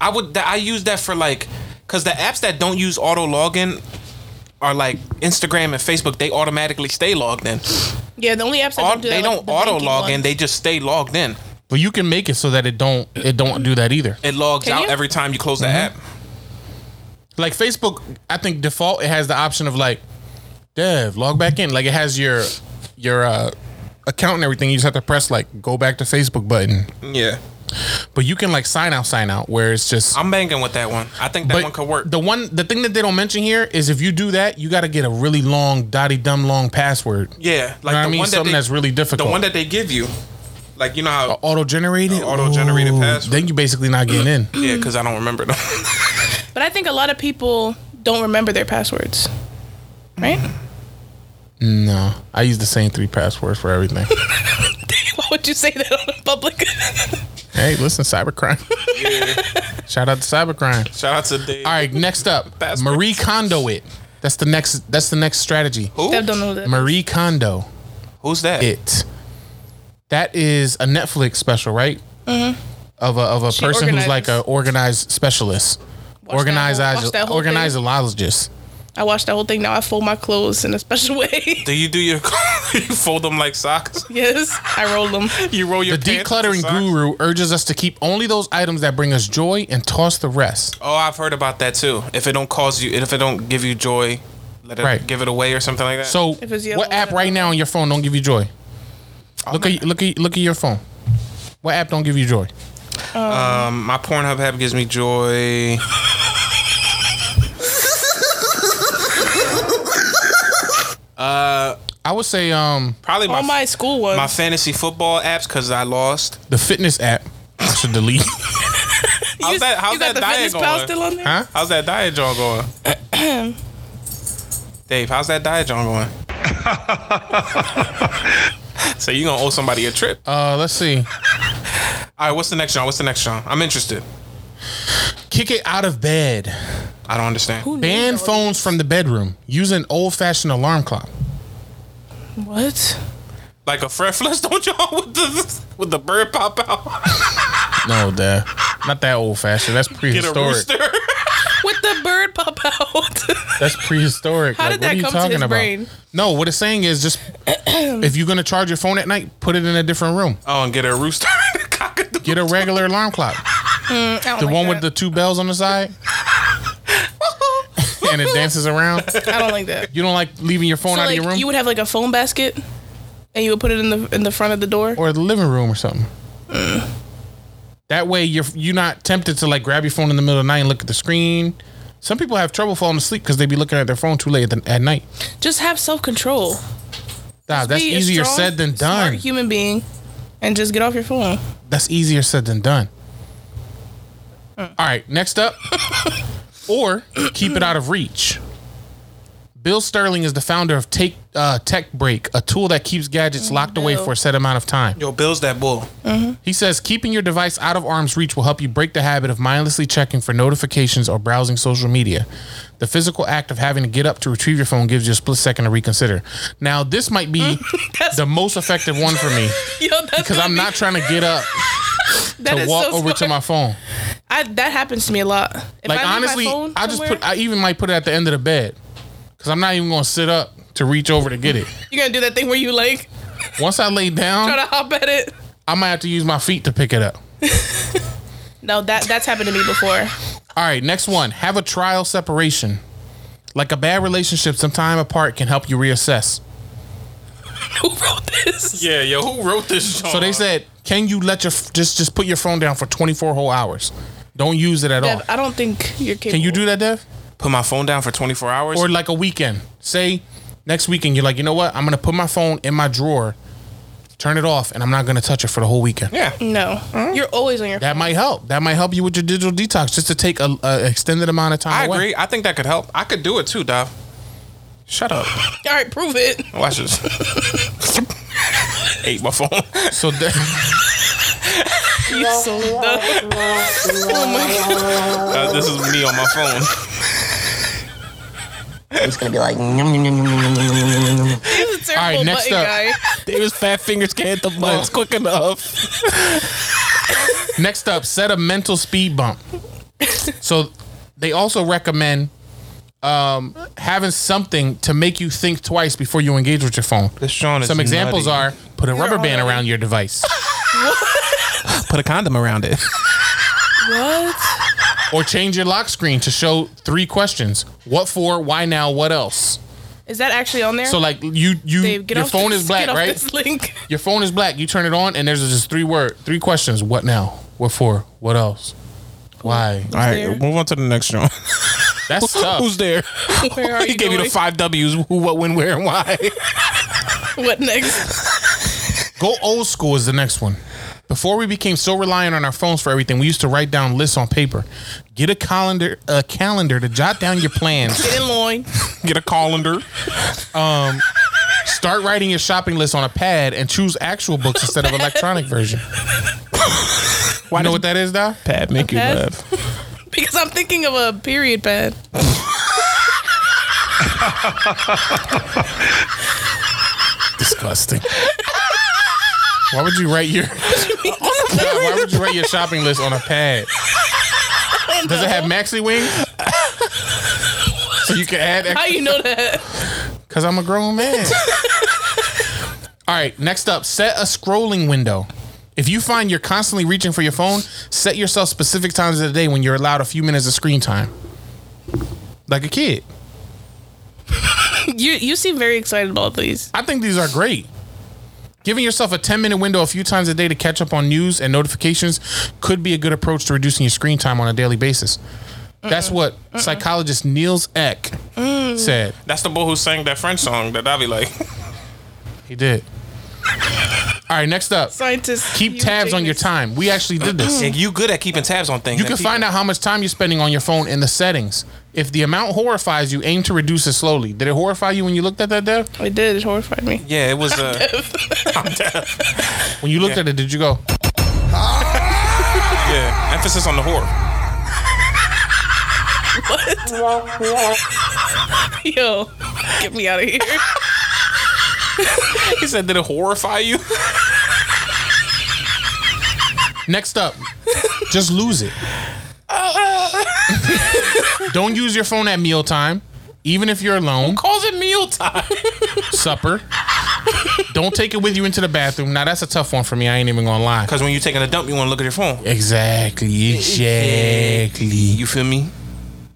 [SPEAKER 6] I would. I use that for like because the apps that don't use auto login are like Instagram and Facebook. They automatically stay logged in.
[SPEAKER 7] yeah, the only apps that
[SPEAKER 6] Au-
[SPEAKER 7] don't do
[SPEAKER 6] they
[SPEAKER 7] that, like
[SPEAKER 6] don't
[SPEAKER 7] the
[SPEAKER 6] auto
[SPEAKER 7] banking
[SPEAKER 6] log in.
[SPEAKER 7] ones.
[SPEAKER 6] They just stay logged in.
[SPEAKER 2] But you can make it so that it don't it don't do that either.
[SPEAKER 6] It logs
[SPEAKER 7] Can
[SPEAKER 6] out
[SPEAKER 7] you?
[SPEAKER 6] every time you close the app.
[SPEAKER 2] Mm-hmm. Like Facebook, I think default it has the option of like, Dev, log back in. Like it has your your uh, account and everything. You just have to press like go back to Facebook button.
[SPEAKER 6] Yeah.
[SPEAKER 2] But you can like sign out, sign out, where it's just
[SPEAKER 6] I'm banging with that one. I think that
[SPEAKER 2] but
[SPEAKER 6] one could work.
[SPEAKER 2] The one, the thing that they don't mention here is if you do that, you got to get a really long, dotty dumb long password.
[SPEAKER 6] yeah, like
[SPEAKER 2] you know what I
[SPEAKER 6] the
[SPEAKER 2] mean,
[SPEAKER 6] one that they-
[SPEAKER 2] something that's really difficult.
[SPEAKER 6] The one that they give you, like you know how.
[SPEAKER 2] auto generated,
[SPEAKER 6] auto-generated password.
[SPEAKER 2] Then you basically not getting in.
[SPEAKER 6] *clears throat* Yeah, because I don't remember them. *laughs*
[SPEAKER 7] But I think a lot of people don't remember their passwords, right?
[SPEAKER 6] Mm.
[SPEAKER 2] No, I use the same three passwords for
[SPEAKER 6] *laughs*
[SPEAKER 2] everything.
[SPEAKER 7] *laughs* Why would you say that on a public?
[SPEAKER 2] hey, listen, cybercrime. Shout out to cybercrime.
[SPEAKER 6] Shout out to Dave.
[SPEAKER 2] All right, next
[SPEAKER 7] *laughs*
[SPEAKER 2] up,
[SPEAKER 6] Passwords.
[SPEAKER 2] Marie Kondo it. That's the next. That's the next strategy.
[SPEAKER 6] Who?
[SPEAKER 7] I don't know that.
[SPEAKER 2] Marie Kondo.
[SPEAKER 6] Who's that?
[SPEAKER 2] it. That is a Netflix special, right? Of a of a
[SPEAKER 7] Mm-hmm. She
[SPEAKER 2] person who's
[SPEAKER 7] organizes.
[SPEAKER 2] like a organized specialist,
[SPEAKER 7] Watch that whole-
[SPEAKER 2] organized
[SPEAKER 7] watch that whole thing.
[SPEAKER 2] organizologist.
[SPEAKER 7] I watched that whole thing. Now I fold my clothes in a
[SPEAKER 2] *laughs*
[SPEAKER 7] special *laughs* way.
[SPEAKER 6] Do you do your? *laughs* you fold them like socks. *laughs*
[SPEAKER 7] yes, I
[SPEAKER 2] *laughs*
[SPEAKER 7] roll them.
[SPEAKER 6] You roll your
[SPEAKER 2] The
[SPEAKER 6] pants into
[SPEAKER 2] decluttering
[SPEAKER 6] socks?
[SPEAKER 2] guru urges us to keep only those items that bring us joy and toss the rest.
[SPEAKER 6] Oh, I've heard about that too. If it don't cause you, if it don't give you joy, let it
[SPEAKER 2] Right.
[SPEAKER 6] give it away or something like that.
[SPEAKER 2] So,
[SPEAKER 7] If it's yellow, Oh,
[SPEAKER 2] what app
[SPEAKER 7] let it
[SPEAKER 2] right now on your phone don't give you joy? Look at look at look at your phone. What app don't give you joy?
[SPEAKER 6] um, my Pornhub app gives me joy.
[SPEAKER 2] I would say um
[SPEAKER 6] Probably my
[SPEAKER 7] All Oh my school ones.
[SPEAKER 6] my fantasy football apps because I lost.
[SPEAKER 2] the fitness app. I should delete.
[SPEAKER 6] How's
[SPEAKER 7] you,
[SPEAKER 6] that? How's
[SPEAKER 7] you
[SPEAKER 6] that
[SPEAKER 7] got the
[SPEAKER 6] diet
[SPEAKER 7] fitness pal
[SPEAKER 6] going?
[SPEAKER 7] still on there?
[SPEAKER 2] *laughs* huh?
[SPEAKER 6] How's that diet John going?
[SPEAKER 7] *clears throat*
[SPEAKER 6] Dave, how's that diet John going? *laughs* so you gonna owe somebody a trip?
[SPEAKER 2] Uh, let's see.
[SPEAKER 6] All right, what's the next John? What's the next John? I'm interested.
[SPEAKER 2] Kick it out of bed.
[SPEAKER 6] I don't understand.
[SPEAKER 2] Ban phones from the bedroom. Use an old fashioned alarm clock.
[SPEAKER 7] What?
[SPEAKER 6] Like a Fred *laughs* Flintstone John with the with the bird pop out.
[SPEAKER 2] No, the not that old fashioned. That's
[SPEAKER 6] Get a
[SPEAKER 2] prehistoric.
[SPEAKER 6] rooster.
[SPEAKER 7] With the bird pop out. *laughs*
[SPEAKER 2] That's prehistoric.
[SPEAKER 7] How did that come to his brain?
[SPEAKER 2] No, what it's saying is just if you're gonna charge your phone at night, put it in a different room.
[SPEAKER 6] oh, and get a rooster. *laughs* Cockatoo.
[SPEAKER 2] Get a regular alarm clock. The one with the two bells on the side. and it dances around.
[SPEAKER 7] the. *laughs* I don't like that.
[SPEAKER 2] You don't like leaving your *laughs* phone
[SPEAKER 7] So
[SPEAKER 2] out
[SPEAKER 7] like
[SPEAKER 2] of your room
[SPEAKER 7] you would have like a phone basket, and you would put it in the in the front of the door.
[SPEAKER 2] or the living room or something.
[SPEAKER 7] Uh.
[SPEAKER 2] that way you're you're not tempted to like grab your phone in the middle of the night and look at the screen. Some people have trouble falling asleep because they be looking at their phone too late at, the, at night.
[SPEAKER 7] Just have self control.
[SPEAKER 2] Nah, that's
[SPEAKER 7] Be a
[SPEAKER 2] easier
[SPEAKER 7] strong,
[SPEAKER 2] said than
[SPEAKER 7] smart
[SPEAKER 2] done.
[SPEAKER 7] human being, and just get off your phone. *laughs*
[SPEAKER 2] That's easier said than done. All right, next up, or keep it out of reach. Bill Sterling is the founder of Take uh, Tech Break, a tool that keeps gadgets locked away
[SPEAKER 7] Bill.
[SPEAKER 2] for a set amount of time.
[SPEAKER 6] Yo, Bill's that bull.
[SPEAKER 2] He says keeping your device out of arm's reach will help you break the habit of mindlessly checking for notifications or browsing social media. The physical act of having to get up to retrieve your phone gives you a split second to reconsider. Now, this might be the most effective one for me
[SPEAKER 7] *laughs* Yo, that's
[SPEAKER 2] because I'm not trying to get up
[SPEAKER 7] that
[SPEAKER 2] to
[SPEAKER 7] is
[SPEAKER 2] walk
[SPEAKER 7] so
[SPEAKER 2] over to
[SPEAKER 7] smart.
[SPEAKER 2] my phone.
[SPEAKER 7] I, that happens to me a lot. If
[SPEAKER 2] Like
[SPEAKER 7] I leave my
[SPEAKER 2] honestly,
[SPEAKER 7] phone
[SPEAKER 2] I just
[SPEAKER 7] somewhere,
[SPEAKER 2] put I even might put it at the end of the bed because I'm not even going to sit up to reach over to get
[SPEAKER 7] *laughs*
[SPEAKER 2] it.
[SPEAKER 7] You're gonna do that thing where you like
[SPEAKER 2] Once I lay
[SPEAKER 7] try
[SPEAKER 2] down,
[SPEAKER 7] to hop at it.
[SPEAKER 2] I might have to use my feet to pick it up.
[SPEAKER 7] No, that that's happened to me before.
[SPEAKER 2] All right, next one. Have a trial separation. Like a bad relationship, some time apart can help you reassess.
[SPEAKER 7] Who wrote this?
[SPEAKER 6] Yeah, yo, who wrote this? John?
[SPEAKER 2] So they said, can you let your just just put your phone down for 24 whole hours? Don't use it at all.
[SPEAKER 7] Dev, I don't think you're capable.
[SPEAKER 2] Can you do that, Dev?
[SPEAKER 6] put my phone down for 24 hours.
[SPEAKER 2] Or like a weekend. Say next weekend you're like, "You know what? I'm going to put my phone in my drawer, turn it off, and I'm not going to touch it for the whole weekend."
[SPEAKER 6] yeah,
[SPEAKER 7] No, you're always on your.
[SPEAKER 2] That might help. That might help you with your digital detox just to take a, a extended amount of time
[SPEAKER 6] I
[SPEAKER 2] away.
[SPEAKER 6] agree. I think that could help. I could do it too, Dov. Shut up.
[SPEAKER 7] All right, prove it.
[SPEAKER 6] Watch this. *laughs* Ate my phone.
[SPEAKER 2] *laughs*
[SPEAKER 6] *laughs*
[SPEAKER 2] So that,
[SPEAKER 7] *laughs* You *laughs* so dumb. oh my god.
[SPEAKER 6] Uh, this is me on my phone.
[SPEAKER 13] It's gonna be like. "Nom, nom, nom, nom, nom, nom, nom, nom, nom."
[SPEAKER 7] He's a terrible
[SPEAKER 2] All right, next
[SPEAKER 7] button
[SPEAKER 2] up.
[SPEAKER 7] guy.
[SPEAKER 2] David's fat fingers can't hit the buttons quick enough. *laughs* Next up, set a mental speed bump. So they also recommend um, having something to make you think twice before you engage with your phone.
[SPEAKER 6] This John is
[SPEAKER 2] Some examples
[SPEAKER 6] nutty.
[SPEAKER 2] are put a rubber band
[SPEAKER 7] already-
[SPEAKER 2] around your device
[SPEAKER 6] put a condom around it.
[SPEAKER 7] What?
[SPEAKER 2] or change your lock screen to show three questions. What for? Why now? What else?
[SPEAKER 7] Is that actually on there?
[SPEAKER 2] So like you you
[SPEAKER 7] Dave, get
[SPEAKER 2] your
[SPEAKER 7] off
[SPEAKER 2] phone
[SPEAKER 7] this,
[SPEAKER 2] is black,
[SPEAKER 7] get
[SPEAKER 2] *laughs*
[SPEAKER 7] off
[SPEAKER 2] right?
[SPEAKER 7] This link.
[SPEAKER 2] Your phone is black. You turn it on, and there's just three word, three questions. What now? What for? What else? Why?
[SPEAKER 9] All right,
[SPEAKER 7] there?
[SPEAKER 9] move on to the next one.
[SPEAKER 2] That's tough.
[SPEAKER 9] Who's there?
[SPEAKER 7] Where
[SPEAKER 9] *laughs*
[SPEAKER 7] are
[SPEAKER 9] he
[SPEAKER 7] you
[SPEAKER 9] gave you
[SPEAKER 7] going?
[SPEAKER 9] the five W's: who, what, when, where, and why.
[SPEAKER 7] What
[SPEAKER 2] *laughs*
[SPEAKER 7] next?
[SPEAKER 2] Go old school is the next one. Before we became so reliant on our phones for everything, we used to write down lists on paper. Get a calendar, a calendar to jot down your plans.
[SPEAKER 7] Get
[SPEAKER 2] *laughs*
[SPEAKER 7] in line.
[SPEAKER 9] Get a colander.
[SPEAKER 2] Um, Start writing your shopping list on a pad and choose actual books instead of electronic version. You know what that is, Doc?
[SPEAKER 9] Pat, make you
[SPEAKER 7] pad?
[SPEAKER 9] laugh.
[SPEAKER 7] *laughs* Because I'm thinking of a period pad.
[SPEAKER 2] Disgusting. Why would you write your Why would you write your shopping list on a pad? Does it have maxi wings? so you can add
[SPEAKER 7] How you know that? *laughs*
[SPEAKER 2] because I'm a
[SPEAKER 9] *laughs*
[SPEAKER 2] grown man. All right, next up, set a scrolling window. If you find you're constantly reaching for your phone, set yourself specific times of the day when you're allowed a few minutes of screen time. Like a kid.
[SPEAKER 7] You you seem very excited about these.
[SPEAKER 2] I think these are great. Giving yourself a 10 minute window a few times a day to catch up on news and notifications could be a good approach to reducing your screen time on a daily basis. That's what psychologist Niels Eck
[SPEAKER 9] Mm.
[SPEAKER 2] said.
[SPEAKER 9] That's the boy who sang that French song that I be like.
[SPEAKER 2] He did. All right, next up.
[SPEAKER 7] Scientists
[SPEAKER 2] Keep
[SPEAKER 7] you
[SPEAKER 2] tabs
[SPEAKER 7] take
[SPEAKER 2] on your
[SPEAKER 7] this.
[SPEAKER 2] time. We actually did
[SPEAKER 9] *clears throat*
[SPEAKER 2] this.
[SPEAKER 9] And you good at keeping tabs on things.
[SPEAKER 2] You can find out how much time you're spending on your phone in the settings. If the amount horrifies you, aim to reduce it slowly. Did it horrify you when you looked at that, Dev?
[SPEAKER 7] It did. It horrified me.
[SPEAKER 9] Yeah,
[SPEAKER 2] *laughs*
[SPEAKER 9] it was. Uh,
[SPEAKER 2] When you looked at it, did you go?
[SPEAKER 9] yeah, emphasis on the whore.
[SPEAKER 7] *laughs* Yo, get me out of here.
[SPEAKER 9] He said, "Did it horrify you?" *laughs*
[SPEAKER 2] Next up, just lose it. Don't use your phone at mealtime, even if you're alone.
[SPEAKER 9] Calls it mealtime.
[SPEAKER 2] *laughs* Supper. Don't take it with you into the bathroom. Now that's a tough one for me. I ain't even gonna lie.
[SPEAKER 9] Because when you're taking a dump, you want to look at your phone.
[SPEAKER 2] Exactly. Exactly.
[SPEAKER 9] You feel me?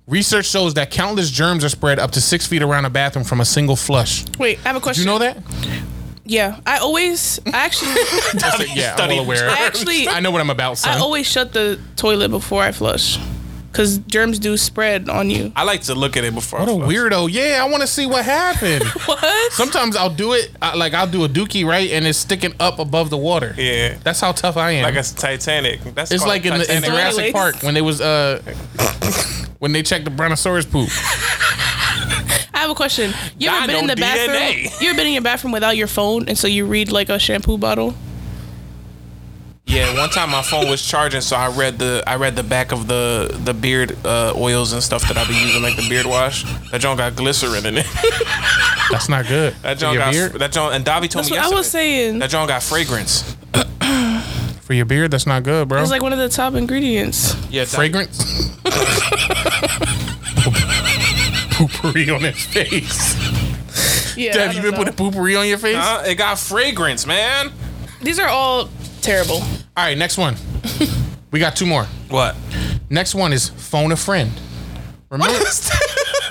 [SPEAKER 2] Research shows that countless germs are spread up to six feet around a bathroom from a single flush.
[SPEAKER 7] Wait, I have a
[SPEAKER 2] Do
[SPEAKER 7] question.
[SPEAKER 2] you know that?
[SPEAKER 7] Yeah, I always, I *laughs* actually,
[SPEAKER 2] yeah, I'm
[SPEAKER 9] Study-
[SPEAKER 2] all aware.
[SPEAKER 7] I actually,
[SPEAKER 2] I know what I'm about,
[SPEAKER 7] I
[SPEAKER 2] son.
[SPEAKER 7] always shut the toilet before I flush, cause germs do spread on you.
[SPEAKER 9] I like to look at it before.
[SPEAKER 2] what
[SPEAKER 9] I
[SPEAKER 2] a
[SPEAKER 9] flush.
[SPEAKER 2] weirdo. Yeah, I want to see what happened.
[SPEAKER 7] *laughs* What?
[SPEAKER 2] Sometimes I'll do it, I, like I'll do a dookie, right? And it's sticking up above the water.
[SPEAKER 9] Yeah.
[SPEAKER 2] That's how tough I am.
[SPEAKER 9] Like a Titanic. That's
[SPEAKER 2] it's
[SPEAKER 9] called
[SPEAKER 2] like in, the, in
[SPEAKER 9] Titanic.
[SPEAKER 2] Jurassic
[SPEAKER 7] Anyways.
[SPEAKER 2] Park when they was, uh, when they checked the brontosaurus poop.
[SPEAKER 7] I have a question. You ever
[SPEAKER 9] I
[SPEAKER 7] been in
[SPEAKER 9] know
[SPEAKER 7] the bathroom?
[SPEAKER 9] DNA.
[SPEAKER 7] You ever been in your bathroom without your phone, and so you read like a shampoo bottle?
[SPEAKER 9] Yeah, one time my phone was charging, so I read the I read the back of the the beard uh, oils and stuff that I be using, like the beard wash. That joint got glycerin in it. *laughs*
[SPEAKER 2] That's not good.
[SPEAKER 9] That
[SPEAKER 2] for
[SPEAKER 9] joint
[SPEAKER 2] your
[SPEAKER 9] got
[SPEAKER 2] beard?
[SPEAKER 9] that joint and Davi told
[SPEAKER 7] That's
[SPEAKER 9] me
[SPEAKER 7] what I
[SPEAKER 9] yesterday.
[SPEAKER 7] was saying.
[SPEAKER 9] That joint got fragrance.
[SPEAKER 2] for your beard, that's not good, bro.
[SPEAKER 7] It's like one of the top ingredients.
[SPEAKER 9] Yeah, Davi-
[SPEAKER 2] Fragrance. poopery on his face.
[SPEAKER 7] Yeah. I
[SPEAKER 2] Have you been
[SPEAKER 7] don't know.
[SPEAKER 2] putting poopery on your face?
[SPEAKER 9] Huh? It got fragrance, man.
[SPEAKER 7] These are all terrible.
[SPEAKER 2] All right, next one. we got two more. *laughs*
[SPEAKER 9] What?
[SPEAKER 2] Next one is phone a friend. Remember, listen,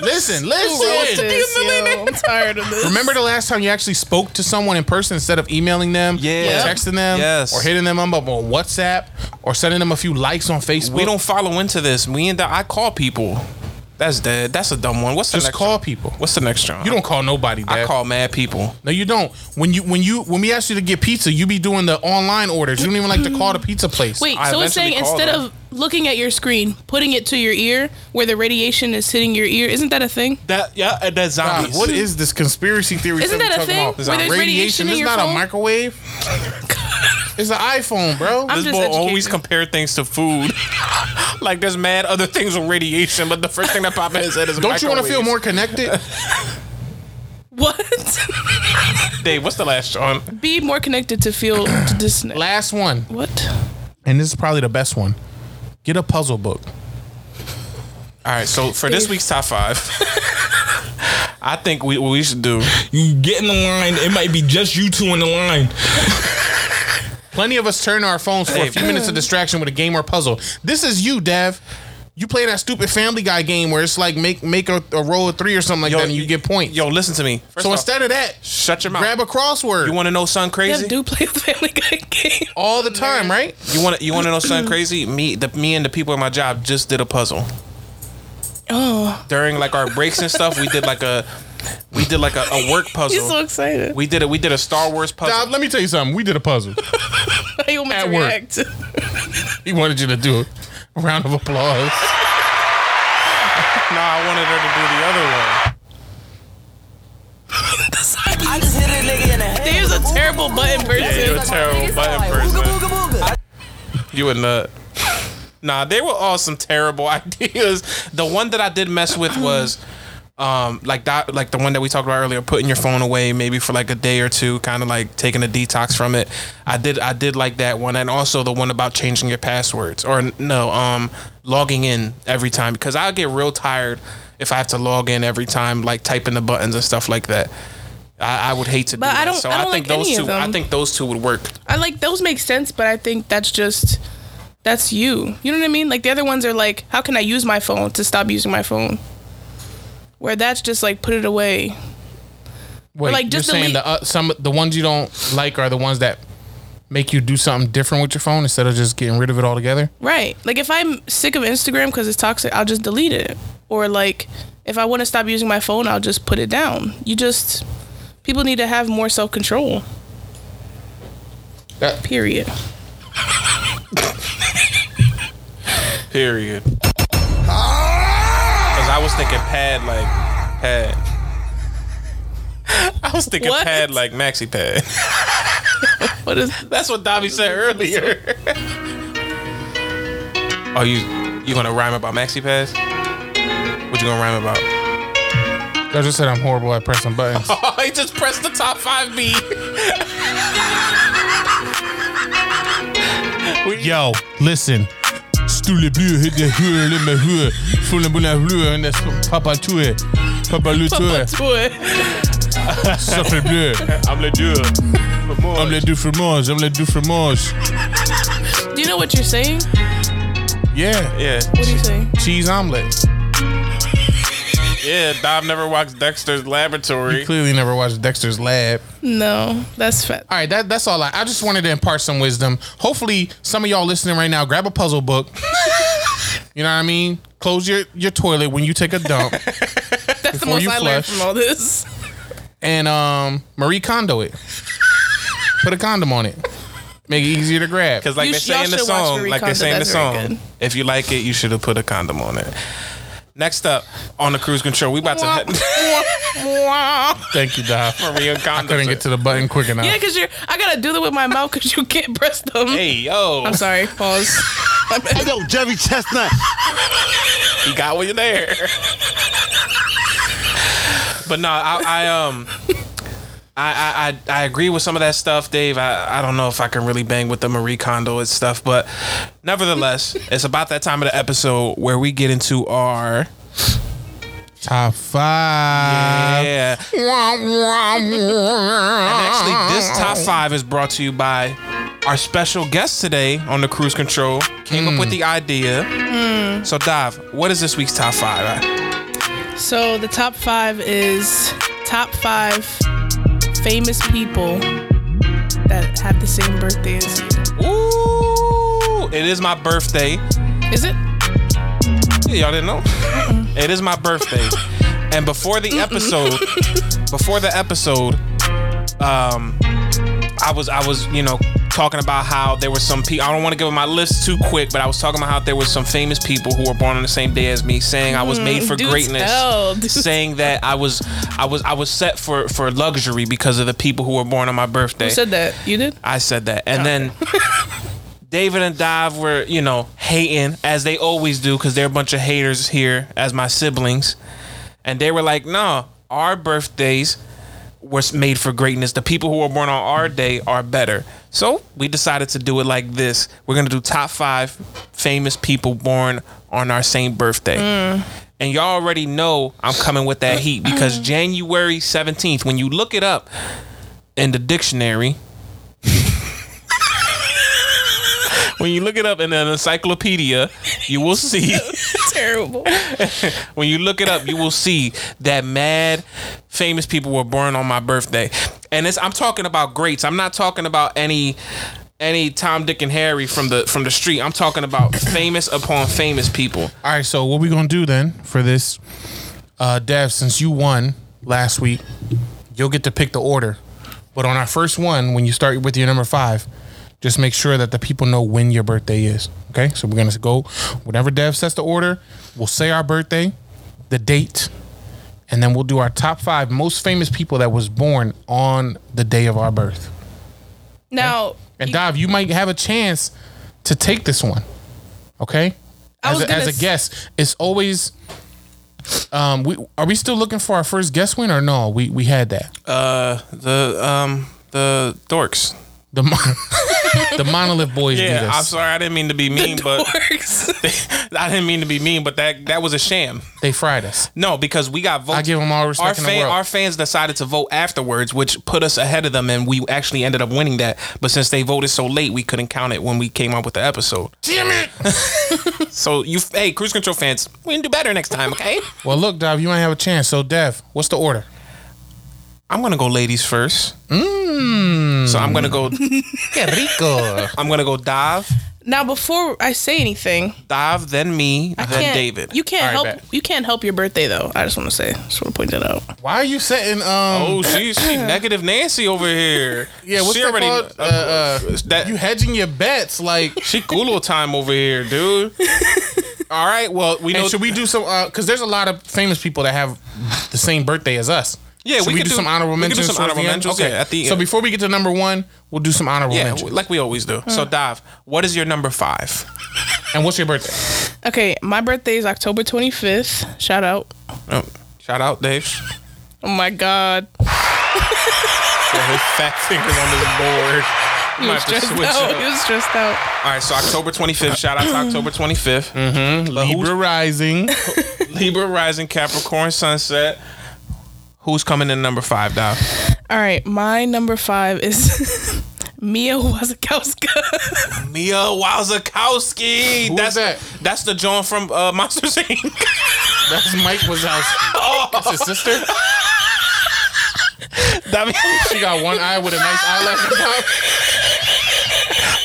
[SPEAKER 7] Wrote
[SPEAKER 2] listen.
[SPEAKER 7] this, yo. I'm tired of this.
[SPEAKER 2] Remember the last time you actually spoke to someone in person instead of emailing them,
[SPEAKER 9] Yeah.
[SPEAKER 2] or texting them,
[SPEAKER 9] Yes.
[SPEAKER 2] or hitting them up on WhatsApp, or sending them a few likes on Facebook.
[SPEAKER 9] We don't follow into this. We and I call people. That's dead. That's a dumb one. What's the
[SPEAKER 2] just
[SPEAKER 9] next
[SPEAKER 2] call
[SPEAKER 9] one?
[SPEAKER 2] people.
[SPEAKER 9] What's the next one?
[SPEAKER 2] You don't call nobody.
[SPEAKER 9] I
[SPEAKER 2] Dad.
[SPEAKER 9] call mad people.
[SPEAKER 2] No, you don't. When you when you when we ask you to get pizza, you be doing the online orders. You don't even like to call the pizza place.
[SPEAKER 7] Wait,
[SPEAKER 9] I
[SPEAKER 7] so it's
[SPEAKER 9] eventually
[SPEAKER 7] saying
[SPEAKER 9] called
[SPEAKER 7] instead
[SPEAKER 9] them.
[SPEAKER 7] of looking at your screen, putting it to your ear where the radiation is hitting your ear, isn't that a thing?
[SPEAKER 9] That yeah, and that
[SPEAKER 2] God,
[SPEAKER 9] zombies.
[SPEAKER 2] *laughs* what is this conspiracy theory?
[SPEAKER 7] Isn't
[SPEAKER 2] we
[SPEAKER 7] that a
[SPEAKER 2] talking
[SPEAKER 7] thing?
[SPEAKER 2] about?
[SPEAKER 7] Where there's radiation in
[SPEAKER 2] It's
[SPEAKER 7] your
[SPEAKER 2] not a
[SPEAKER 7] phone? *laughs*
[SPEAKER 2] microwave. it's an iPhone, bro.
[SPEAKER 7] I'm
[SPEAKER 9] This
[SPEAKER 7] just
[SPEAKER 9] boy always
[SPEAKER 7] educated.
[SPEAKER 9] compare things to food. *laughs* like there's mad other things with radiation, but the first thing that popped in his head is
[SPEAKER 2] Don't you want to feel
[SPEAKER 9] microwaves.
[SPEAKER 2] more connected?
[SPEAKER 7] What? *laughs*
[SPEAKER 9] Dave, what's the last one?
[SPEAKER 7] Be more connected to feel
[SPEAKER 2] *clears throat*
[SPEAKER 7] to disconnect.
[SPEAKER 2] Last one,
[SPEAKER 7] what?
[SPEAKER 2] and this is probably the best one. Get a puzzle book.
[SPEAKER 9] All right, so for this week's top five, *laughs* I think we what we should do.
[SPEAKER 14] You get in the line. It might be just you two in the line.
[SPEAKER 2] Plenty of us turn to our phones for
[SPEAKER 9] Hey,
[SPEAKER 2] a few minutes of distraction with a game or puzzle. This is you, Dev. You play that stupid Family Guy game where it's like make make a, a roll of three or something like
[SPEAKER 9] Yo,
[SPEAKER 2] that, and you,
[SPEAKER 9] you-
[SPEAKER 2] get points.
[SPEAKER 9] Yo, listen to me. First
[SPEAKER 2] so
[SPEAKER 9] off,
[SPEAKER 2] instead of that,
[SPEAKER 9] shut your mouth.
[SPEAKER 2] grab a crossword
[SPEAKER 9] you want to know something
[SPEAKER 7] Yeah,
[SPEAKER 9] crazy?
[SPEAKER 7] do play the Family Guy *laughs* game.
[SPEAKER 2] all the time, right?
[SPEAKER 9] You want to you want to know something crazy? Me the me and the people at my job just did a puzzle
[SPEAKER 7] Oh,
[SPEAKER 9] during like our breaks and stuff. We did like a we did like a, a work puzzle.
[SPEAKER 7] *laughs* he's so excited.
[SPEAKER 9] we did a we did a Star Wars
[SPEAKER 2] Dob,
[SPEAKER 9] puzzle.
[SPEAKER 2] let me tell you something. We did a puzzle.
[SPEAKER 7] He want me
[SPEAKER 2] At
[SPEAKER 7] to
[SPEAKER 2] work.
[SPEAKER 7] react.
[SPEAKER 2] *laughs* he wanted you to do it. A round of applause. *laughs*
[SPEAKER 9] No, I wanted her to do the other one.
[SPEAKER 15] I just hit a nigga in the head.
[SPEAKER 7] There's a terrible button person.
[SPEAKER 9] You're a terrible button person.
[SPEAKER 15] Booga booga.
[SPEAKER 9] You a nut. Nah, they were all some terrible *laughs* ideas. The one that I did mess
[SPEAKER 7] *clears throat*
[SPEAKER 9] with was um like that like the one that we talked about earlier, putting your phone away maybe for like a day or two, kinda like taking a detox from it. I did I did like that one and also the one about changing your passwords. Or n- no, um logging in every time because I'll get real tired if I have to log in every time, like typing the buttons and stuff like that. I, I would hate to
[SPEAKER 7] But
[SPEAKER 9] do
[SPEAKER 7] I
[SPEAKER 9] that.
[SPEAKER 7] don't-
[SPEAKER 9] So
[SPEAKER 7] I
[SPEAKER 9] I,
[SPEAKER 7] don't
[SPEAKER 9] think
[SPEAKER 7] like
[SPEAKER 9] those
[SPEAKER 7] any
[SPEAKER 9] two
[SPEAKER 7] of them.
[SPEAKER 9] I think those two would work.
[SPEAKER 7] I like those make sense, but I think that's just that's you. You know what I mean? Like the other ones are like, how can I use my phone to stop using my phone? Where that's just like put it away.
[SPEAKER 2] Wait,
[SPEAKER 7] like, just
[SPEAKER 2] you're saying
[SPEAKER 7] delete-
[SPEAKER 2] the uh, some the ones you don't like are the ones that make you do something different with your phone instead of just getting rid of it altogether.
[SPEAKER 7] Right. Like if I'm sick of Instagram because it's toxic, I'll just delete it. Or like if I want to stop using my phone, I'll just put it down. You just people need to have more self control.
[SPEAKER 2] That-
[SPEAKER 7] Period.
[SPEAKER 9] Period. Because I was thinking pad like pad. *laughs* I was thinking
[SPEAKER 7] What?
[SPEAKER 9] pad like maxi *laughs* pad.
[SPEAKER 7] What is *laughs*
[SPEAKER 9] That's what Dobby said earlier. *laughs* oh, you you gonna rhyme about maxi pads? What you gonna rhyme about?
[SPEAKER 2] I just said I'm horrible at pressing buttons.
[SPEAKER 9] *laughs* Oh, he just pressed the top five beat.
[SPEAKER 2] Yo, listen. Stoule bleu, hit the hood, let me hood. Full of buna bleu, and that's Papa Tour. Papa Le Tour,
[SPEAKER 7] to it?
[SPEAKER 2] Suffer bleu.
[SPEAKER 9] I'm the dude.
[SPEAKER 2] I'm le du fromage, I'm le du fromage.
[SPEAKER 7] Do you know what you're saying?
[SPEAKER 2] Yeah,
[SPEAKER 9] Yeah,
[SPEAKER 7] What are you saying?
[SPEAKER 2] cheese omelet.
[SPEAKER 9] yeah. Dom never watched Dexter's Laboratory.
[SPEAKER 2] Clearly never watched Dexter's Lab.
[SPEAKER 7] No, that's fat.
[SPEAKER 2] All right, that, that's all. I, I just wanted to impart some wisdom. Hopefully, some of y'all listening right now, grab a puzzle book. *laughs* you know what I mean? Close your, your toilet when you take a dump
[SPEAKER 7] That's the
[SPEAKER 2] Before
[SPEAKER 7] most
[SPEAKER 2] you
[SPEAKER 7] I learned
[SPEAKER 2] flush.
[SPEAKER 7] from all this. *laughs*
[SPEAKER 2] and um, Marie Kondo it. Put a condom on it. Make it easier to grab.
[SPEAKER 9] Because like
[SPEAKER 7] You
[SPEAKER 9] they
[SPEAKER 7] sh-
[SPEAKER 9] say
[SPEAKER 7] y'all
[SPEAKER 9] in the
[SPEAKER 7] should watch
[SPEAKER 9] song,
[SPEAKER 7] Marie
[SPEAKER 9] like they
[SPEAKER 7] Kondo,
[SPEAKER 9] say in the
[SPEAKER 7] that's very
[SPEAKER 9] song,
[SPEAKER 7] good.
[SPEAKER 9] if you like it, you should have put a condom on it. Next up on the cruise control, we about to head *laughs*
[SPEAKER 2] Thank you, Doc.
[SPEAKER 9] Maria
[SPEAKER 2] I
[SPEAKER 9] condom.
[SPEAKER 2] couldn't get to the button quick enough.
[SPEAKER 7] Yeah, because you're. I gotta do that with my mouth because you can't press them.
[SPEAKER 9] Hey yo,
[SPEAKER 7] I'm sorry. Pause.
[SPEAKER 16] Hey, yo, Jerry Chestnut.
[SPEAKER 9] you got what you there. *laughs* but no, I, I um. I, I, I I agree with some of that stuff, Dave. I, I don't know if I can really bang with the Marie Kondo and stuff, but nevertheless, it's about that time of the episode where we get into our
[SPEAKER 2] Top five.
[SPEAKER 9] yeah. And actually, this top five is brought to you by our special guest today on the cruise control. Came up with the idea. So, Dive, what is this week's top five?
[SPEAKER 7] So the top five is top five famous people that have the same birthday as you.
[SPEAKER 9] Ooh, it is my birthday.
[SPEAKER 7] Is it?
[SPEAKER 9] Yeah, y'all didn't know. it is my birthday. And before the episode, before the episode, um, I was I was you know talking about how there were some people. I don't want to give my list too quick, but I was talking about how there were some famous people who were born on the same day as me, saying I was made for
[SPEAKER 7] do
[SPEAKER 9] greatness,
[SPEAKER 7] tell, do
[SPEAKER 9] saying that I was I was I was set for for luxury because of the people who were born on my birthday.
[SPEAKER 7] Who said that? You did?
[SPEAKER 9] I said that. And then David and Dive were, you know, hating as they always do because they're a bunch of haters here as my siblings. And they were like, no, our birthdays were made for greatness. The people who were born on our day are better. So we decided to do it like this. We're going to do top five famous people born on our same birthday. And y'all already know I'm coming with that heat because January 17th, when you look it up in the dictionary, *laughs* when you look it up in an encyclopedia, you will see
[SPEAKER 7] terrible.
[SPEAKER 9] *laughs* when you look it up, you will see that mad famous people were born on my birthday. And it's I'm talking about greats. I'm not talking about any any Tom Dick and Harry from the from the street. I'm talking *coughs* about famous upon famous people.
[SPEAKER 2] All right, so what we gonna do then for this, uh, Dev? Since you won last week, you'll get to pick the order. But on our first one, when you start with your number five, just make sure that the people know when your birthday is. Okay, so we're gonna go whenever Dev sets the order. We'll say our birthday, the date, and then we'll do our top five most famous people that was born on the day of our birth.
[SPEAKER 7] Now,
[SPEAKER 2] And Dav, you might have a chance to take this one. Okay?
[SPEAKER 7] I
[SPEAKER 2] As
[SPEAKER 7] was
[SPEAKER 2] a, as
[SPEAKER 7] gonna
[SPEAKER 2] a
[SPEAKER 7] s-
[SPEAKER 2] guest, it's always um we are we still looking for our first guest win or no? We we had that.
[SPEAKER 9] Uh the um the dorks.
[SPEAKER 2] The mon- *laughs* the monolith boys
[SPEAKER 9] Yeah,
[SPEAKER 2] beat
[SPEAKER 9] I'm
[SPEAKER 2] us.
[SPEAKER 9] sorry I didn't mean to be mean,
[SPEAKER 7] *laughs*
[SPEAKER 9] but
[SPEAKER 7] dorks.
[SPEAKER 9] *laughs* I didn't mean to be mean, but that that was a sham.
[SPEAKER 2] They fried us.
[SPEAKER 9] No, because we got votes.
[SPEAKER 2] I give 'em all respect
[SPEAKER 9] our
[SPEAKER 2] in the world.
[SPEAKER 9] Our fans decided to vote afterwards, which put us ahead of them, and we actually ended up winning that. But since they voted so late, we couldn't count it when we came up with the episode.
[SPEAKER 2] Damn it!
[SPEAKER 9] *laughs*
[SPEAKER 2] *laughs*
[SPEAKER 9] So you, hey, cruise control fans, we can do better next time, okay?
[SPEAKER 2] Well, look, Dav, you might have a chance. So, Dev, what's the order?
[SPEAKER 9] I'm gonna go ladies first.
[SPEAKER 2] Mm.
[SPEAKER 9] So I'm gonna go.
[SPEAKER 2] Que rico.
[SPEAKER 9] I'm gonna go dive,
[SPEAKER 7] Now, before I say anything,
[SPEAKER 9] dive, then me,
[SPEAKER 7] I
[SPEAKER 9] then
[SPEAKER 7] can't.
[SPEAKER 9] David.
[SPEAKER 7] You can't
[SPEAKER 2] All right,
[SPEAKER 7] help.
[SPEAKER 2] bet.
[SPEAKER 7] You can't help your birthday though. I just want to say. Just want to point that out.
[SPEAKER 2] Why are you setting um
[SPEAKER 9] Oh, she,
[SPEAKER 7] *laughs*
[SPEAKER 9] she negative Nancy over here.
[SPEAKER 2] yeah, what's
[SPEAKER 9] she
[SPEAKER 2] that
[SPEAKER 9] already?
[SPEAKER 2] called? Uh, uh,
[SPEAKER 9] that
[SPEAKER 2] you hedging your bets like
[SPEAKER 9] she culo time over here, *laughs* dude. All right, well we
[SPEAKER 2] And
[SPEAKER 9] know
[SPEAKER 2] should we do some? Because there's a lot of famous people that have the same birthday as us.
[SPEAKER 9] Yeah,
[SPEAKER 2] should
[SPEAKER 9] we
[SPEAKER 2] we,
[SPEAKER 9] could
[SPEAKER 2] do,
[SPEAKER 9] do-
[SPEAKER 2] some honorable
[SPEAKER 9] we could do
[SPEAKER 2] mentions.
[SPEAKER 9] some
[SPEAKER 2] towards the
[SPEAKER 9] honorable
[SPEAKER 2] end?
[SPEAKER 9] mentions, yeah, at the
[SPEAKER 2] so
[SPEAKER 9] end.
[SPEAKER 2] before we get to number one, we'll do some honorable
[SPEAKER 9] Yeah,
[SPEAKER 2] mentions.
[SPEAKER 9] like we Hmm. always do. So, Dive, what is your number five?
[SPEAKER 2] and what's your birthday?
[SPEAKER 7] Okay, my birthday is October 25th. Shout out.
[SPEAKER 9] Oh, shout out, Dave.
[SPEAKER 7] Oh my God.
[SPEAKER 9] Got his fat fingers on this board.
[SPEAKER 7] He
[SPEAKER 9] Might have to
[SPEAKER 7] was stressed
[SPEAKER 9] switch
[SPEAKER 7] out.
[SPEAKER 9] up.
[SPEAKER 7] He was stressed out.
[SPEAKER 9] All right, so October 25th. Shout out to October 25th.
[SPEAKER 2] Libra rising.
[SPEAKER 9] Libra rising, Capricorn sunset. Who's coming in number five, Dive?
[SPEAKER 7] All right, my number five is *laughs* Mia Wasikowska.
[SPEAKER 9] Mia Wazakowski.
[SPEAKER 2] Who
[SPEAKER 9] that's
[SPEAKER 2] is that?
[SPEAKER 9] That's the John from uh, Monsters *laughs* Inc.
[SPEAKER 2] *laughs* That's Mike Wazowski.
[SPEAKER 7] Oh.
[SPEAKER 2] That's his
[SPEAKER 7] *laughs*
[SPEAKER 2] sister.
[SPEAKER 9] That means-
[SPEAKER 2] She got one eye with a nice eyelash.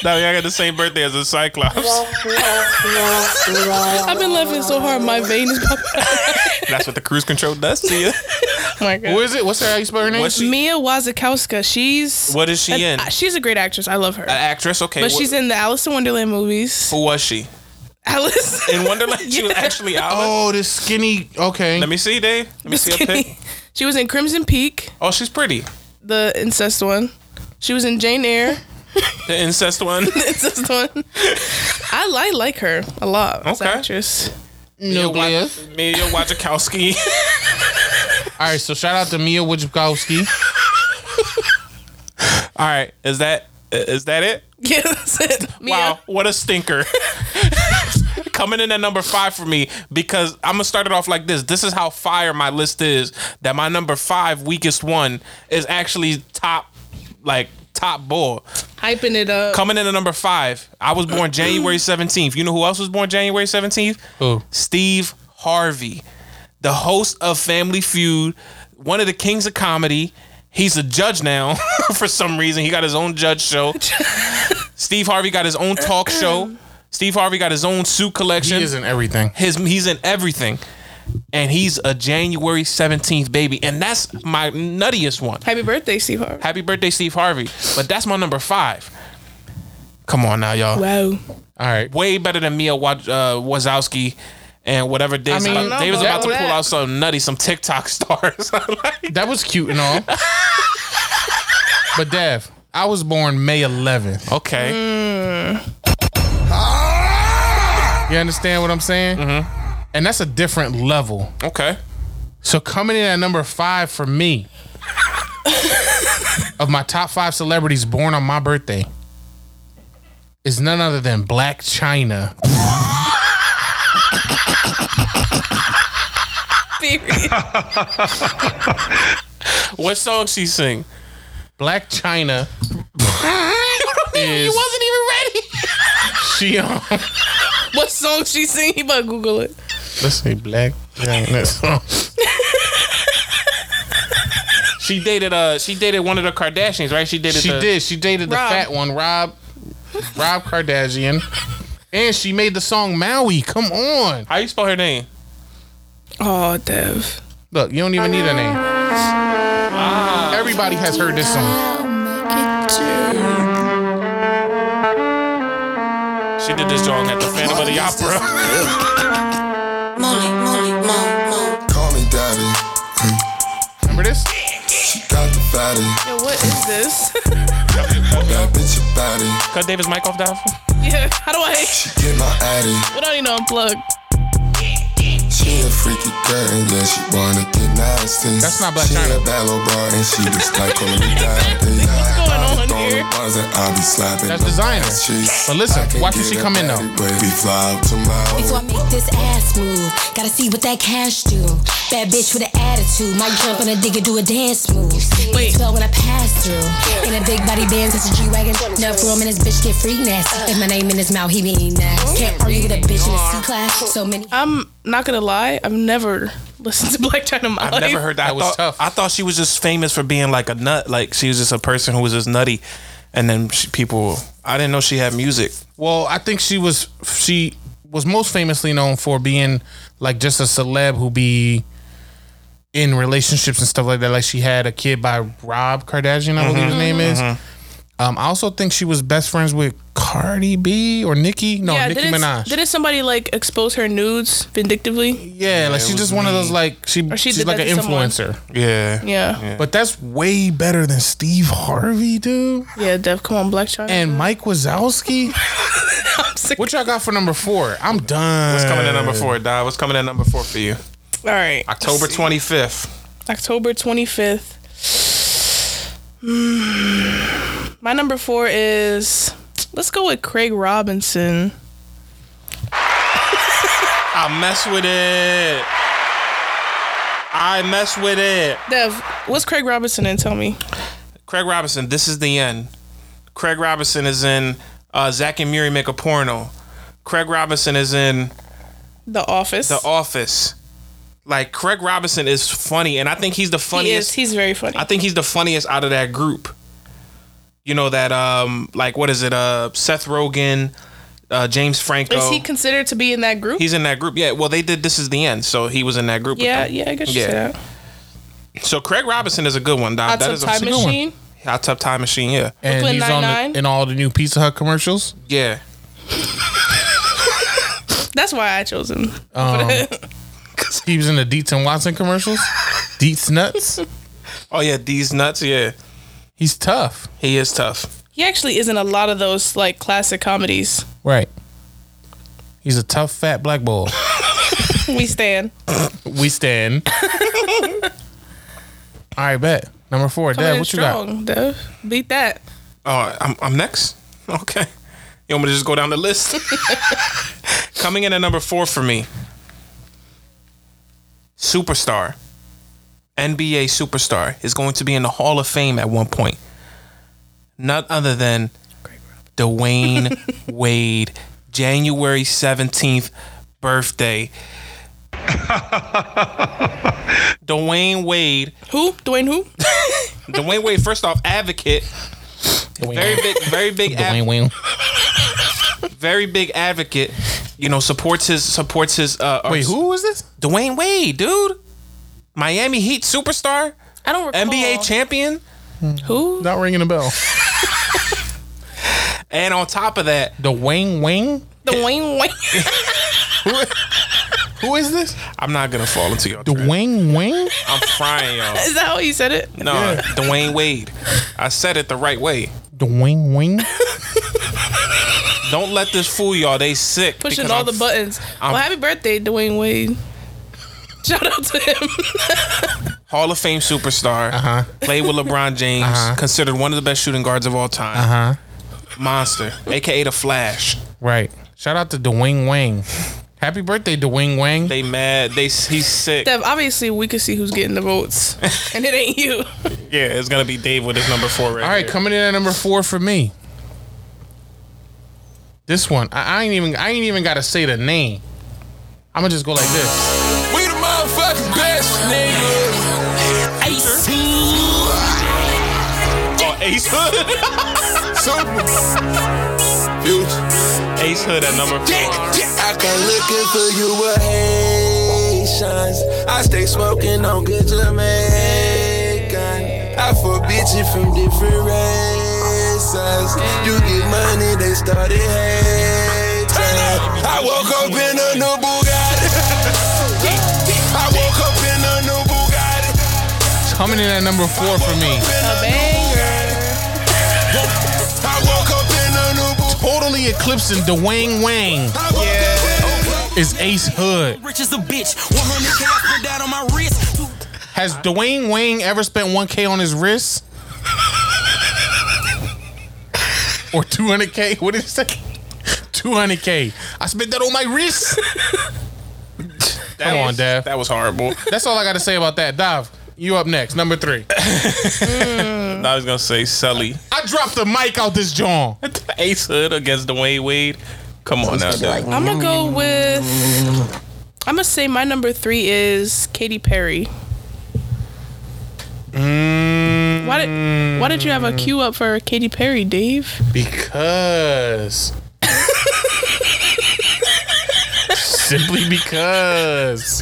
[SPEAKER 9] that means I got the same birthday as the Cyclops.
[SPEAKER 7] *laughs* I've been laughing so hard, my vein is popping. *laughs* out.
[SPEAKER 9] That's what the cruise control does to you.
[SPEAKER 7] Oh my
[SPEAKER 2] Who
[SPEAKER 7] God.
[SPEAKER 2] is it? What's her? How you spell her name?
[SPEAKER 9] What's she?
[SPEAKER 7] Mia Wasikowska. She's
[SPEAKER 9] What is she
[SPEAKER 7] an-
[SPEAKER 9] in? Uh,
[SPEAKER 7] uh, she's a great actress. I love her.
[SPEAKER 9] An actress, okay.
[SPEAKER 7] but
[SPEAKER 9] wh-
[SPEAKER 7] she's in the Alice in Wonderland movies. *laughs*
[SPEAKER 9] Who was she?
[SPEAKER 7] Alice *laughs*
[SPEAKER 9] In Wonderland, she was actually out.
[SPEAKER 2] Oh, this skinny. Okay.
[SPEAKER 9] Let me see, Dave. Let me
[SPEAKER 7] Just
[SPEAKER 9] see a pic.
[SPEAKER 7] kidding. She was in Crimson Peak,
[SPEAKER 9] Oh, she's pretty.
[SPEAKER 7] the incest one. She was in Jane Eyre, *laughs*
[SPEAKER 9] The incest one.
[SPEAKER 7] the incest
[SPEAKER 9] *laughs*
[SPEAKER 7] one. I, I like her a lot as an
[SPEAKER 9] Okay.
[SPEAKER 7] actress. *laughs*
[SPEAKER 2] Nucleus.
[SPEAKER 9] Mia Wajakowski.
[SPEAKER 2] All right. So shout out to Mia Wazowski.
[SPEAKER 9] All right, is that is that it?
[SPEAKER 7] Yeah, that's it. Mia.
[SPEAKER 9] Wow, what a stinker. *laughs* Coming in at number five for me because I'm gonna start it off like this. This is how fire my list is. That my number five weakest one is actually top, like top ball.
[SPEAKER 7] Hyping it up.
[SPEAKER 9] Coming in at number five, I was
[SPEAKER 2] *clears throat*
[SPEAKER 9] born January 17th. You know who else was born January 17th?
[SPEAKER 2] Who?
[SPEAKER 9] Steve Harvey, the host of Family Feud, one of the kings of comedy. He's a judge now *laughs* for some reason. He got his own judge
[SPEAKER 2] *laughs*
[SPEAKER 9] show. Steve Harvey got his own talk show. Steve Harvey got his own suit collection.
[SPEAKER 2] She is in everything.
[SPEAKER 9] his he's in everything. And he's a January 17th baby. And that's my nuttiest one.
[SPEAKER 7] Happy birthday, Steve Harvey.
[SPEAKER 9] Happy birthday, Steve Harvey. But that's my number five. Come on now, y'all.
[SPEAKER 7] Wow.
[SPEAKER 2] All right.
[SPEAKER 9] Way better than Mia Wa- uh, Wazowski and whatever Dave's
[SPEAKER 2] mean,
[SPEAKER 9] about.
[SPEAKER 2] I
[SPEAKER 9] Dave's
[SPEAKER 7] don't know
[SPEAKER 9] about to
[SPEAKER 7] about
[SPEAKER 9] pull
[SPEAKER 7] that.
[SPEAKER 9] out some nutty, some TikTok *laughs* stars. Like,
[SPEAKER 2] That was cute and all. but Dev, I was born May 11th.
[SPEAKER 9] okay.
[SPEAKER 2] You understand what I'm saying? Mm-hmm. And that's a different level.
[SPEAKER 9] Mm. Okay.
[SPEAKER 2] So coming in at number five for me *laughs* of my top five celebrities born on my birthday is none other than Black China.
[SPEAKER 7] Period. *laughs*
[SPEAKER 9] What song she sing?
[SPEAKER 2] Black China.
[SPEAKER 9] He
[SPEAKER 2] is-
[SPEAKER 9] wasn't
[SPEAKER 7] *laughs*
[SPEAKER 9] even ready.
[SPEAKER 2] She um, *laughs*
[SPEAKER 7] what song she sing? You better Google it.
[SPEAKER 2] Let's say black. Yeah, that's-
[SPEAKER 9] She dated uh she dated one of the Kardashians, right? She dated
[SPEAKER 2] *laughs* she
[SPEAKER 9] the,
[SPEAKER 2] did. She dated the
[SPEAKER 7] Rob.
[SPEAKER 2] fat one, Rob. Rob Kardashian. And she made the song Maui. Come on.
[SPEAKER 9] How you spell her name?
[SPEAKER 7] Oh, Dev.
[SPEAKER 2] Look, you don't even need a name. Everybody has heard this song.
[SPEAKER 9] She did this song at the Phantom of the Opera.
[SPEAKER 5] Molly, Molly, Molly,
[SPEAKER 6] Call me daddy. Hmm.
[SPEAKER 2] Remember this?
[SPEAKER 6] Got the fatty.
[SPEAKER 7] Yo, what is this? *laughs*
[SPEAKER 6] That bitch a baddie.
[SPEAKER 9] Cut Davis mic off that.
[SPEAKER 7] yeah. How do I?
[SPEAKER 6] Get my addy.
[SPEAKER 7] We don't need to unplug.
[SPEAKER 6] She a freaky girl, yeah, she wanna get nasty.
[SPEAKER 2] That's not Blac
[SPEAKER 6] She
[SPEAKER 2] Chyna.
[SPEAKER 6] a bad little bra, and she
[SPEAKER 2] *laughs*
[SPEAKER 6] just like calling me daddy.
[SPEAKER 7] going
[SPEAKER 6] I be
[SPEAKER 7] on
[SPEAKER 6] throwing
[SPEAKER 7] here?
[SPEAKER 6] the bars and I be slapping.
[SPEAKER 2] That's
[SPEAKER 6] them
[SPEAKER 2] designer.
[SPEAKER 6] ass cheeks.
[SPEAKER 2] But listen,
[SPEAKER 6] I can
[SPEAKER 2] watch when
[SPEAKER 6] get
[SPEAKER 2] she
[SPEAKER 6] it
[SPEAKER 2] come in, though.
[SPEAKER 6] everywhere. We fly up to Maui.
[SPEAKER 5] So I make this ass move. Gotta see what that cash do. Bad bitch with an attitude. Might jump on a digger, do a dance move. Wait. Swell when I pass through. In a big body band, such a G wagon. Enough room and this bitch get free nasty. If my name in his mouth, he be eating that. Can't argue with a bitch in a C class. So many.
[SPEAKER 7] I'm not gonna lie. I've never listened to *laughs* Black China. in My
[SPEAKER 9] I've never
[SPEAKER 7] life.
[SPEAKER 9] heard that.
[SPEAKER 2] That
[SPEAKER 9] I
[SPEAKER 2] was
[SPEAKER 9] thought,
[SPEAKER 2] tough.
[SPEAKER 9] I thought she was just famous for being like a nut. Like she was just a person who was just nutty. And then she, people, I didn't know she had music.
[SPEAKER 2] Well, I think she was she was most famously known for being like just a celeb who be in relationships and stuff like that. Like she had a kid by Rob Kardashian, I believe
[SPEAKER 9] Mm-hmm.
[SPEAKER 2] his name is. Um, I also think she was best friends with Cardi B or Nicki. No,
[SPEAKER 7] yeah,
[SPEAKER 2] Nicki
[SPEAKER 7] didn't,
[SPEAKER 2] Minaj.
[SPEAKER 7] didn't somebody like expose her nudes vindictively?
[SPEAKER 2] yeah, like she's just one of those like she,
[SPEAKER 7] she
[SPEAKER 2] she's
[SPEAKER 7] did
[SPEAKER 2] like
[SPEAKER 7] that
[SPEAKER 2] an
[SPEAKER 7] to someone.
[SPEAKER 2] influencer.
[SPEAKER 9] Yeah.
[SPEAKER 7] Yeah.
[SPEAKER 2] But that's way better than Steve Harvey, dude.
[SPEAKER 7] Yeah, Dev, come on, Black China. *laughs*
[SPEAKER 2] And Mike Wazowski.
[SPEAKER 7] sick.
[SPEAKER 2] what y'all got for number four? I'm done.
[SPEAKER 9] What's coming at number four, Di? What's coming at number four for you?
[SPEAKER 7] All right,
[SPEAKER 9] October 25th.
[SPEAKER 7] October 25th. Hmm. My number four is let's go with Craig Robinson.
[SPEAKER 9] I mess with it. I mess with it.
[SPEAKER 7] Dev, what's Craig Robinson in? Tell me.
[SPEAKER 9] Craig Robinson, this is the end. Craig Robinson is in uh, Zach and Miri make a porno. Craig Robinson is in
[SPEAKER 7] The Office.
[SPEAKER 9] The Office. Like Craig Robinson is funny, and I think he's the
[SPEAKER 7] he is.
[SPEAKER 9] funniest.
[SPEAKER 7] He's very funny.
[SPEAKER 9] I think he's the funniest out of that group. You know that um like what is it uh Seth Rogen, uh James Franco.
[SPEAKER 7] is he considered to be in that
[SPEAKER 9] *laughs*
[SPEAKER 7] group?
[SPEAKER 9] he's in that group. Yeah, well they did This Is the End, so he was in that group. with
[SPEAKER 7] yeah,
[SPEAKER 9] them.
[SPEAKER 7] yeah, I guess you
[SPEAKER 9] Yeah.
[SPEAKER 7] said that.
[SPEAKER 9] So Craig Robinson is a good one. Doc.
[SPEAKER 7] Hot
[SPEAKER 9] That
[SPEAKER 7] Tub
[SPEAKER 9] is
[SPEAKER 7] Time
[SPEAKER 9] a good one.
[SPEAKER 7] Machine.
[SPEAKER 9] Hot Tub Time Machine. Yeah,
[SPEAKER 2] and
[SPEAKER 7] Brooklyn
[SPEAKER 2] he's on
[SPEAKER 7] Nine-Nine.
[SPEAKER 2] the, in all the new Pizza Hut commercials.
[SPEAKER 9] yeah.
[SPEAKER 7] That's why I chose him. *laughs*
[SPEAKER 2] Um, He was in the Deets and Watson
[SPEAKER 7] *laughs*
[SPEAKER 2] commercials. Deets nuts.
[SPEAKER 9] Oh yeah, these nuts. Yeah,
[SPEAKER 2] He's tough.
[SPEAKER 9] he is tough.
[SPEAKER 7] He actually is in a lot of those like classic comedies.
[SPEAKER 2] Right. He's a tough fat black boy.
[SPEAKER 7] We stand.
[SPEAKER 2] we stand. all right, bet number four.
[SPEAKER 7] Coming
[SPEAKER 2] Dad,
[SPEAKER 7] in
[SPEAKER 2] what you got?
[SPEAKER 7] strong, Dev. Beat that.
[SPEAKER 9] Oh, I'm I'm next. *laughs* Okay, you want me to just go down the list? *laughs* Coming in at number four for me, superstar, NBA superstar is going to be in the Hall of Fame at one point. Not other than Dwayne Wade, January seventeenth birthday. Dwayne Wade
[SPEAKER 7] Who? Dwayne who?
[SPEAKER 2] *laughs*
[SPEAKER 9] Dwayne Wade, first off, advocate. Very big, very big,
[SPEAKER 2] Wayne,
[SPEAKER 9] ad-
[SPEAKER 2] Wayne.
[SPEAKER 9] very big advocate. You know, supports his supports his. Uh,
[SPEAKER 2] Wait,
[SPEAKER 9] arts-
[SPEAKER 2] who was this?
[SPEAKER 9] Dwayne Wade, dude. Miami Heat superstar,
[SPEAKER 7] I don't recall.
[SPEAKER 9] NBA champion,
[SPEAKER 7] Who?
[SPEAKER 2] Not ringing a bell.
[SPEAKER 9] and on top of that,
[SPEAKER 2] The Wayne Wing.
[SPEAKER 7] Dwayne Wayne.
[SPEAKER 2] Who is this?
[SPEAKER 9] I'm not gonna fall into your.
[SPEAKER 2] The
[SPEAKER 9] trap.
[SPEAKER 2] Wayne Wing.
[SPEAKER 9] I'm frying y'all.
[SPEAKER 7] *laughs* *laughs* Is that how you said it?
[SPEAKER 9] No, Dwayne Wade. I said it the right way.
[SPEAKER 2] The Wayne Wing.
[SPEAKER 9] Don't let this fool y'all. They sick.
[SPEAKER 7] Pushing
[SPEAKER 9] because
[SPEAKER 7] all
[SPEAKER 9] I'm-
[SPEAKER 7] the buttons.
[SPEAKER 9] I'm-
[SPEAKER 7] well, happy birthday, Dwayne Wade. Shout out
[SPEAKER 9] *laughs*
[SPEAKER 7] to him.
[SPEAKER 9] Hall of Fame superstar.
[SPEAKER 2] Uh huh.
[SPEAKER 9] Played with LeBron James. Considered one of the best shooting guards of all time.
[SPEAKER 2] Uh huh.
[SPEAKER 9] Monster, aka the Flash.
[SPEAKER 2] Right. Shout out to Dwayne Wang. Happy birthday, Dwayne Wang.
[SPEAKER 9] They mad. They he's sick.
[SPEAKER 7] Dev, obviously we could see who's getting the votes.
[SPEAKER 9] *laughs*
[SPEAKER 7] And it ain't you.
[SPEAKER 9] yeah, it's gonna be Dave with his number four right.
[SPEAKER 2] All right, coming in at number four for me. This one, I, I ain't even, I ain't even got to say the name.
[SPEAKER 6] I'm gonna just go like this.
[SPEAKER 17] We the motherfucking best, nigga. Ace. Oh, Ace Hood. *laughs* Super. Future.
[SPEAKER 9] Ace Hood at number
[SPEAKER 18] I come looking for you with Haitians. I stay smoking on good Jamaican. I for bitches from different races. You get money, they started hating. I woke up in a new Bugatti. *laughs* I woke up in a new Bugatti.
[SPEAKER 6] Coming in at number four for me.
[SPEAKER 18] I woke up in a new Bugatti.
[SPEAKER 6] Totally eclipsing Dwayne Wang is Ace Hood.
[SPEAKER 19] Rich as a bitch. 100k I put that on my wrist.
[SPEAKER 6] Has Dwayne Wang ever spent 1K on his wrist? or 200K? What did he say? 200K. I spent that on my wrist. Come on, Dav.
[SPEAKER 9] That was
[SPEAKER 17] *laughs*
[SPEAKER 9] horrible.
[SPEAKER 6] That's all I got to say about that. Dav, you up next, number three.
[SPEAKER 9] I was gonna say Sully. *laughs*
[SPEAKER 6] I dropped the mic out this John.
[SPEAKER 9] Ace Hood against Dwayne Wade. Come on now, dude.
[SPEAKER 7] I'm gonna go with. I'm gonna say my number three is Katy Perry.
[SPEAKER 9] Mm.
[SPEAKER 7] Why did Why did you have a queue up for Katy Perry, Dave?
[SPEAKER 6] Because. *laughs* Simply because.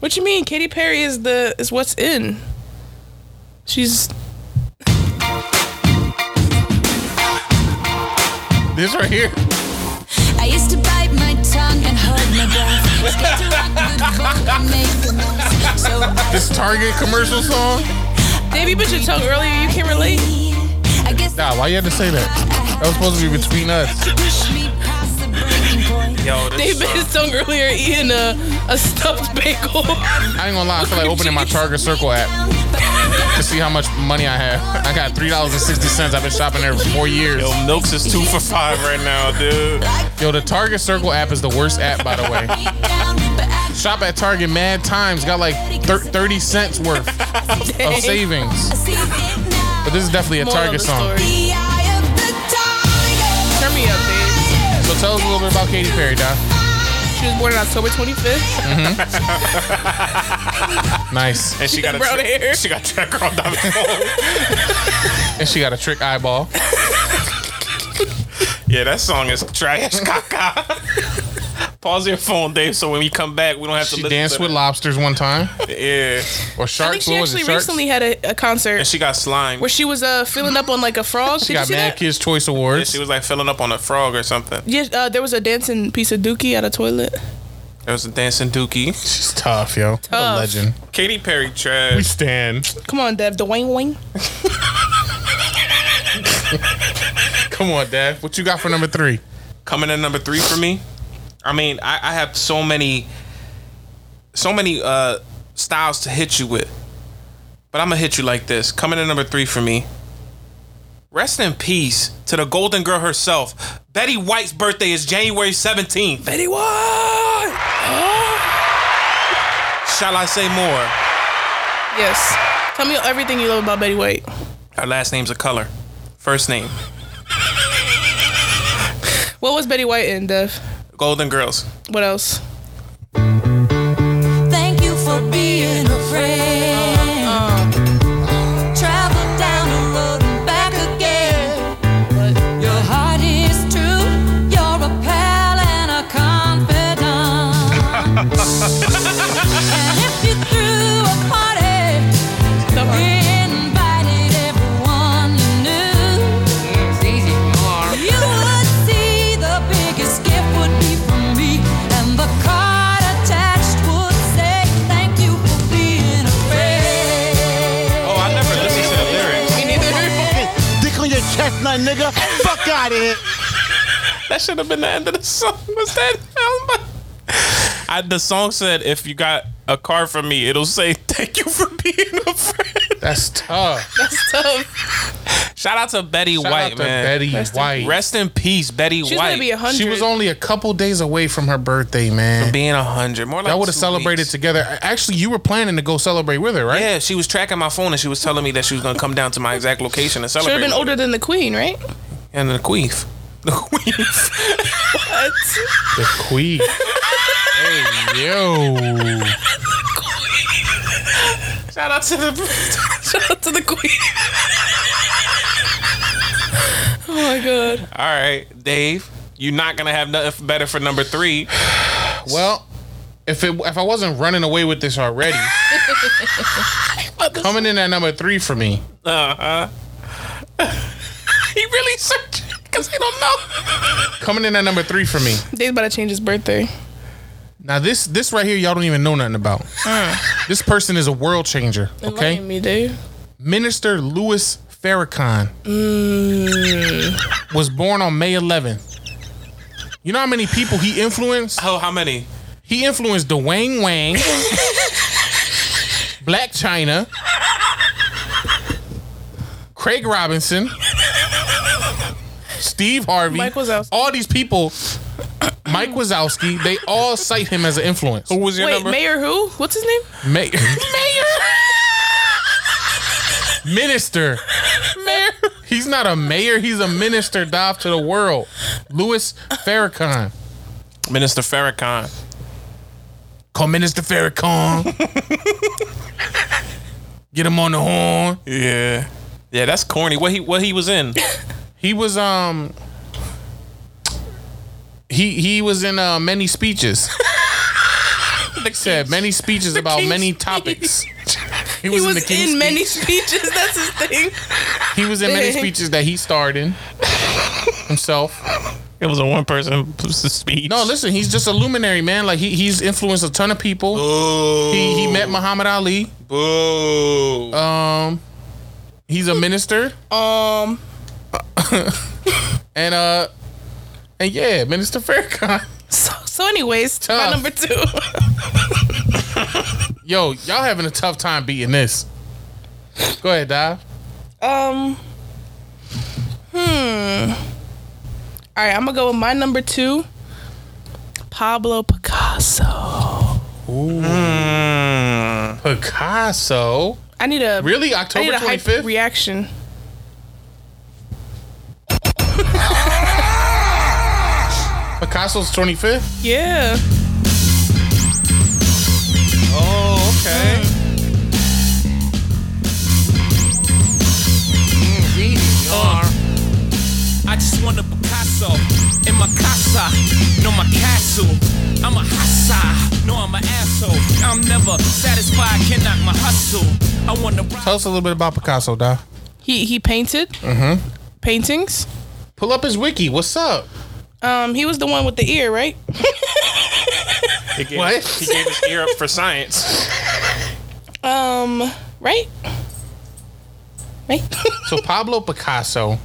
[SPEAKER 7] What you mean? Katy Perry is the is what's in. She's
[SPEAKER 6] This right here.
[SPEAKER 5] I used to bite my tongue and hold my breath. Scared to rock the boat and make the noise. So I
[SPEAKER 6] This Target commercial song.
[SPEAKER 7] Dave. You bit your tongue earlier. You can relate.
[SPEAKER 5] I guess
[SPEAKER 6] Nah, Ah, why you had to say that? That was supposed to be between us.
[SPEAKER 5] push me past the breaking point.
[SPEAKER 9] Yo,
[SPEAKER 7] *laughs*
[SPEAKER 9] this
[SPEAKER 7] Dave bit his tongue earlier eating a a
[SPEAKER 6] *laughs*
[SPEAKER 7] stuffed bagel.
[SPEAKER 6] I ain't gonna lie, I feel like opening my Target Circle app to see how much money I have. I got three dollars and sixty cents. I've been shopping there for four years.
[SPEAKER 9] Yo, Milks is two for five right now, dude.
[SPEAKER 6] Yo, the Target Circle app is the worst app, by the way. Shop at Target mad times. Got like thir- thirty cents worth of savings. But this is definitely a
[SPEAKER 7] Moral of
[SPEAKER 6] Target
[SPEAKER 7] the
[SPEAKER 6] song.
[SPEAKER 7] story. Turn me up, Dave.
[SPEAKER 6] So tell us a little bit about Katy Perry, Doc.
[SPEAKER 7] She was born on October
[SPEAKER 6] Mm-hmm.
[SPEAKER 7] 25th.
[SPEAKER 6] Nice.
[SPEAKER 9] And she got a
[SPEAKER 7] Brown hair.
[SPEAKER 9] She got check on that
[SPEAKER 6] And she got a trick eyeball.
[SPEAKER 9] Yeah, that song is trash *laughs* caca. Pause your phone, Dave, so when we come back, we don't have to
[SPEAKER 6] She
[SPEAKER 9] listen
[SPEAKER 6] danced
[SPEAKER 9] to
[SPEAKER 6] with
[SPEAKER 9] that.
[SPEAKER 6] lobsters one time.
[SPEAKER 9] *laughs* Yeah.
[SPEAKER 6] Or
[SPEAKER 7] I
[SPEAKER 6] sharks.
[SPEAKER 7] think she
[SPEAKER 6] What was it?
[SPEAKER 7] actually
[SPEAKER 6] Sharks?
[SPEAKER 7] recently had a, a concert
[SPEAKER 9] And she got slime.
[SPEAKER 7] where she was uh filling up on like a
[SPEAKER 6] *laughs*
[SPEAKER 7] frog.
[SPEAKER 6] She
[SPEAKER 7] Did you
[SPEAKER 6] got
[SPEAKER 7] see
[SPEAKER 6] Mad
[SPEAKER 7] that?
[SPEAKER 6] Kids Choice Awards.
[SPEAKER 9] She was like filling up on a frog or something.
[SPEAKER 7] Yeah, uh, there was a dancing piece of dookie at a toilet.
[SPEAKER 9] There was a dancing dookie.
[SPEAKER 6] She's tough, yo. What a
[SPEAKER 7] Tough.
[SPEAKER 6] legend.
[SPEAKER 9] Katy Perry trash.
[SPEAKER 6] stand.
[SPEAKER 7] Come on, Dev, Dwayne Wayne.
[SPEAKER 6] Come on, Dad. What you got for number three?
[SPEAKER 9] Coming in number three for me. I mean, I, I have so many so many uh styles to hit you with. But I'm gonna hit you like this. Coming in number three for me. Rest in peace to the golden girl herself. Betty White's birthday is January 17th. Betty White! Shall I say more?
[SPEAKER 7] Yes. Tell me everything you love about Betty White.
[SPEAKER 9] Her last name's a color. First name,
[SPEAKER 7] What was Betty White in, Dev?
[SPEAKER 9] Golden Girls.
[SPEAKER 7] What else?
[SPEAKER 5] Thank you for being a friend. Travel down the road and back again. Your heart is true. You're a pal and a confidant. *laughs* and if you threw a party, invited everyone you knew. You would see the biggest gift would be from me, and the card attached would say, Thank you for being a friend.
[SPEAKER 9] Oh, I never listened to the lyrics.
[SPEAKER 4] Dick on your chestnut, nigga. Fuck out of here.
[SPEAKER 9] That should have been the end of the song. *laughs* Was that? *laughs* I, the song said, "If you got a card from me, it'll say thank you for being a friend."
[SPEAKER 6] That's tough.
[SPEAKER 7] *laughs* That's tough.
[SPEAKER 9] Shout out to Betty
[SPEAKER 6] Shout
[SPEAKER 9] White,
[SPEAKER 6] out to
[SPEAKER 9] man.
[SPEAKER 6] Betty White.
[SPEAKER 9] Rest in peace, Betty
[SPEAKER 7] She's
[SPEAKER 9] White.
[SPEAKER 7] gonna be a hundred.
[SPEAKER 6] she was only a couple days away from her birthday, man.
[SPEAKER 9] being a hundred. More like
[SPEAKER 6] Y'all would have
[SPEAKER 9] two
[SPEAKER 6] celebrated
[SPEAKER 9] weeks.
[SPEAKER 6] together. Actually, you were planning to go celebrate with her, right?
[SPEAKER 9] Yeah, she was tracking my phone and she was telling me that she was gonna come down to my exact location and
[SPEAKER 7] Should
[SPEAKER 9] celebrate.
[SPEAKER 7] have been
[SPEAKER 9] with
[SPEAKER 7] older
[SPEAKER 9] me.
[SPEAKER 7] than the Queen, right?
[SPEAKER 9] *laughs* and the queef. The queef.
[SPEAKER 7] What?
[SPEAKER 6] The queen. Hey, yo.
[SPEAKER 7] *laughs*
[SPEAKER 9] Shout out to the
[SPEAKER 7] shout out to the queen. *laughs* oh my god.
[SPEAKER 9] All right, Dave, you're not gonna have nothing better for number three.
[SPEAKER 6] Well, if it if I wasn't running away with this already, coming in at number three for me.
[SPEAKER 9] Uh huh. he really searched because he don't know.
[SPEAKER 6] Coming in at number three for me.
[SPEAKER 7] Dave's about to change his birthday.
[SPEAKER 6] Now this this right here y'all don't even know nothing about.
[SPEAKER 9] Mm.
[SPEAKER 6] This person is a world changer. Okay.
[SPEAKER 7] Me, Dave.
[SPEAKER 6] Minister Louis Farrakhan
[SPEAKER 9] Mm.
[SPEAKER 6] was born on May 11th. You know how many people he influenced?
[SPEAKER 9] Oh, how many?
[SPEAKER 6] He influenced Dwayne Wang, Black China, Craig Robinson, Steve Harvey,
[SPEAKER 9] Mike Wazowski.
[SPEAKER 6] all these people. Mike Wazowski, they all cite him as an influence. Who
[SPEAKER 9] was
[SPEAKER 7] Wait, Mayor who? What's his name?
[SPEAKER 6] May-
[SPEAKER 7] Mayor.
[SPEAKER 6] minister.
[SPEAKER 7] Mayor.
[SPEAKER 6] He's not a mayor. He's a minister, Doff, to the world. Louis Farrakhan.
[SPEAKER 9] Minister Farrakhan.
[SPEAKER 6] Call Minister Farrakhan. Get him on the horn.
[SPEAKER 9] Yeah. Yeah, that's corny. What he what he was in?
[SPEAKER 6] He was um. He he was in uh, many
[SPEAKER 7] *laughs*
[SPEAKER 6] speeches. Like said many speeches about many
[SPEAKER 7] *laughs*
[SPEAKER 6] topics.
[SPEAKER 7] He was,
[SPEAKER 6] in the
[SPEAKER 7] in,
[SPEAKER 6] King's Speech.
[SPEAKER 7] many speeches. That's his thing.
[SPEAKER 6] He was in
[SPEAKER 7] *laughs*
[SPEAKER 6] many
[SPEAKER 7] Dang.
[SPEAKER 6] speeches that he starred in himself.
[SPEAKER 9] It was a one person speech.
[SPEAKER 6] No, Oh, listen, he's just a luminary, man. Like he, he's influenced a ton of people. He he met Muhammad Ali.
[SPEAKER 9] Boo.
[SPEAKER 6] Um, he's a minister.
[SPEAKER 7] Um,
[SPEAKER 6] *laughs* and uh, and yeah, Minister Farrakhan. *laughs*
[SPEAKER 7] So, so anyways, my number two.
[SPEAKER 6] Yo, y'all having a tough time beating this. Go ahead, Dive.
[SPEAKER 7] Um. Hmm. All right, I'm gonna go with my number two, Pablo Picasso.
[SPEAKER 6] Picasso.
[SPEAKER 7] I need a
[SPEAKER 6] Really?
[SPEAKER 7] I need
[SPEAKER 6] October
[SPEAKER 7] a hype
[SPEAKER 6] 25th?
[SPEAKER 7] reaction.
[SPEAKER 6] Picasso's 25th?
[SPEAKER 7] Yeah.
[SPEAKER 9] Oh, okay.
[SPEAKER 4] I just want a Picasso in my casa, no my castle. I'm a hassa, no I'm an asshole. I'm never satisfied, cannot my hustle. I want to
[SPEAKER 6] Tell us a little bit about Picasso, Dive.
[SPEAKER 7] He he painted
[SPEAKER 6] Mm hmm.
[SPEAKER 7] paintings.
[SPEAKER 6] Pull up his wiki. What's up?
[SPEAKER 7] Um, he was the one with the ear, right?
[SPEAKER 9] He gave, what? He gave his ear up for science.
[SPEAKER 7] Um, right?
[SPEAKER 6] so Pablo Picasso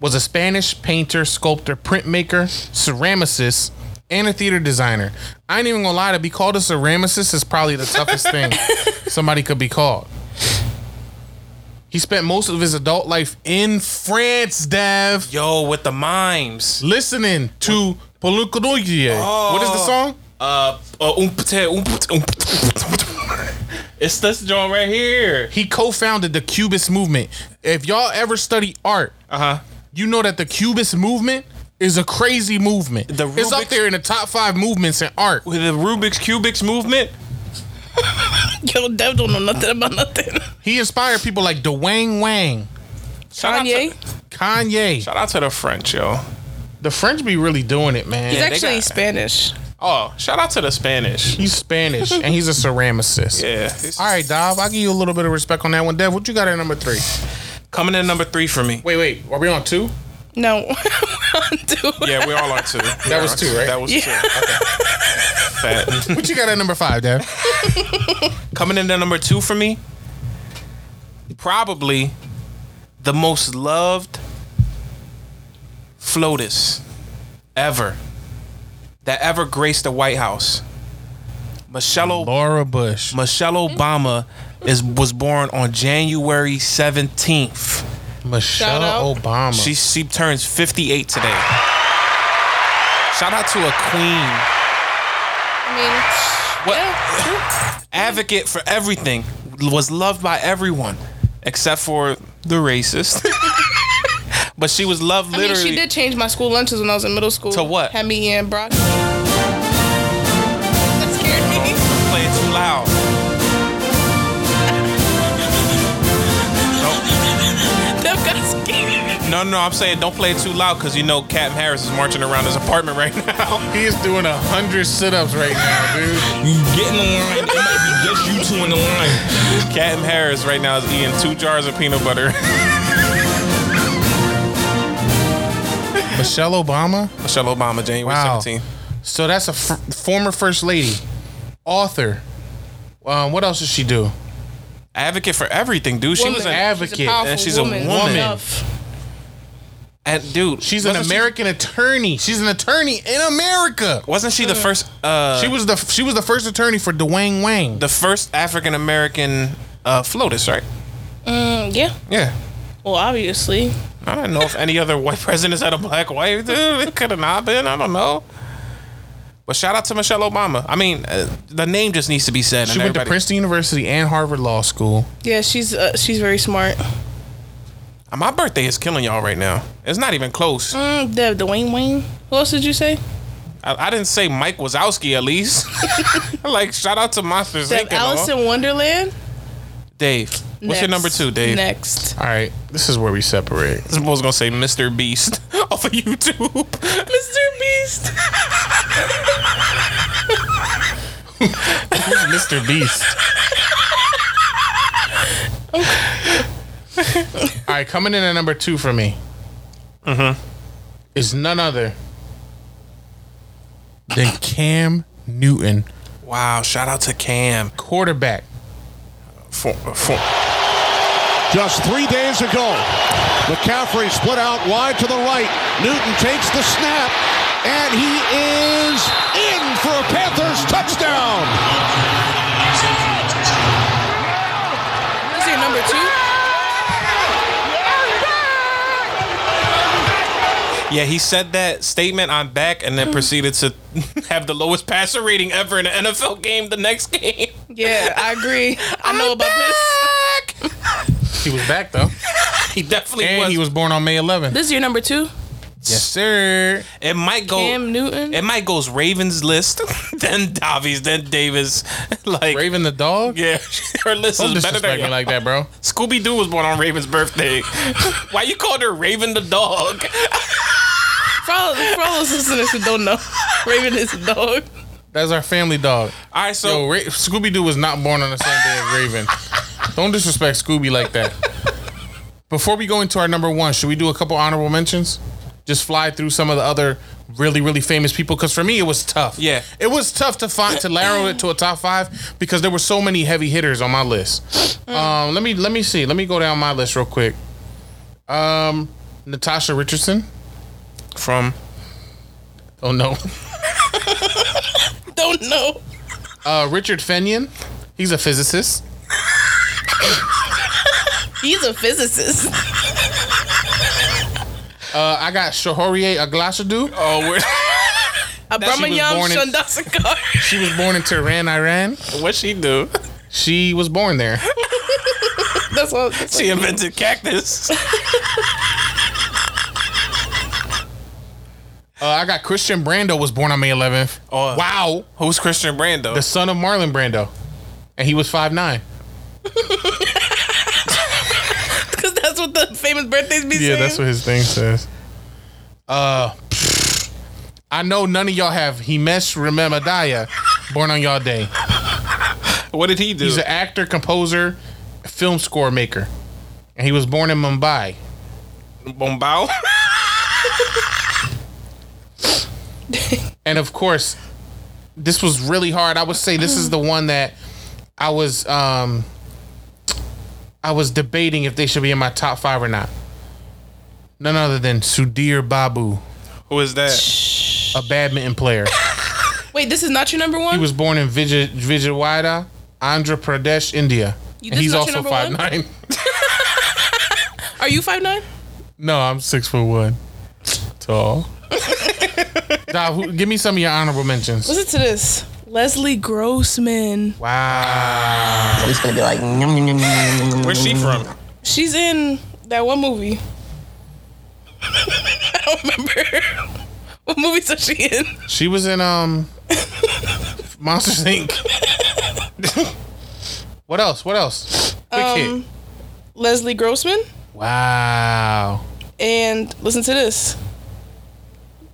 [SPEAKER 6] was a Spanish painter, sculptor, printmaker, ceramicist, and a theater designer. I ain't even gonna lie, to be called a ceramicist is probably the toughest thing somebody could be called. He spent most of his adult life in France, Dev.
[SPEAKER 9] Yo, with the mimes.
[SPEAKER 6] Listening to Polucadoye.
[SPEAKER 7] Oh.
[SPEAKER 6] What is the song?
[SPEAKER 9] Uh, uh umpte, umpte, umpte. It's this joint right here.
[SPEAKER 6] He co-founded the Cubist movement. If y'all ever study art,
[SPEAKER 9] uh-huh,
[SPEAKER 6] you know that the Cubist movement is a crazy movement. it's up
[SPEAKER 9] Rubik's-
[SPEAKER 6] there in the top five movements in art.
[SPEAKER 9] With the Rubik's Cubics movement,
[SPEAKER 7] *laughs* Yo, Dev don't know nothing about nothing.
[SPEAKER 6] He inspired people like Dwayne Wang,
[SPEAKER 7] Kanye.
[SPEAKER 6] Kanye.
[SPEAKER 9] Shout out to the French, yo.
[SPEAKER 6] The French be really doing it, man.
[SPEAKER 7] He's actually Spanish.
[SPEAKER 9] Oh, shout out to the Spanish.
[SPEAKER 6] He's Spanish and he's a ceramicist.
[SPEAKER 9] Yeah.
[SPEAKER 6] All right, Dov, I'll give you a little bit of respect on that one. Dev, what you got at number three?
[SPEAKER 9] Coming in number three for me.
[SPEAKER 6] Wait, wait. Are we on two?
[SPEAKER 7] No. *laughs*
[SPEAKER 9] Yeah, we all are two. We
[SPEAKER 6] That
[SPEAKER 9] are
[SPEAKER 6] was
[SPEAKER 9] on
[SPEAKER 6] two, right?
[SPEAKER 9] That was
[SPEAKER 6] *laughs*
[SPEAKER 9] two. Okay. Fat.
[SPEAKER 6] What you got at number five, Dev? *laughs*
[SPEAKER 9] Coming in at number two for me, probably the most loved floatus ever that ever graced the White House. Michelle Obama.
[SPEAKER 6] Laura Bush.
[SPEAKER 9] Michelle Obama is was born on January 17th.
[SPEAKER 6] Michelle Shout out. Obama.
[SPEAKER 9] She she turns 58 today. Shout out to a queen.
[SPEAKER 7] I
[SPEAKER 9] mean, what? advocate for everything, was loved by everyone except for the racist. *laughs* but she was loved
[SPEAKER 7] I mean,
[SPEAKER 9] literally.
[SPEAKER 7] *laughs* she did change my school lunches when I was in middle school.
[SPEAKER 9] To what?
[SPEAKER 7] Had me eating broccoli. *laughs*
[SPEAKER 9] loud.
[SPEAKER 7] Them guys scared.
[SPEAKER 9] No, no, I'm saying don't play it too loud because you know Captain Harris is marching around his apartment right *laughs* now.
[SPEAKER 6] He is doing a hundred sit-ups right now, dude.
[SPEAKER 9] You get in the line. It might be just you two in the line. Captain Harris right now is eating two jars of peanut butter. *laughs*
[SPEAKER 6] Michelle Obama.
[SPEAKER 9] Michelle Obama, January 17th.
[SPEAKER 6] So that's a f- former first lady, author. Um, what else does she do?
[SPEAKER 9] Advocate for everything, dude. She
[SPEAKER 6] Woman.
[SPEAKER 9] was an
[SPEAKER 6] Advocate. She's a powerful
[SPEAKER 9] and she's a
[SPEAKER 6] woman.
[SPEAKER 9] woman.
[SPEAKER 6] Tough.
[SPEAKER 9] And dude,
[SPEAKER 6] She's an
[SPEAKER 9] wasn't she-
[SPEAKER 6] American attorney. She's an attorney in America.
[SPEAKER 9] Wasn't she the first? Uh,
[SPEAKER 6] she was the she was the first attorney for Dwayne Wayne.
[SPEAKER 9] the first African American uh, FLOTUS, right?
[SPEAKER 7] Mm, yeah.
[SPEAKER 9] Yeah.
[SPEAKER 7] Well, obviously.
[SPEAKER 9] I don't know if any other white *laughs* presidents had a black wife. Dude. It could have not been. I don't know. But shout out to Michelle Obama. I mean, uh, the name just needs to be said.
[SPEAKER 6] She went to Princeton University and Harvard Law School.
[SPEAKER 7] Yeah, she's uh, she's very smart.
[SPEAKER 9] Uh, My birthday is killing y'all right now. It's not even close.
[SPEAKER 7] Mm, the the Wayne Wayne. Who else did you say?
[SPEAKER 9] I, I didn't say Mike Wazowski at least. *laughs* like shout out to Monsters Inc.
[SPEAKER 7] That
[SPEAKER 9] and all.
[SPEAKER 7] Alice in Wonderland.
[SPEAKER 9] Dave, what's your
[SPEAKER 7] Next.
[SPEAKER 9] number two, Dave?
[SPEAKER 7] Next.
[SPEAKER 6] All right, this is where we separate.
[SPEAKER 9] This was gonna say Mr. Beast *laughs* off of YouTube.
[SPEAKER 7] Mr. Beast.
[SPEAKER 6] Who's Mr. Beast? All right, coming in at number two for me mm-hmm. is none other than Cam Newton.
[SPEAKER 9] Wow! Shout out to Cam,
[SPEAKER 6] quarterback.
[SPEAKER 9] For, for,
[SPEAKER 20] Just three days ago, McCaffrey split out wide to the right. Newton takes the snap, and he is in for a Panthers touchdown.
[SPEAKER 7] Is your number two?
[SPEAKER 9] Yeah, he said that statement. I'm back, and
[SPEAKER 6] Hmm.
[SPEAKER 9] then proceeded to *laughs* have the lowest passer rating ever in an NFL game. The next *laughs* game,
[SPEAKER 7] Yeah, I agree.
[SPEAKER 9] *laughs*
[SPEAKER 7] I know about this.
[SPEAKER 6] He was back though.
[SPEAKER 9] he definitely
[SPEAKER 6] and he was born on May 11th.
[SPEAKER 7] This is your number
[SPEAKER 9] Oh.
[SPEAKER 7] two.
[SPEAKER 6] yes, sir.
[SPEAKER 9] It might go.
[SPEAKER 7] Cam Newton.
[SPEAKER 9] It might goes Ravens list, *laughs* then Davies, then Davis. *laughs* Like
[SPEAKER 6] Raven the dog.
[SPEAKER 9] Yeah, *laughs* her list
[SPEAKER 6] Don't
[SPEAKER 9] is better
[SPEAKER 6] disrespect
[SPEAKER 9] than
[SPEAKER 6] me like that, bro.
[SPEAKER 9] Scooby Doo was born on Raven's
[SPEAKER 6] *laughs*
[SPEAKER 9] birthday. Why you called her Raven the dog? *laughs*
[SPEAKER 7] For all, for all those listeners who don't know, *laughs* Raven is a dog.
[SPEAKER 6] That's our family dog.
[SPEAKER 9] All right, so
[SPEAKER 6] Yo, Ra- Scooby Doo was not born on the same day as Raven. Don't disrespect Scooby like that. Before we go into our number one, should we do a couple honorable mentions? Just fly through some of the other really, really famous people. Because for me, it was tough.
[SPEAKER 9] Yeah.
[SPEAKER 6] it was tough to find to narrow it to a top five because there were so many heavy hitters on my list.
[SPEAKER 9] Mm.
[SPEAKER 6] Um, let me let me see. Let me go down my list real quick. Um, Natasha Richardson
[SPEAKER 9] from.
[SPEAKER 6] Oh no. *laughs*
[SPEAKER 7] Don't know.
[SPEAKER 6] Uh, Richard Fenyon. He's a physicist.
[SPEAKER 7] He's a physicist.
[SPEAKER 6] Uh, I got Shahorie Aglashadu.
[SPEAKER 9] Oh, *laughs* we're.
[SPEAKER 7] Abramayam
[SPEAKER 6] born in-
[SPEAKER 7] Shandasakar.
[SPEAKER 6] She was born in Tehran, Iran.
[SPEAKER 9] What she do? *laughs*
[SPEAKER 6] She was born there.
[SPEAKER 7] *laughs* That's all. That's
[SPEAKER 9] She invented cactus. *laughs*
[SPEAKER 6] Uh, I got Christian Brando was born on May 11th.
[SPEAKER 9] Oh.
[SPEAKER 6] Wow,
[SPEAKER 9] Who's Christian Brando?
[SPEAKER 6] the son of Marlon Brando, and he was five nine.
[SPEAKER 7] because that's what the famous birthdays be saying.
[SPEAKER 6] his thing says. Uh, I know none of y'all have Himesh Rememadaya, born on y'all day.
[SPEAKER 9] what did he do?
[SPEAKER 6] He's an actor, composer, film score maker, and he was born in Mumbai.
[SPEAKER 9] Bombao. *laughs*
[SPEAKER 6] And of course, this was really hard. I would say this is the one that I was um I was debating if they should be in my top five or not. None other than Sudhir Babu,
[SPEAKER 9] Who is that?
[SPEAKER 6] a badminton player.
[SPEAKER 7] Wait, this is not your number one.
[SPEAKER 6] He was born in Vijay, Vijayawada, Andhra Pradesh, India.
[SPEAKER 7] You-
[SPEAKER 6] And
[SPEAKER 7] this
[SPEAKER 6] he's
[SPEAKER 7] is not your
[SPEAKER 6] also
[SPEAKER 7] number
[SPEAKER 6] five
[SPEAKER 7] one?
[SPEAKER 6] nine.
[SPEAKER 7] Are you five nine?
[SPEAKER 6] No, I'm six foot one. Tall.
[SPEAKER 7] *laughs*
[SPEAKER 6] Nah, who- give me some of your honorable mentions.
[SPEAKER 7] Listen to this. Leslie Grossman.
[SPEAKER 6] Wow.
[SPEAKER 21] It's gonna be like.
[SPEAKER 9] Where's she from?
[SPEAKER 7] She's in that one movie. *laughs* I don't remember. *laughs* What movie was she in? *laughs*
[SPEAKER 6] She was in um Monsters Inc.
[SPEAKER 2] What else? What else? Quick hit.
[SPEAKER 7] Um, Leslie Grossman.
[SPEAKER 2] Wow.
[SPEAKER 7] And listen to this.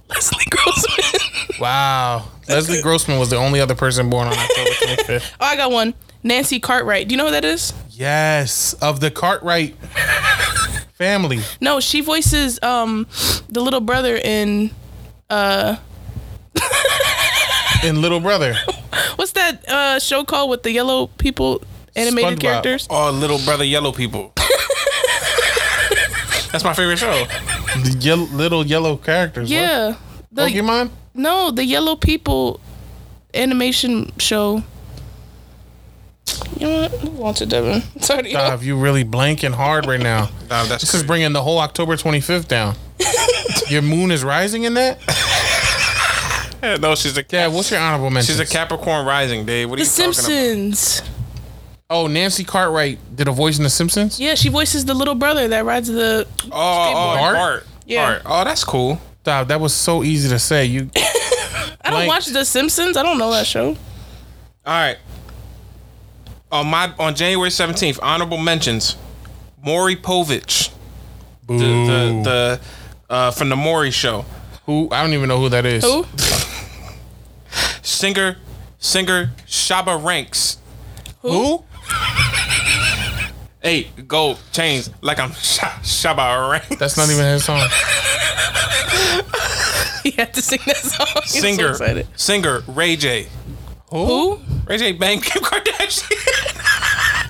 [SPEAKER 7] Leslie Grossman. *laughs*
[SPEAKER 2] Wow. Leslie Grossman was the only other person born on
[SPEAKER 7] *laughs*
[SPEAKER 2] October 25th.
[SPEAKER 7] oh, I got one. Nancy Cartwright. Do you know who that is?
[SPEAKER 2] Yes, of the Cartwright family.
[SPEAKER 7] No, she voices um the little brother in uh
[SPEAKER 2] And little brother.
[SPEAKER 7] what's that uh show called with the yellow people animated
[SPEAKER 9] SpongeBob.
[SPEAKER 7] characters?
[SPEAKER 9] Oh, Little Brother Yellow
[SPEAKER 7] *laughs*
[SPEAKER 9] People. That's my favorite show.
[SPEAKER 2] The yellow, little yellow characters. what?
[SPEAKER 7] Yeah. The,
[SPEAKER 2] Pokemon?
[SPEAKER 7] No, the yellow people animation show. You know what? We'll Launch it, Devin. *laughs* Sorry.
[SPEAKER 6] Uh,
[SPEAKER 2] Dive, you really blanking hard right now. this is bringing the whole October
[SPEAKER 6] *laughs*
[SPEAKER 2] 25th down. your moon is rising in that?
[SPEAKER 9] Yeah, no, she's a
[SPEAKER 2] Yeah, what's your honorable mention?
[SPEAKER 9] she's a Capricorn rising, Dave. What are you
[SPEAKER 7] The
[SPEAKER 9] talking about?
[SPEAKER 7] Simpsons.
[SPEAKER 2] Oh, Nancy Cartwright did a voice in The Simpsons?
[SPEAKER 7] Yeah, she voices the little brother that rides the.
[SPEAKER 9] Oh,
[SPEAKER 2] Bart?
[SPEAKER 9] Bart.
[SPEAKER 7] Yeah.
[SPEAKER 9] Bart. Oh, that's cool.
[SPEAKER 2] Dive, that was so easy to say. You
[SPEAKER 7] I don't
[SPEAKER 9] Like-
[SPEAKER 7] watch The Simpsons. I don't know that show.
[SPEAKER 9] All right. On my on January seventeenth, honorable mentions: Maury Povich, the the, the uh, from the Maury Show.
[SPEAKER 2] Who I don't even know who that is.
[SPEAKER 7] Who?
[SPEAKER 9] singer, singer Shaba Ranks.
[SPEAKER 7] Who?
[SPEAKER 9] Hey, gold chains like I'm *laughs* Sh- Shaba Ranks.
[SPEAKER 2] That's not even his song.
[SPEAKER 7] *laughs* he had to sing that song. *laughs* I'm so
[SPEAKER 9] Singer,
[SPEAKER 7] excited.
[SPEAKER 9] singer Ray J.
[SPEAKER 7] Who?
[SPEAKER 9] Ray J. Bang *laughs* Kim Kardashian.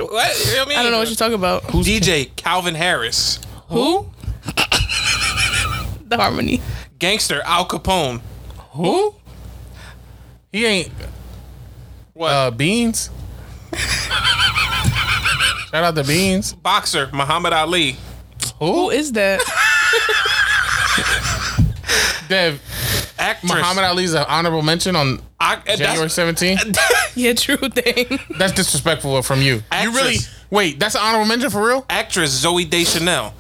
[SPEAKER 9] what? You know what I mean?
[SPEAKER 7] I don't know what you're talking about.
[SPEAKER 9] DJ Calvin Harris,
[SPEAKER 7] Who? the harmony.
[SPEAKER 9] gangster Al Capone.
[SPEAKER 2] Who? He ain't.
[SPEAKER 9] What?
[SPEAKER 2] Uh, Beans. Shout out to Beans.
[SPEAKER 9] Boxer Muhammad Ali.
[SPEAKER 7] Who is that? *laughs*
[SPEAKER 2] Dev.
[SPEAKER 9] Actress.
[SPEAKER 2] Muhammad Ali's an honorable mention on
[SPEAKER 9] I, uh,
[SPEAKER 2] January
[SPEAKER 9] that's, *laughs*
[SPEAKER 2] 17th.
[SPEAKER 7] yeah, true thing.
[SPEAKER 2] That's disrespectful from you. You
[SPEAKER 9] Actress.
[SPEAKER 2] really. Wait, that's an honorable mention for real?
[SPEAKER 9] actress Zoe Deschanel.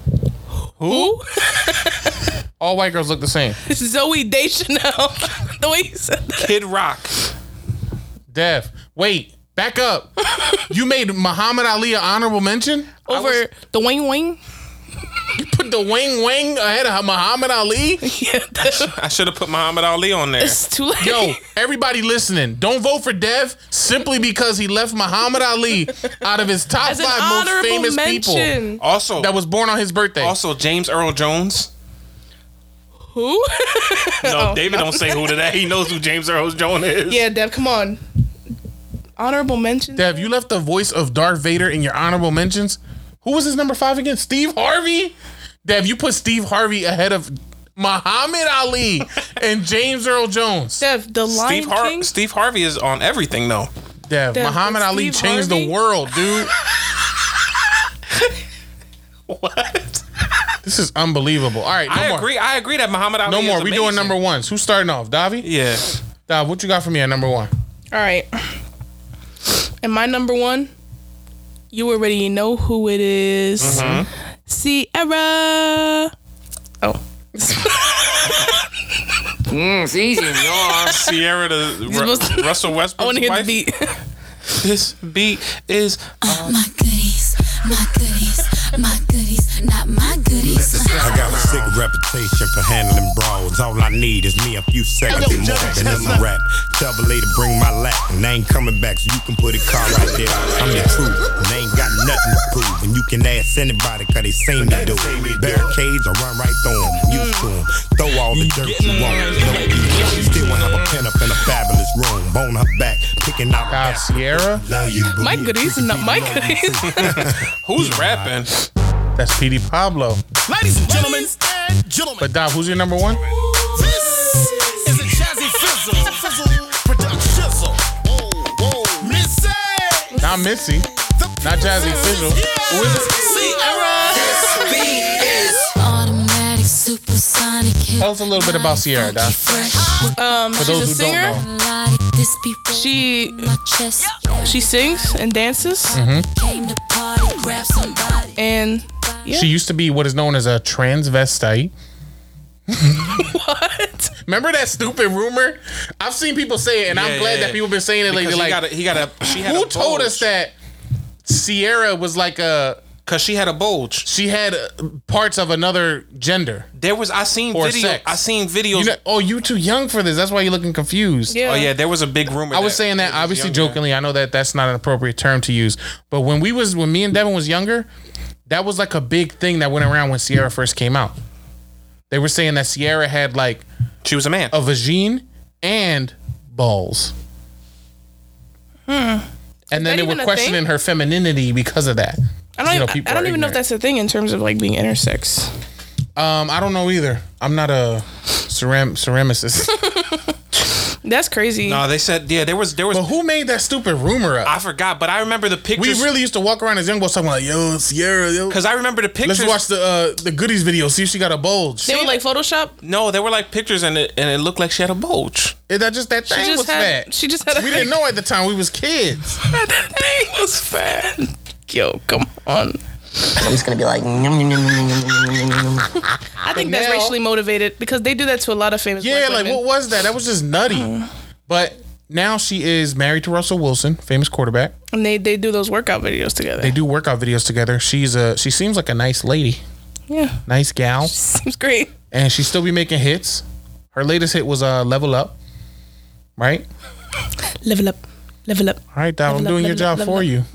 [SPEAKER 7] Who?
[SPEAKER 2] All white girls look
[SPEAKER 9] *laughs*
[SPEAKER 2] the same.
[SPEAKER 7] *laughs* Zoe Deschanel. *laughs* the way you said that.
[SPEAKER 9] Kid Rock.
[SPEAKER 2] Dev. Wait, back up. *laughs* you made Muhammad Ali an honorable mention?
[SPEAKER 7] Over the wing wing.
[SPEAKER 2] You put the wing wing ahead of Muhammad Ali?
[SPEAKER 7] Yeah, that-
[SPEAKER 9] I should have put Muhammad Ali on there.
[SPEAKER 7] it's too late.
[SPEAKER 2] Yo, everybody listening, don't vote for Dev simply because he left Muhammad Ali out of his top
[SPEAKER 7] *laughs* As an
[SPEAKER 2] five most
[SPEAKER 7] honorable
[SPEAKER 2] famous people
[SPEAKER 7] mention.
[SPEAKER 9] Also,
[SPEAKER 2] that was born on his birthday.
[SPEAKER 9] also James Earl Jones.
[SPEAKER 7] Who? *laughs*
[SPEAKER 9] No, David don't say who to that. He knows who James Earl Jones is.
[SPEAKER 7] yeah, Dev, come on. Honorable mention.
[SPEAKER 2] Dev, you left the voice of Darth Vader in your honorable mentions. Who was his number five again? Steve Harvey? Dev, you put Steve Harvey ahead of Muhammad
[SPEAKER 7] *laughs*
[SPEAKER 2] Ali and James Earl Jones.
[SPEAKER 7] Dev, the Lion
[SPEAKER 9] Steve, Har-
[SPEAKER 7] King.
[SPEAKER 9] Steve Harvey is on everything though.
[SPEAKER 2] Dev,
[SPEAKER 7] Dev,
[SPEAKER 2] Muhammad
[SPEAKER 7] but
[SPEAKER 2] Ali
[SPEAKER 7] Steve
[SPEAKER 2] changed
[SPEAKER 7] Harvey?
[SPEAKER 2] the world, dude.
[SPEAKER 7] *laughs*
[SPEAKER 9] What?
[SPEAKER 2] This is unbelievable. All right, no
[SPEAKER 9] I
[SPEAKER 2] more.
[SPEAKER 9] agree. I agree that Muhammad Ali.
[SPEAKER 2] No
[SPEAKER 9] is
[SPEAKER 2] more. We doing
[SPEAKER 9] amazing.
[SPEAKER 2] number ones. Who's starting off? Davi?
[SPEAKER 9] Yeah.
[SPEAKER 2] Dav, what you got for me at number one?
[SPEAKER 7] All right. And my number one, you already know who it is.
[SPEAKER 2] Mm-hmm.
[SPEAKER 7] Sierra. Oh. *laughs*
[SPEAKER 1] it's easy, y'all.
[SPEAKER 9] Sierra to Ru-
[SPEAKER 7] supposed to-
[SPEAKER 9] Russell
[SPEAKER 7] *laughs* I
[SPEAKER 9] Westbrook.
[SPEAKER 7] want to hear the beat.
[SPEAKER 9] This beat is
[SPEAKER 5] My goodies, my goodies, my goodies, not my goodies.
[SPEAKER 4] I got a sick reputation for handling brawls. All I need is me a few seconds and more than in my rap. Tell the lady bring my lap, and I ain't coming back, so you can put a car right there. I'm the truth, and I ain't got nothing to prove. And you can ask anybody, cause they seen me do it. Barricades, I run right through them, used to 'em. Throw all the dirt you want. No beef. Still wanna have a pen up in a fabulous room. Bone her back, picking out
[SPEAKER 2] Dive Sierra?
[SPEAKER 4] Love you, but
[SPEAKER 7] My
[SPEAKER 4] we a
[SPEAKER 7] goodies,
[SPEAKER 4] freaky
[SPEAKER 7] not my
[SPEAKER 4] people.
[SPEAKER 7] goodies.
[SPEAKER 9] *laughs* who's rapping?
[SPEAKER 2] That's P.D. Pablo.
[SPEAKER 22] Ladies and gentlemen, gentlemen,
[SPEAKER 2] But Dom, who's your number one?
[SPEAKER 22] this is a jazzy fizzle, fizzle, production shizzle. Whoa, whoa, Missy,
[SPEAKER 2] Not Missy. Not Jazzy Fizzle. Who is it?
[SPEAKER 22] Sierra.
[SPEAKER 5] Automatic, supersonic,
[SPEAKER 2] Tell us a little bit about Sierra, Dom.
[SPEAKER 7] Um,
[SPEAKER 2] For
[SPEAKER 7] she's
[SPEAKER 2] those
[SPEAKER 7] a
[SPEAKER 2] who
[SPEAKER 7] singer.
[SPEAKER 2] don't know.
[SPEAKER 5] this be
[SPEAKER 7] She
[SPEAKER 5] my chest.
[SPEAKER 7] she sings and dances,
[SPEAKER 2] Mm.
[SPEAKER 5] Came to party, grab somebody.
[SPEAKER 7] and *laughs* yeah,
[SPEAKER 2] She used to be what is known as a transvestite.
[SPEAKER 7] what?
[SPEAKER 2] Remember that stupid rumor? I've seen people say it, and
[SPEAKER 9] Yeah,
[SPEAKER 2] I'm glad
[SPEAKER 9] yeah,
[SPEAKER 2] that people been saying it
[SPEAKER 9] Because he
[SPEAKER 2] lately. Like,
[SPEAKER 9] got a, he got a she had
[SPEAKER 2] who
[SPEAKER 9] a
[SPEAKER 2] told
[SPEAKER 9] bulge.
[SPEAKER 2] us that Sierra was like a
[SPEAKER 9] because she had a bulge.
[SPEAKER 2] She had uh, parts of another gender.
[SPEAKER 9] There was I seen
[SPEAKER 2] or
[SPEAKER 9] video-
[SPEAKER 2] sex.
[SPEAKER 9] I seen videos.
[SPEAKER 2] You know- oh, you too young for this. That's why you're looking confused.
[SPEAKER 9] Oh yeah, there was a big rumor.
[SPEAKER 2] I was saying that obviously jokingly. I know that that's not an appropriate term to use, but when we was when me and Devin was younger, that was like a big thing that went around when Sierra first came out. They were saying that Sierra had like
[SPEAKER 9] she was a man,
[SPEAKER 2] a vagine, and balls,
[SPEAKER 7] Hmm.
[SPEAKER 2] and
[SPEAKER 7] that
[SPEAKER 2] then they
[SPEAKER 7] even
[SPEAKER 2] were
[SPEAKER 7] a
[SPEAKER 2] questioning
[SPEAKER 7] thing?
[SPEAKER 2] her femininity because of that.
[SPEAKER 7] I don't.
[SPEAKER 2] You know,
[SPEAKER 7] even,
[SPEAKER 2] people
[SPEAKER 7] I don't
[SPEAKER 2] are
[SPEAKER 7] even know if
[SPEAKER 2] ignorant.
[SPEAKER 7] that's a thing in terms of like being intersex.
[SPEAKER 2] Um, I don't know either. I'm not a ceram-
[SPEAKER 7] *laughs*
[SPEAKER 2] ceramicist.
[SPEAKER 7] That's crazy.
[SPEAKER 9] No, they said yeah. There was there was.
[SPEAKER 2] But who made that stupid rumor up?
[SPEAKER 9] I forgot, but I remember the
[SPEAKER 2] we
[SPEAKER 9] pictures.
[SPEAKER 2] really used to walk around as young boys talking like, "Yo, Sierra, yo."
[SPEAKER 9] Because I remember the pictures.
[SPEAKER 2] Let's watch the uh, the goodies video. See if she got a bulge.
[SPEAKER 7] They were like Photoshop.
[SPEAKER 9] No, they were like pictures, and it and it looked like she had a bulge.
[SPEAKER 2] Is that just that
[SPEAKER 7] She
[SPEAKER 2] thing
[SPEAKER 7] just
[SPEAKER 2] was
[SPEAKER 7] had-
[SPEAKER 2] fat?
[SPEAKER 7] *laughs* she just had a
[SPEAKER 2] we didn't know at the time. We was kids.
[SPEAKER 7] that thing was fat.
[SPEAKER 23] Yo, come on. I'm just gonna be like.
[SPEAKER 7] I think that's
[SPEAKER 2] now-
[SPEAKER 7] racially motivated because they do that to a lot of famous.
[SPEAKER 2] Yeah,
[SPEAKER 7] black
[SPEAKER 2] like
[SPEAKER 7] women. Uh-huh.
[SPEAKER 2] what was that? That was just nutty. but now she is married to Russell Wilson, famous quarterback.
[SPEAKER 7] And they they do those workout videos together.
[SPEAKER 2] They do workout videos together. She's a she seems like a nice lady,
[SPEAKER 7] yeah, *laughs*
[SPEAKER 2] nice gal,
[SPEAKER 7] seems great.
[SPEAKER 2] and she still be making hits. Her latest hit was uh level up, right?
[SPEAKER 7] Level up, level up.
[SPEAKER 2] All right, Dom, I'm
[SPEAKER 7] Level up,
[SPEAKER 2] doing your
[SPEAKER 7] level up,
[SPEAKER 2] job for you. *laughs*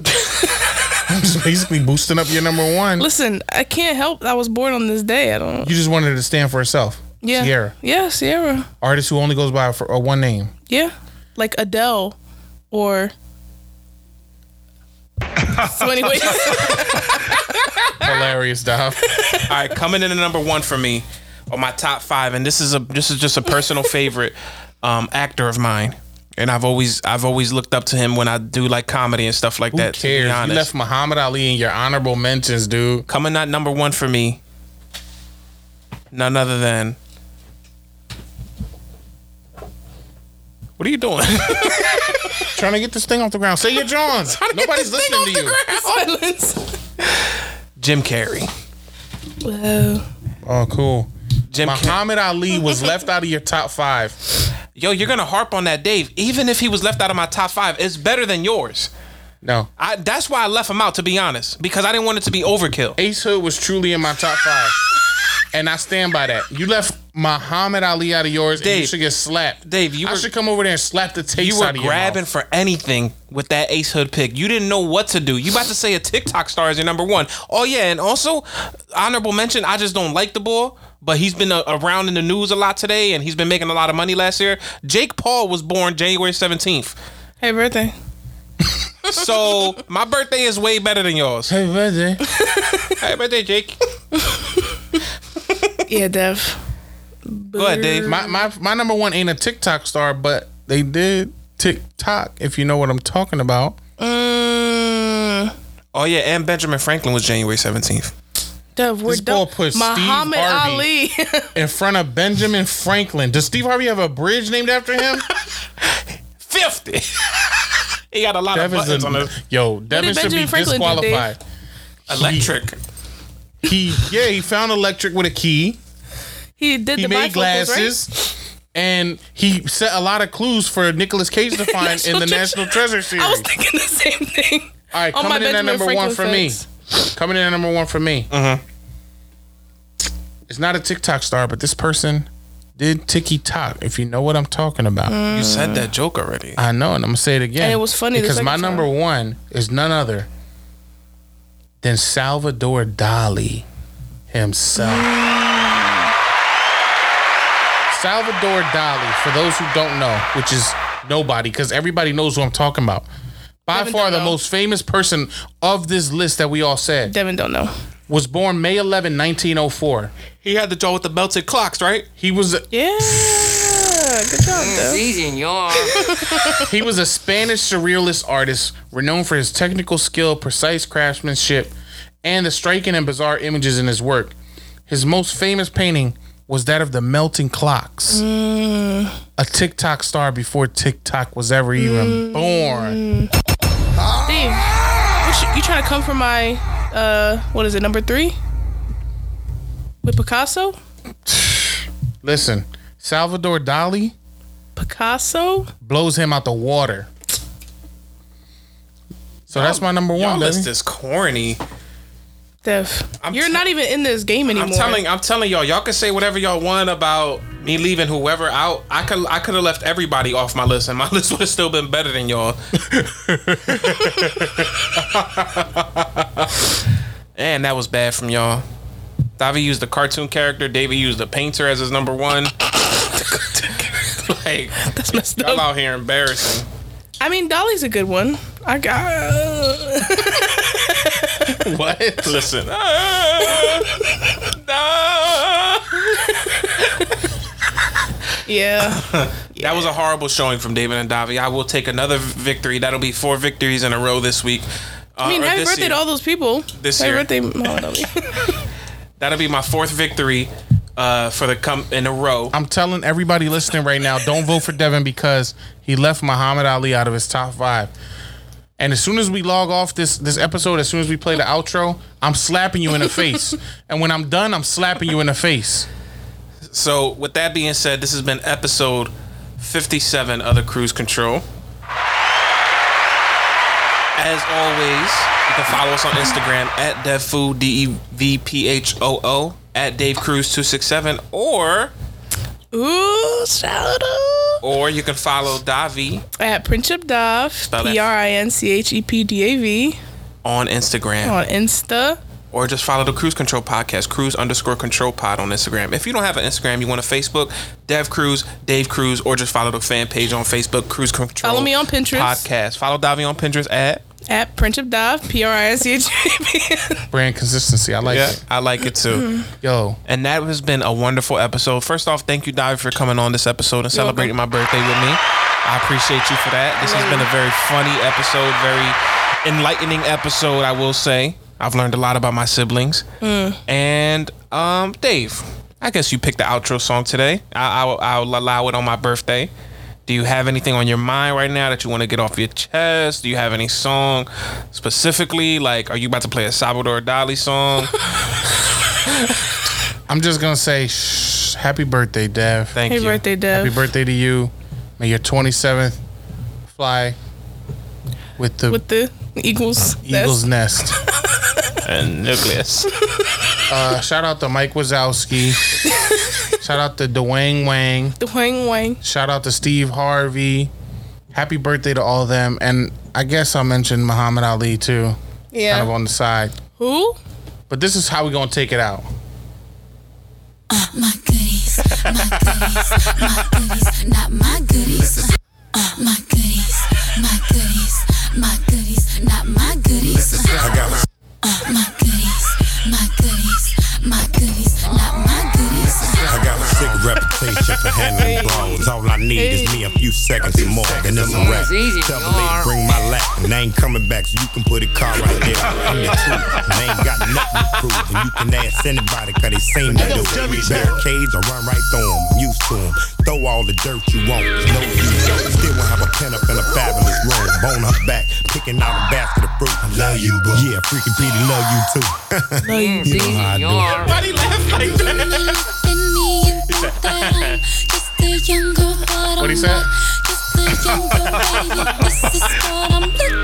[SPEAKER 2] I'm just basically boosting up your number one.
[SPEAKER 7] Listen, I can't help. I was born on this day. I don't.
[SPEAKER 2] You just wanted to stand for herself.
[SPEAKER 7] Yeah.
[SPEAKER 2] Sierra,
[SPEAKER 7] Yeah, Sierra.
[SPEAKER 2] artist who only goes by for, uh, one name.
[SPEAKER 7] Yeah, like Adele, or.
[SPEAKER 2] *laughs*
[SPEAKER 7] so anyways, Ah!
[SPEAKER 2] Hilarious, *laughs* Dom.
[SPEAKER 9] All right, coming in at number one for me, or my top five, and this is a this is just a
[SPEAKER 2] *laughs*
[SPEAKER 9] personal favorite um, actor of mine, and I've always I've always looked up to him when I do like comedy and stuff like that. to be
[SPEAKER 2] cares? You
[SPEAKER 9] honest.
[SPEAKER 2] left Muhammad Ali in your honorable mentions, dude.
[SPEAKER 9] Coming at number one for me, none other than. What are you doing? *laughs*
[SPEAKER 2] Trying to get this thing off the ground. Say your *laughs* Johns. Nobody's listening to you.
[SPEAKER 7] silence.
[SPEAKER 9] Jim Carrey.
[SPEAKER 7] Whoa.
[SPEAKER 2] Oh, cool.
[SPEAKER 9] Jim
[SPEAKER 2] Muhammad Ali was left out of your top five.
[SPEAKER 9] Yo, you're gonna harp on that, Dave. Even if he was left out of my top five, it's better than yours.
[SPEAKER 2] No.
[SPEAKER 9] I, that's why I left him out, to be honest, because I didn't want it to be overkill.
[SPEAKER 2] Ace Hood was truly in my top five. And I stand by that. You left Muhammad Ali out of yours, and you
[SPEAKER 9] Dave.
[SPEAKER 2] should get slapped.
[SPEAKER 9] Dave, you
[SPEAKER 2] I
[SPEAKER 9] were-
[SPEAKER 2] should come over there and slap the taste
[SPEAKER 9] you were
[SPEAKER 2] out of your mouth.
[SPEAKER 9] grabbing for anything with that ace hood pick. You didn't know what to do. You about to say a TikTok star is your number one. Oh yeah, and also honorable mention. I just don't like the boy, but he's been uh, around in the news a lot today, and he's been making a lot of money last year. Jake Paul was born January seventeenth,
[SPEAKER 7] Hey, birthday.
[SPEAKER 9] so *laughs* my birthday is way better than yours.
[SPEAKER 2] Hey birthday.
[SPEAKER 9] Happy birthday, Jake.
[SPEAKER 7] Yeah, Dev.
[SPEAKER 9] Go ahead, Dave.
[SPEAKER 2] My, my my number one ain't a TikTok star, but they did TikTok, if you know what I'm talking about.
[SPEAKER 7] Mm,
[SPEAKER 9] Oh yeah, and Benjamin Franklin was January seventeenth.
[SPEAKER 7] Dev, we're
[SPEAKER 2] This boy
[SPEAKER 7] done.
[SPEAKER 2] put Steve
[SPEAKER 7] Muhammad Ali.
[SPEAKER 2] Harvey in front of Benjamin Franklin. Does Steve Harvey have a bridge named
[SPEAKER 9] *laughs*
[SPEAKER 2] after him?
[SPEAKER 9] Fifty. *laughs* he got a lot
[SPEAKER 2] Devin's
[SPEAKER 9] of buttons
[SPEAKER 2] a-
[SPEAKER 9] on his
[SPEAKER 2] Yo, Devin
[SPEAKER 7] did
[SPEAKER 2] should be
[SPEAKER 7] Benjamin Franklin do, Dave?
[SPEAKER 2] disqualified.
[SPEAKER 9] electric.
[SPEAKER 2] He yeah, he found electric with a key.
[SPEAKER 7] *laughs* he did
[SPEAKER 2] He
[SPEAKER 7] the
[SPEAKER 2] made
[SPEAKER 7] bifocals,
[SPEAKER 2] glasses. And he set a lot of clues for Nicolas Cage
[SPEAKER 7] *laughs*
[SPEAKER 2] to find in the National Treasure
[SPEAKER 7] right?
[SPEAKER 2] series.
[SPEAKER 7] I was thinking the same thing.
[SPEAKER 2] All right,
[SPEAKER 7] on my
[SPEAKER 2] coming in at
[SPEAKER 7] Benjamin
[SPEAKER 2] number one
[SPEAKER 7] Franklin
[SPEAKER 2] for
[SPEAKER 7] facts.
[SPEAKER 2] me. Coming in at number one for me.
[SPEAKER 7] Uh-huh.
[SPEAKER 9] Mm-hmm.
[SPEAKER 2] It's not a TikTok star, but this person did Tiki Tok. If you know what I'm talking about,
[SPEAKER 9] You said that joke already.
[SPEAKER 2] I know, and I'm gonna say it again.
[SPEAKER 7] Mm. And it was funny the
[SPEAKER 2] because my
[SPEAKER 7] second
[SPEAKER 2] number
[SPEAKER 7] time.
[SPEAKER 2] one is none other than Salvador Dali himself. Salvador Dali, for those who don't know, which is nobody, because everybody knows who I'm talking about. By
[SPEAKER 7] Devin
[SPEAKER 2] far
[SPEAKER 7] don't
[SPEAKER 2] the
[SPEAKER 7] know.
[SPEAKER 2] most famous person of this list that we all said
[SPEAKER 7] Devin don't know.
[SPEAKER 2] was born May 11, 1904.
[SPEAKER 9] He had the jaw with the belted clocks, right?
[SPEAKER 2] He was
[SPEAKER 7] Yeah. Good job,
[SPEAKER 9] Mm.
[SPEAKER 7] Dev.
[SPEAKER 1] Season y'all.
[SPEAKER 2] He was a Spanish surrealist artist renowned for his technical skill, precise craftsmanship, and the striking and bizarre images in his work. His most famous painting was that of the melting clocks, a TikTok star before TikTok was ever even born.
[SPEAKER 7] Dave, what you, you trying to come for my uh what is it number three with Picasso?
[SPEAKER 2] Listen, Salvador Dali
[SPEAKER 7] Picasso.
[SPEAKER 2] blows him out the water. So that's my number
[SPEAKER 9] Y'all
[SPEAKER 2] one.
[SPEAKER 9] list
[SPEAKER 2] baby.
[SPEAKER 9] is corny.
[SPEAKER 7] Def, you're not even in this game anymore.
[SPEAKER 9] I'm telling, I'm telling y'all, y'all can say whatever y'all want about me leaving whoever out. I could, I could have left everybody off my list, and my *laughs* list would have still been better than y'all. *laughs* and that was bad from y'all. Davi used a cartoon character. David used a painter as his number one. *laughs* like that's messed up. Y'all out here *laughs* embarrassing.
[SPEAKER 7] I mean, Dolly's a good one. I got.
[SPEAKER 9] *laughs* What? Listen.
[SPEAKER 7] yeah.
[SPEAKER 9] That was a horrible showing from David and Davi. I will take another v- victory. That'll be four victories in a row this week. Uh,
[SPEAKER 7] I mean,
[SPEAKER 9] or
[SPEAKER 7] happy
[SPEAKER 9] this
[SPEAKER 7] birthday
[SPEAKER 9] year.
[SPEAKER 7] to all those people.
[SPEAKER 9] This
[SPEAKER 7] happy
[SPEAKER 9] year.
[SPEAKER 7] birthday, Muhammad Ali.
[SPEAKER 9] That'll be my fourth victory uh, for the come in a row.
[SPEAKER 2] I'm telling everybody listening right now, don't vote for Devin because he left Muhammad Ali out of his top five. And as soon as we log off this this episode, as soon as we play the outro, I'm slapping you in the face. and when I'm done, I'm slapping you in the face.
[SPEAKER 9] So, with that being said, this has been episode 57 of the Cruise Control. As always, you can follow us on Instagram at DevFood, D E V P H O O, at DaveCruz267, or.
[SPEAKER 7] *laughs* Ooh, shout out.
[SPEAKER 9] Or you can follow Davi
[SPEAKER 7] At Princip
[SPEAKER 9] Spell
[SPEAKER 7] Dav,
[SPEAKER 9] that.
[SPEAKER 7] P R I N C H E P D A V,
[SPEAKER 9] on Instagram.
[SPEAKER 7] on Insta.
[SPEAKER 9] or just follow the Cruise Control Podcast, Cruise underscore Control Pod on Instagram. If you don't have an Instagram, you want a Facebook, Dev Cruise, Dave Cruise, or just follow the fan page on Facebook, Cruise Control.
[SPEAKER 7] Follow me on Pinterest.
[SPEAKER 9] Podcast. Follow Davi on Pinterest at
[SPEAKER 7] At Princip Dav, P R I N C H E P.
[SPEAKER 9] Brand Consistency. I like
[SPEAKER 2] it.
[SPEAKER 9] I like it
[SPEAKER 7] *laughs*
[SPEAKER 9] too. Yo, and that has been a wonderful episode. First off, thank you, Davi, for coming on this episode and celebrating my birthday with me. I appreciate you for that. This has been a very funny episode, very enlightening episode. I will say, I've learned a lot about my siblings.
[SPEAKER 1] Mm.
[SPEAKER 9] And um, Dave, I guess you picked the outro song today. I, I'll, I'll allow it on my birthday. Do you have anything on your mind right now that you want to get off your chest? Do you have any song specifically? Like, are you about to play a Salvador Dali
[SPEAKER 7] *laughs*
[SPEAKER 9] song?
[SPEAKER 2] I'm just gonna say, shh, happy birthday, Dev.
[SPEAKER 9] Thank
[SPEAKER 7] Happy you. birthday, Dev.
[SPEAKER 2] Happy birthday to you. May your 27th fly with the
[SPEAKER 7] With the Eagles.
[SPEAKER 2] eagle's nest.
[SPEAKER 9] and nucleus.
[SPEAKER 2] Uh, shout out to Mike
[SPEAKER 7] *laughs*
[SPEAKER 2] Wazowski. shout out to Dwayne Wang.
[SPEAKER 7] Dwayne Wang.
[SPEAKER 2] Shout out to Steve Harvey. Happy birthday to all of them. And I guess I'll mention Muhammad Ali too.
[SPEAKER 7] Yeah.
[SPEAKER 2] Kind of on the side.
[SPEAKER 7] Who?
[SPEAKER 2] But this is how we're going to take it out.
[SPEAKER 5] Not my goodies. Uh, my goodies. My goodies. My goodies. Not my goodies.
[SPEAKER 1] I got my
[SPEAKER 5] Uh, my goodies. My goodies. My goodies. Not my goodies.
[SPEAKER 4] I got a sick reputation for handling bones. All I need is me a few seconds and more, and it's a wrap.
[SPEAKER 1] It's easy,
[SPEAKER 4] Tell the lady,
[SPEAKER 1] y'all.
[SPEAKER 4] bring my lap, and I ain't coming back, so you can put a car right there. I'm the truth, and I ain't got nothing to prove. And you can ask anybody, cause they seem to do it. Barricades, I run right through them, used to them. Throw all the dirt you want, no ego. Still won't have a pen up in a fabulous room. Bone her back, picking out a basket of fruit. I love you, boo. Yeah, freaking Petey, love you too. *laughs*
[SPEAKER 1] Yes,
[SPEAKER 4] you know how I do. it.
[SPEAKER 1] Everybody laugh like that.
[SPEAKER 5] What
[SPEAKER 1] he
[SPEAKER 5] said?